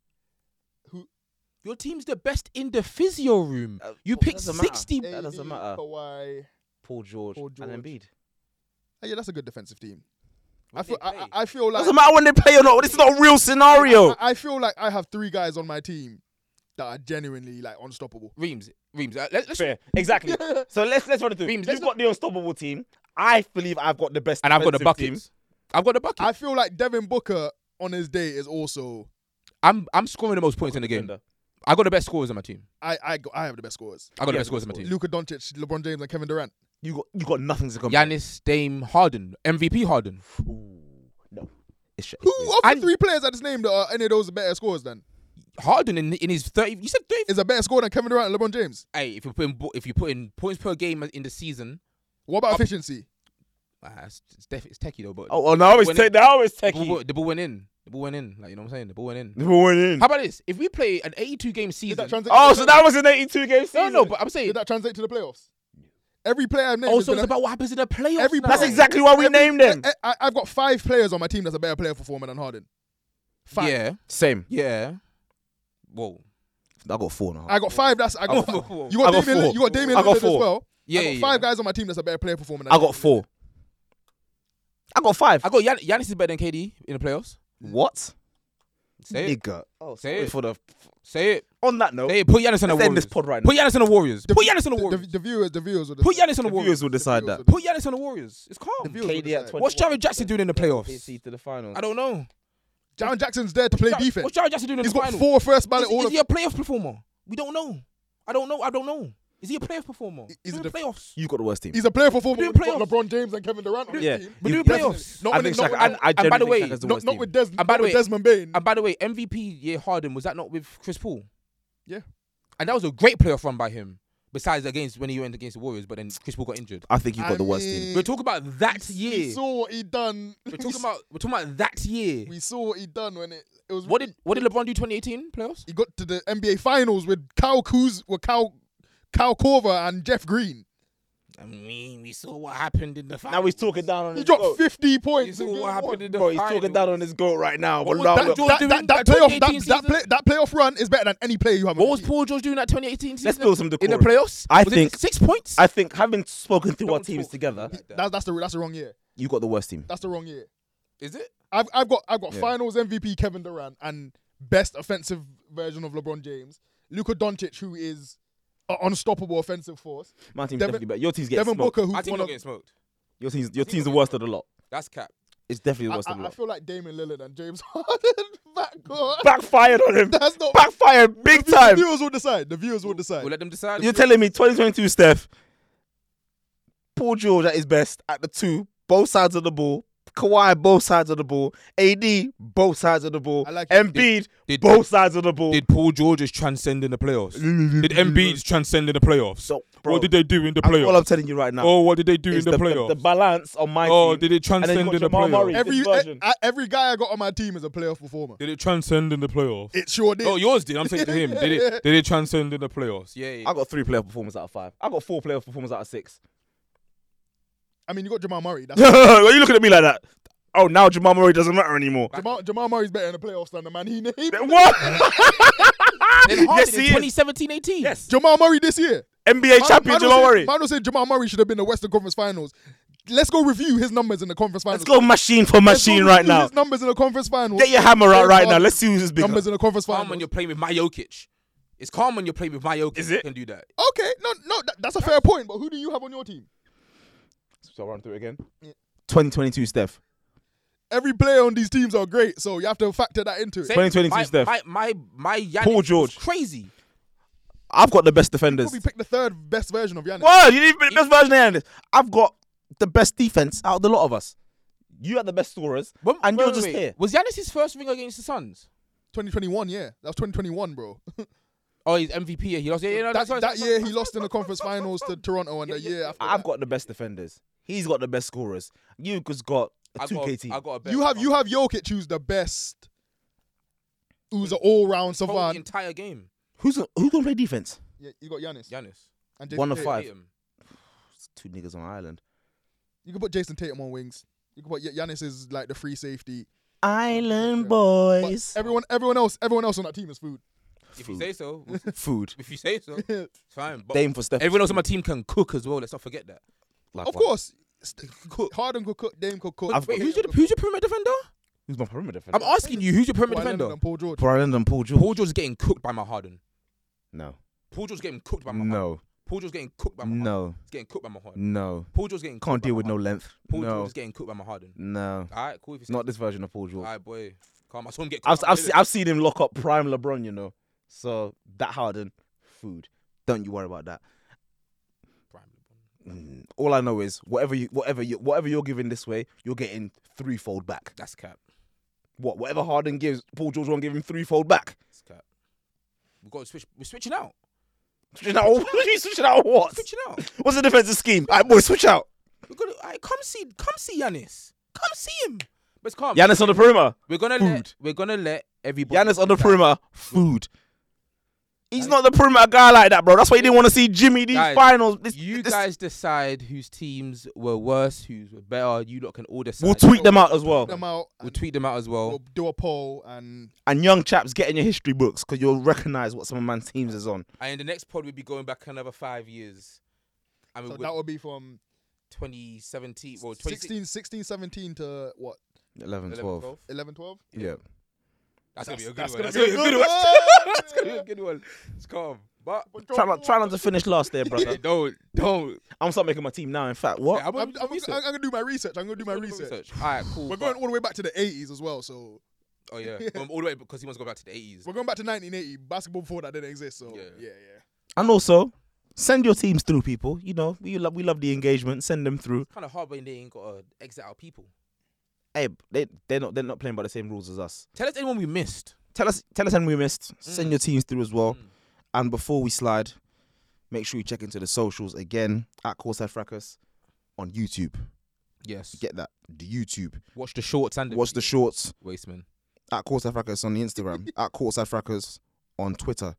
[SPEAKER 4] Your team's the best in the physio room. You picked
[SPEAKER 2] Uh, oh, doesn't matter.
[SPEAKER 4] 60.
[SPEAKER 2] That doesn't matter.
[SPEAKER 3] Kawhi.
[SPEAKER 2] Paul George,
[SPEAKER 3] Paul
[SPEAKER 2] and
[SPEAKER 3] George.
[SPEAKER 2] Embiid.
[SPEAKER 3] Oh, yeah, that's a good defensive team. I
[SPEAKER 4] When
[SPEAKER 3] feel,
[SPEAKER 4] they
[SPEAKER 3] I,
[SPEAKER 4] play.
[SPEAKER 3] I- I feel like
[SPEAKER 2] Doesn't matter when they play or not. This is not a real scenario.
[SPEAKER 3] I, I feel like I have three guys on my team that are genuinely like unstoppable.
[SPEAKER 4] Reams, Reams. Uh, let, us
[SPEAKER 2] Fair, exactly. So let's let's run it through.
[SPEAKER 4] Reams,
[SPEAKER 2] You've
[SPEAKER 4] let's-
[SPEAKER 2] got the unstoppable team. I believe I've got the best.
[SPEAKER 4] and I've got the
[SPEAKER 2] defensive
[SPEAKER 4] buckets. I've got the bucket.
[SPEAKER 3] I feel like Devin Booker on his day is also.
[SPEAKER 4] I'm I'm scoring the most points in the
[SPEAKER 2] team.
[SPEAKER 4] game. I got the best scorers on my team.
[SPEAKER 3] I I go, I have the best scorers.
[SPEAKER 4] I
[SPEAKER 2] Yeah,
[SPEAKER 4] got the best scorers on my
[SPEAKER 2] scorers.
[SPEAKER 4] team.
[SPEAKER 3] Luka Doncic, LeBron James, and Kevin Durant.
[SPEAKER 2] You got you got nothing to compare.
[SPEAKER 4] Giannis, Dame, Harden, MVP Harden.
[SPEAKER 2] Ooh, no. It's, Sha-
[SPEAKER 3] Who
[SPEAKER 2] it's
[SPEAKER 3] of the
[SPEAKER 4] And-
[SPEAKER 3] three players I just named are any of those better scorers than?
[SPEAKER 4] Harden in in his thirty. You said thirty.
[SPEAKER 3] Is a better scorer than Kevin Durant and LeBron James?
[SPEAKER 4] Hey, if you put in, if you put in points per game in the season,
[SPEAKER 3] What about
[SPEAKER 4] Up-
[SPEAKER 3] efficiency?
[SPEAKER 4] ah, it's, it's, def- it's techie though. But
[SPEAKER 2] Oh, well, now it's
[SPEAKER 4] When
[SPEAKER 2] te-
[SPEAKER 4] it-
[SPEAKER 2] now it's
[SPEAKER 4] the, ball,
[SPEAKER 2] techie. Mm.
[SPEAKER 4] the ball went in. The ball went in. Like you know what I'm saying. The ball went in.
[SPEAKER 2] The ball went in.
[SPEAKER 4] How about this? If we play an 82 game
[SPEAKER 3] Did
[SPEAKER 4] season,
[SPEAKER 3] that translate?
[SPEAKER 2] Oh,
[SPEAKER 3] did
[SPEAKER 2] so
[SPEAKER 3] that-
[SPEAKER 2] that was an 82 game
[SPEAKER 4] no,
[SPEAKER 2] season.
[SPEAKER 4] no. But I'm saying
[SPEAKER 3] did that translate to the playoffs? Every player I've named. has
[SPEAKER 4] also
[SPEAKER 3] been
[SPEAKER 4] it's
[SPEAKER 3] a-
[SPEAKER 4] about what happens in the playoffs.
[SPEAKER 3] Every-
[SPEAKER 4] now.
[SPEAKER 2] that's
[SPEAKER 3] No.
[SPEAKER 2] exactly why we named them.
[SPEAKER 3] I, I, I've got five players on my team that's a better player performer than Harden. Five.
[SPEAKER 4] Yeah,
[SPEAKER 2] Same.
[SPEAKER 4] yeah. Whoa.
[SPEAKER 2] I got four now.
[SPEAKER 3] I got five. That's I got.
[SPEAKER 4] Oh,
[SPEAKER 3] five.
[SPEAKER 4] four.
[SPEAKER 3] You got
[SPEAKER 2] I got
[SPEAKER 3] Damian. Lillard-
[SPEAKER 2] four.
[SPEAKER 3] You got Damian
[SPEAKER 2] I got
[SPEAKER 3] Lillard as
[SPEAKER 2] four.
[SPEAKER 3] well.
[SPEAKER 4] Yeah,
[SPEAKER 3] I got
[SPEAKER 4] yeah,
[SPEAKER 3] five
[SPEAKER 4] yeah.
[SPEAKER 3] guys on my team that's a better player performer. Than
[SPEAKER 2] I got four. I got five.
[SPEAKER 4] I got Gian- Giannis is better than KD in the playoffs.
[SPEAKER 2] What?
[SPEAKER 4] Say it.
[SPEAKER 2] Nigga. Oh,
[SPEAKER 4] Say
[SPEAKER 2] sorry
[SPEAKER 4] it.
[SPEAKER 2] for the.
[SPEAKER 4] Say it.
[SPEAKER 2] On that note,
[SPEAKER 4] Say it. Put Yanis on the
[SPEAKER 2] let's end this
[SPEAKER 4] Warriors.
[SPEAKER 2] pod right now.
[SPEAKER 4] Put Yanis on the Warriors.
[SPEAKER 3] The-
[SPEAKER 4] Put Yanis on the
[SPEAKER 3] The,
[SPEAKER 4] Warriors.
[SPEAKER 3] the viewers, the viewers will
[SPEAKER 4] Put
[SPEAKER 3] decide.
[SPEAKER 4] Yanis on the
[SPEAKER 2] the
[SPEAKER 4] Warriors.
[SPEAKER 2] viewers will
[SPEAKER 3] The
[SPEAKER 2] decide
[SPEAKER 3] viewers
[SPEAKER 2] that.
[SPEAKER 3] will
[SPEAKER 4] Put Yanis on the Warriors. It's
[SPEAKER 3] The
[SPEAKER 4] calm.
[SPEAKER 3] viewers will
[SPEAKER 2] KD at
[SPEAKER 3] decide.
[SPEAKER 2] 20.
[SPEAKER 4] What's Jared Jackson doing in the playoffs?
[SPEAKER 2] KC to the final.
[SPEAKER 4] I don't know.
[SPEAKER 3] Jaron Jackson's there to play
[SPEAKER 4] Jar-
[SPEAKER 3] defense.
[SPEAKER 4] What's Jared Jackson doing in
[SPEAKER 3] He's
[SPEAKER 4] the
[SPEAKER 3] got
[SPEAKER 4] final?
[SPEAKER 3] four first ballot.
[SPEAKER 4] Is,
[SPEAKER 3] all
[SPEAKER 4] is
[SPEAKER 3] of
[SPEAKER 4] he a playoff performer? We don't know. I don't know. I don't know. Is he a playoff performer?
[SPEAKER 3] Is
[SPEAKER 4] He's in
[SPEAKER 3] it
[SPEAKER 4] the
[SPEAKER 3] the-
[SPEAKER 4] playoffs.
[SPEAKER 2] You got the worst team.
[SPEAKER 3] He's a player performer.
[SPEAKER 4] We're doing
[SPEAKER 3] We've got
[SPEAKER 4] playoffs.
[SPEAKER 3] LeBron James and Kevin Durant. on his
[SPEAKER 2] Yeah.
[SPEAKER 3] team.
[SPEAKER 4] We're
[SPEAKER 2] You-
[SPEAKER 4] doing
[SPEAKER 2] that's-
[SPEAKER 4] playoffs.
[SPEAKER 3] Not
[SPEAKER 2] I
[SPEAKER 3] with,
[SPEAKER 2] think
[SPEAKER 3] not
[SPEAKER 2] Shaq-
[SPEAKER 3] with-
[SPEAKER 2] I- I
[SPEAKER 4] and by the
[SPEAKER 2] genuinely
[SPEAKER 4] way,
[SPEAKER 2] think that's the
[SPEAKER 3] not-
[SPEAKER 2] worst
[SPEAKER 3] not
[SPEAKER 2] team.
[SPEAKER 3] with Des,
[SPEAKER 4] by the
[SPEAKER 3] not with
[SPEAKER 4] way-
[SPEAKER 3] Desmond Bain.
[SPEAKER 4] And by the way, MVP year Harden was that not with Chris Paul?
[SPEAKER 3] Yeah.
[SPEAKER 4] And that was a great playoff run by him. Besides against when he went against the Warriors, but then Chris Paul got injured.
[SPEAKER 2] I think you got
[SPEAKER 3] I
[SPEAKER 2] the worst
[SPEAKER 3] mean-
[SPEAKER 2] team.
[SPEAKER 4] We're talking about that
[SPEAKER 3] We
[SPEAKER 4] year.
[SPEAKER 3] saw what he done.
[SPEAKER 4] We're talking about we're talking about that year.
[SPEAKER 3] We saw what he done when it it was.
[SPEAKER 4] What did what did LeBron do 2018 playoffs?
[SPEAKER 3] he got to the NBA Finals with Kyle Kuz, with Kyle, Kyle Korver and Jeff Green.
[SPEAKER 4] I mean, we saw what happened in the final.
[SPEAKER 2] Now he's talking down on
[SPEAKER 3] He
[SPEAKER 2] his
[SPEAKER 3] dropped
[SPEAKER 2] goat.
[SPEAKER 3] 50
[SPEAKER 4] Oh. You
[SPEAKER 3] points.
[SPEAKER 4] saw
[SPEAKER 3] in game
[SPEAKER 4] what happened
[SPEAKER 3] one.
[SPEAKER 4] in the
[SPEAKER 2] Bro, he's
[SPEAKER 4] final.
[SPEAKER 2] talking down on his goat right now.
[SPEAKER 4] What was
[SPEAKER 2] Wallah,
[SPEAKER 4] that
[SPEAKER 2] we're-
[SPEAKER 4] George
[SPEAKER 3] That,
[SPEAKER 4] doing
[SPEAKER 3] that, that playoff, that,
[SPEAKER 4] that 2018
[SPEAKER 3] that,
[SPEAKER 4] season?
[SPEAKER 3] play, that playoff run is better than any player you have. on
[SPEAKER 4] What
[SPEAKER 3] the
[SPEAKER 4] was
[SPEAKER 3] team.
[SPEAKER 4] Paul George doing that 2018 season?
[SPEAKER 2] Let's build some
[SPEAKER 4] in the
[SPEAKER 2] decorum.
[SPEAKER 4] playoffs.
[SPEAKER 2] I
[SPEAKER 4] Was it
[SPEAKER 2] think-
[SPEAKER 4] six points.
[SPEAKER 2] I think having spoken through our
[SPEAKER 4] Don't
[SPEAKER 2] teams
[SPEAKER 4] talk
[SPEAKER 2] together,
[SPEAKER 4] like that.
[SPEAKER 3] That, that's the that's the wrong year.
[SPEAKER 2] you got the worst team.
[SPEAKER 3] That's the wrong year.
[SPEAKER 4] Is it?
[SPEAKER 3] I've I've got I've got
[SPEAKER 2] Yeah.
[SPEAKER 3] Finals MVP Kevin Durant and best offensive version of LeBron James. Luka Doncic, who is an unstoppable offensive force.
[SPEAKER 2] My team's
[SPEAKER 3] Devin-
[SPEAKER 2] definitely better. Your team's getting
[SPEAKER 3] Devin
[SPEAKER 2] smoked.
[SPEAKER 3] Booker, who's
[SPEAKER 4] I think
[SPEAKER 3] one
[SPEAKER 4] we're
[SPEAKER 3] of
[SPEAKER 4] getting smoked.
[SPEAKER 2] Your team's your team's
[SPEAKER 4] think
[SPEAKER 2] the
[SPEAKER 4] we're getting
[SPEAKER 2] worst of the lot.
[SPEAKER 4] That's cap.
[SPEAKER 2] It's definitely the
[SPEAKER 3] I,
[SPEAKER 2] worst of the
[SPEAKER 3] I, I
[SPEAKER 2] lot.
[SPEAKER 3] feel like Damon Lillard and James Harden backcourt.
[SPEAKER 2] Backfired on him.
[SPEAKER 3] That's not
[SPEAKER 2] Backfired big
[SPEAKER 3] the, view- the
[SPEAKER 2] time.
[SPEAKER 3] viewers will decide. The viewers will decide.
[SPEAKER 4] We'll let them decide.
[SPEAKER 2] You're telling me 2022 Steph, Paul George at his best at the two, both sides of the ball. Kawhi, both sides of the ball. AD, both sides of the ball.
[SPEAKER 3] I like it.
[SPEAKER 2] Embiid,
[SPEAKER 4] Did-
[SPEAKER 2] both sides of the ball.
[SPEAKER 4] Did Paul George's transcend in the playoffs? did Embiid's transcend in the playoffs?
[SPEAKER 2] So, bro,
[SPEAKER 4] what did they do in the
[SPEAKER 2] that's all I'm
[SPEAKER 4] playoffs?
[SPEAKER 2] telling you right now.
[SPEAKER 4] Oh, what did they do in
[SPEAKER 2] is
[SPEAKER 4] the, playoffs?
[SPEAKER 2] The, balance on my
[SPEAKER 4] oh,
[SPEAKER 2] team.
[SPEAKER 4] did it
[SPEAKER 2] then
[SPEAKER 4] transcend
[SPEAKER 2] you got
[SPEAKER 4] in the
[SPEAKER 2] Jamal
[SPEAKER 4] playoffs?
[SPEAKER 2] Murray.
[SPEAKER 3] every
[SPEAKER 2] this version.
[SPEAKER 3] e- every guy I got on my team is a playoff performer.
[SPEAKER 4] Did it transcend in the playoffs?
[SPEAKER 3] It sure did.
[SPEAKER 4] Oh, yours did. I'm saying to him. Did it? Did it transcend in the playoffs? Yeah. yeah.
[SPEAKER 2] I got three playoff performers out of five. I got four playoff performers out of six.
[SPEAKER 3] I mean, you got Jamal Murray. That's
[SPEAKER 2] Are you looking at me like that? Oh, now Jamal Murray doesn't matter anymore.
[SPEAKER 3] Jamal, Jamal Murray's better in the playoffs than the man he named.
[SPEAKER 2] Then What?
[SPEAKER 4] Then Harden
[SPEAKER 2] yes,
[SPEAKER 4] in
[SPEAKER 2] he is.
[SPEAKER 4] 2017-18.
[SPEAKER 2] Yes.
[SPEAKER 3] Jamal Murray this year.
[SPEAKER 2] NBA champion Jamal Murray.
[SPEAKER 3] Mano said Jamal Murray should have been the Western Conference Finals. Let's go review his numbers in the Conference Finals.
[SPEAKER 2] Let's go machine for
[SPEAKER 3] Let's go
[SPEAKER 2] machine right
[SPEAKER 3] review
[SPEAKER 2] now.
[SPEAKER 3] His numbers in the Conference Finals.
[SPEAKER 2] Get your hammer out
[SPEAKER 3] James
[SPEAKER 2] right now.
[SPEAKER 3] Harden.
[SPEAKER 2] Let's see who's bigger.
[SPEAKER 3] numbers in the Conference
[SPEAKER 4] Calm when
[SPEAKER 3] Finals.
[SPEAKER 4] you're playing with Majokic. It's calm when you're playing with Majokic.
[SPEAKER 2] Is it?
[SPEAKER 4] Can do that.
[SPEAKER 3] Okay, no, no, that, that's a fair point. But who do you have on your team?
[SPEAKER 2] So I'll run through it again.
[SPEAKER 3] Yeah.
[SPEAKER 2] 2022 Steph.
[SPEAKER 3] Every player on these teams are great, so you have to factor that into it.
[SPEAKER 4] Say-
[SPEAKER 2] 2022
[SPEAKER 4] my,
[SPEAKER 2] Steph.
[SPEAKER 4] My my my Giannis
[SPEAKER 2] Paul
[SPEAKER 4] was
[SPEAKER 2] George.
[SPEAKER 4] crazy.
[SPEAKER 2] I've got the best defenders.
[SPEAKER 3] Probably pick the third best version of Giannis.
[SPEAKER 2] Whoa, you didn't even best version of this. I've got the best defense out of the lot of us. You are the best scorers,
[SPEAKER 4] When-
[SPEAKER 2] and
[SPEAKER 4] wait,
[SPEAKER 2] you're
[SPEAKER 4] wait,
[SPEAKER 2] just
[SPEAKER 4] wait.
[SPEAKER 2] here.
[SPEAKER 4] Was Giannis his first ring against the Suns?
[SPEAKER 3] 2021, yeah, that was 2021, bro.
[SPEAKER 4] Oh, he's MVP. Yeah, he lost. Yeah, yeah, no,
[SPEAKER 3] that,
[SPEAKER 4] that's right,
[SPEAKER 3] that
[SPEAKER 4] that's
[SPEAKER 3] year
[SPEAKER 4] right.
[SPEAKER 3] he lost in the Conference Finals to Toronto, and the
[SPEAKER 4] Yeah,
[SPEAKER 3] year
[SPEAKER 4] yeah.
[SPEAKER 3] after.
[SPEAKER 2] I've
[SPEAKER 3] that.
[SPEAKER 2] got the best defenders. He's got the best scorers. You've just got a
[SPEAKER 4] I
[SPEAKER 2] two
[SPEAKER 4] got,
[SPEAKER 2] K team.
[SPEAKER 4] I got a bet.
[SPEAKER 3] You have you have Jokic, who's the best, who's an all-round
[SPEAKER 4] Whole
[SPEAKER 3] savant.
[SPEAKER 4] entire game.
[SPEAKER 2] Who's who's gonna play defense?
[SPEAKER 3] Yeah, you got Giannis.
[SPEAKER 4] Giannis.
[SPEAKER 3] And Jason
[SPEAKER 2] One of
[SPEAKER 3] Tatum.
[SPEAKER 2] five.
[SPEAKER 4] Hate him.
[SPEAKER 2] It's two niggas on Ireland.
[SPEAKER 3] You can put Jason Tatum on wings. You can put Y- Giannis is like the free safety.
[SPEAKER 2] Island
[SPEAKER 3] But
[SPEAKER 2] boys.
[SPEAKER 3] everyone, everyone else, everyone else on that team is food.
[SPEAKER 4] If you say so, we'll-
[SPEAKER 2] Food.
[SPEAKER 4] if you say so, it's fine. But
[SPEAKER 2] Dame for Steph.
[SPEAKER 4] everyone else on my team can cook as well. Let's not forget that.
[SPEAKER 3] of course, St-
[SPEAKER 4] Cook.
[SPEAKER 3] Harden could cook, Dame could cook.
[SPEAKER 2] I've-
[SPEAKER 4] Wait,
[SPEAKER 2] Wait,
[SPEAKER 4] who's your who's your perimeter defender?
[SPEAKER 2] Who's my perimeter defender?
[SPEAKER 4] I'm asking you, who's your perimeter
[SPEAKER 3] Kawhi Leonard
[SPEAKER 4] defender?
[SPEAKER 3] and Paul George.
[SPEAKER 2] Paul Island and Paul George.
[SPEAKER 4] Paul George is getting cooked by my Harden.
[SPEAKER 2] No.
[SPEAKER 4] Paul George is getting cooked by my Harden.
[SPEAKER 2] No.
[SPEAKER 4] Paul George is getting cooked by my Harden.
[SPEAKER 2] No.
[SPEAKER 4] He's getting cooked by my Harden.
[SPEAKER 2] No.
[SPEAKER 4] Paul George is getting
[SPEAKER 2] Can't
[SPEAKER 4] cooked by
[SPEAKER 2] deal
[SPEAKER 4] my
[SPEAKER 2] with no
[SPEAKER 4] Harden.
[SPEAKER 2] length.
[SPEAKER 4] Paul George
[SPEAKER 2] No.
[SPEAKER 4] is getting cooked by my Harden.
[SPEAKER 2] No.
[SPEAKER 4] All right, cool. If it's
[SPEAKER 2] Not this version of Paul
[SPEAKER 4] All
[SPEAKER 2] George.
[SPEAKER 4] right, boy. Calm. I saw him get.
[SPEAKER 2] I've,
[SPEAKER 4] cooked by
[SPEAKER 2] I've,
[SPEAKER 4] Lillard.
[SPEAKER 2] se- I've seen him lock up prime LeBron, you know. So that Harden, food. Don't you worry about that.
[SPEAKER 4] Prime LeBron.
[SPEAKER 2] Mm. All I know is whatever you whatever you whatever you're giving this way, you're getting threefold back.
[SPEAKER 4] That's cap.
[SPEAKER 2] What whatever Harden gives, Paul George won't give him threefold back.
[SPEAKER 4] That's cap. We got to switch. We're switching out.
[SPEAKER 2] Switching out, switching out what?
[SPEAKER 4] Switching out.
[SPEAKER 2] What's the defensive scheme? All right, boy, switch out.
[SPEAKER 4] We're gonna all right, come see. Come see Yanis. Come see him. But it's calm.
[SPEAKER 2] Giannis on the perimeter.
[SPEAKER 4] We're gonna let. We're gonna let everybody.
[SPEAKER 2] Giannis on the perimeter. Food. He's not the perimeter guy like that, bro. That's why you didn't want to see Jimmy these
[SPEAKER 4] Guys,
[SPEAKER 2] finals. This,
[SPEAKER 4] You
[SPEAKER 2] this-
[SPEAKER 4] guys decide whose teams were worse, whose were better. You lot can all decide.
[SPEAKER 2] we'll tweet them out as well.
[SPEAKER 3] Them out.
[SPEAKER 4] We'll
[SPEAKER 3] and
[SPEAKER 4] tweet them out as
[SPEAKER 3] we'll
[SPEAKER 4] well.
[SPEAKER 3] do a poll and
[SPEAKER 2] And young chaps, get in your history books because you'll recognize what some of man's teams is on.
[SPEAKER 4] And in the next pod, we'll be going back another five years. I mean,
[SPEAKER 3] so
[SPEAKER 4] we're
[SPEAKER 3] that would be from
[SPEAKER 4] 2017. Well,
[SPEAKER 3] 16,
[SPEAKER 4] 2016.
[SPEAKER 3] 16, 17 to what
[SPEAKER 2] 11,
[SPEAKER 4] 11, 12.
[SPEAKER 3] 11, 12.
[SPEAKER 2] Yeah.
[SPEAKER 4] That's, gonna be a good
[SPEAKER 3] that's
[SPEAKER 4] one.
[SPEAKER 3] gonna
[SPEAKER 4] That's gonna
[SPEAKER 3] be
[SPEAKER 4] be
[SPEAKER 3] a
[SPEAKER 4] a good
[SPEAKER 3] good
[SPEAKER 4] one.
[SPEAKER 3] one.
[SPEAKER 4] That's gonna be a good one. It's calm, but
[SPEAKER 2] Try not, try not to finish last there,
[SPEAKER 4] yeah,
[SPEAKER 2] brother.
[SPEAKER 4] don't don't.
[SPEAKER 2] I'm start making my team now. In fact, what?
[SPEAKER 4] Yeah, I'm,
[SPEAKER 3] I'm, I'm,
[SPEAKER 4] gonna
[SPEAKER 3] I'm,
[SPEAKER 4] research.
[SPEAKER 3] I'm gonna do my research. I'm gonna do my
[SPEAKER 4] I'm gonna
[SPEAKER 3] research.
[SPEAKER 4] All right, cool.
[SPEAKER 3] We're
[SPEAKER 4] but-
[SPEAKER 3] going all the way back to the 80s as well, so
[SPEAKER 4] Oh yeah, Um, all the way because he wants to go back to the 80s.
[SPEAKER 3] we're going back to 1980. Basketball before that didn't exist, so yeah,
[SPEAKER 4] Yeah.
[SPEAKER 3] yeah.
[SPEAKER 2] And also, send your teams through, people. You know, we love we love the engagement. Send them through.
[SPEAKER 4] Kind of hard when they ain't got to exit our people.
[SPEAKER 2] Hey, they they're not they're not playing by the same rules as us.
[SPEAKER 4] Tell us anyone we missed.
[SPEAKER 2] Tell us tell us when we missed. Send
[SPEAKER 4] Mm.
[SPEAKER 2] your teams through as well.
[SPEAKER 4] Mm.
[SPEAKER 2] And before we slide, make sure you check into the socials again at Corsair Fracas on YouTube.
[SPEAKER 4] Yes.
[SPEAKER 2] Get that the YouTube.
[SPEAKER 4] Watch the shorts and
[SPEAKER 2] Watch the shorts
[SPEAKER 4] Wasteman.
[SPEAKER 2] at Courtside Frackers on the Instagram, at Courtside Frackers on Twitter.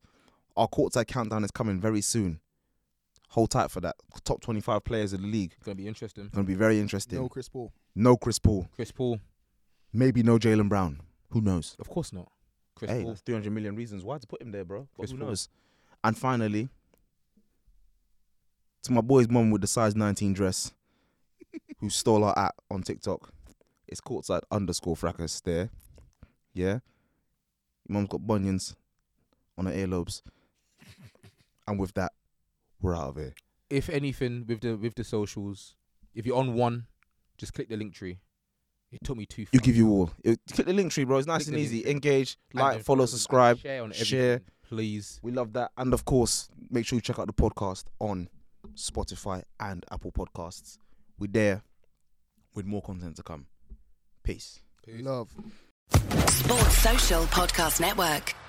[SPEAKER 2] Our Courtside Countdown is coming very soon. Hold tight for that. Top 25 players of the league.
[SPEAKER 4] Gonna be interesting.
[SPEAKER 2] Going to be very interesting.
[SPEAKER 3] No
[SPEAKER 2] No.
[SPEAKER 3] Chris Paul.
[SPEAKER 2] Chris Paul.
[SPEAKER 4] Chris Paul.
[SPEAKER 2] Maybe no Jalen Brown. Who knows?
[SPEAKER 4] Of course not. Chris
[SPEAKER 2] hey,
[SPEAKER 4] Paul.
[SPEAKER 2] that's 300 million reasons why to put him there, bro. But
[SPEAKER 4] Chris
[SPEAKER 2] who
[SPEAKER 4] Paul.
[SPEAKER 2] knows? And finally, to my boy's mum with the size 19 dress, who stole our at on TikTok. It's Courtside underscore Frackers there. Yeah. Your mum's got bunions on her earlobes. And with that, we're out of here.
[SPEAKER 4] If anything, with the with the socials, if you're on one, just click the link tree. It took me too far.
[SPEAKER 2] You give you all. It- click the link tree, bro. It's nice
[SPEAKER 4] Click
[SPEAKER 2] and
[SPEAKER 4] the
[SPEAKER 2] easy.
[SPEAKER 4] link tree.
[SPEAKER 2] Engage,
[SPEAKER 4] And
[SPEAKER 2] like,
[SPEAKER 4] then
[SPEAKER 2] follow,
[SPEAKER 4] and
[SPEAKER 2] subscribe.
[SPEAKER 4] share on
[SPEAKER 2] share.
[SPEAKER 4] everything, please.
[SPEAKER 2] We love that. And of course, make sure you check out the podcast on Spotify and Apple Podcasts. We're there with more content to come. Peace.
[SPEAKER 3] Love.
[SPEAKER 1] Sports Social Podcast Network.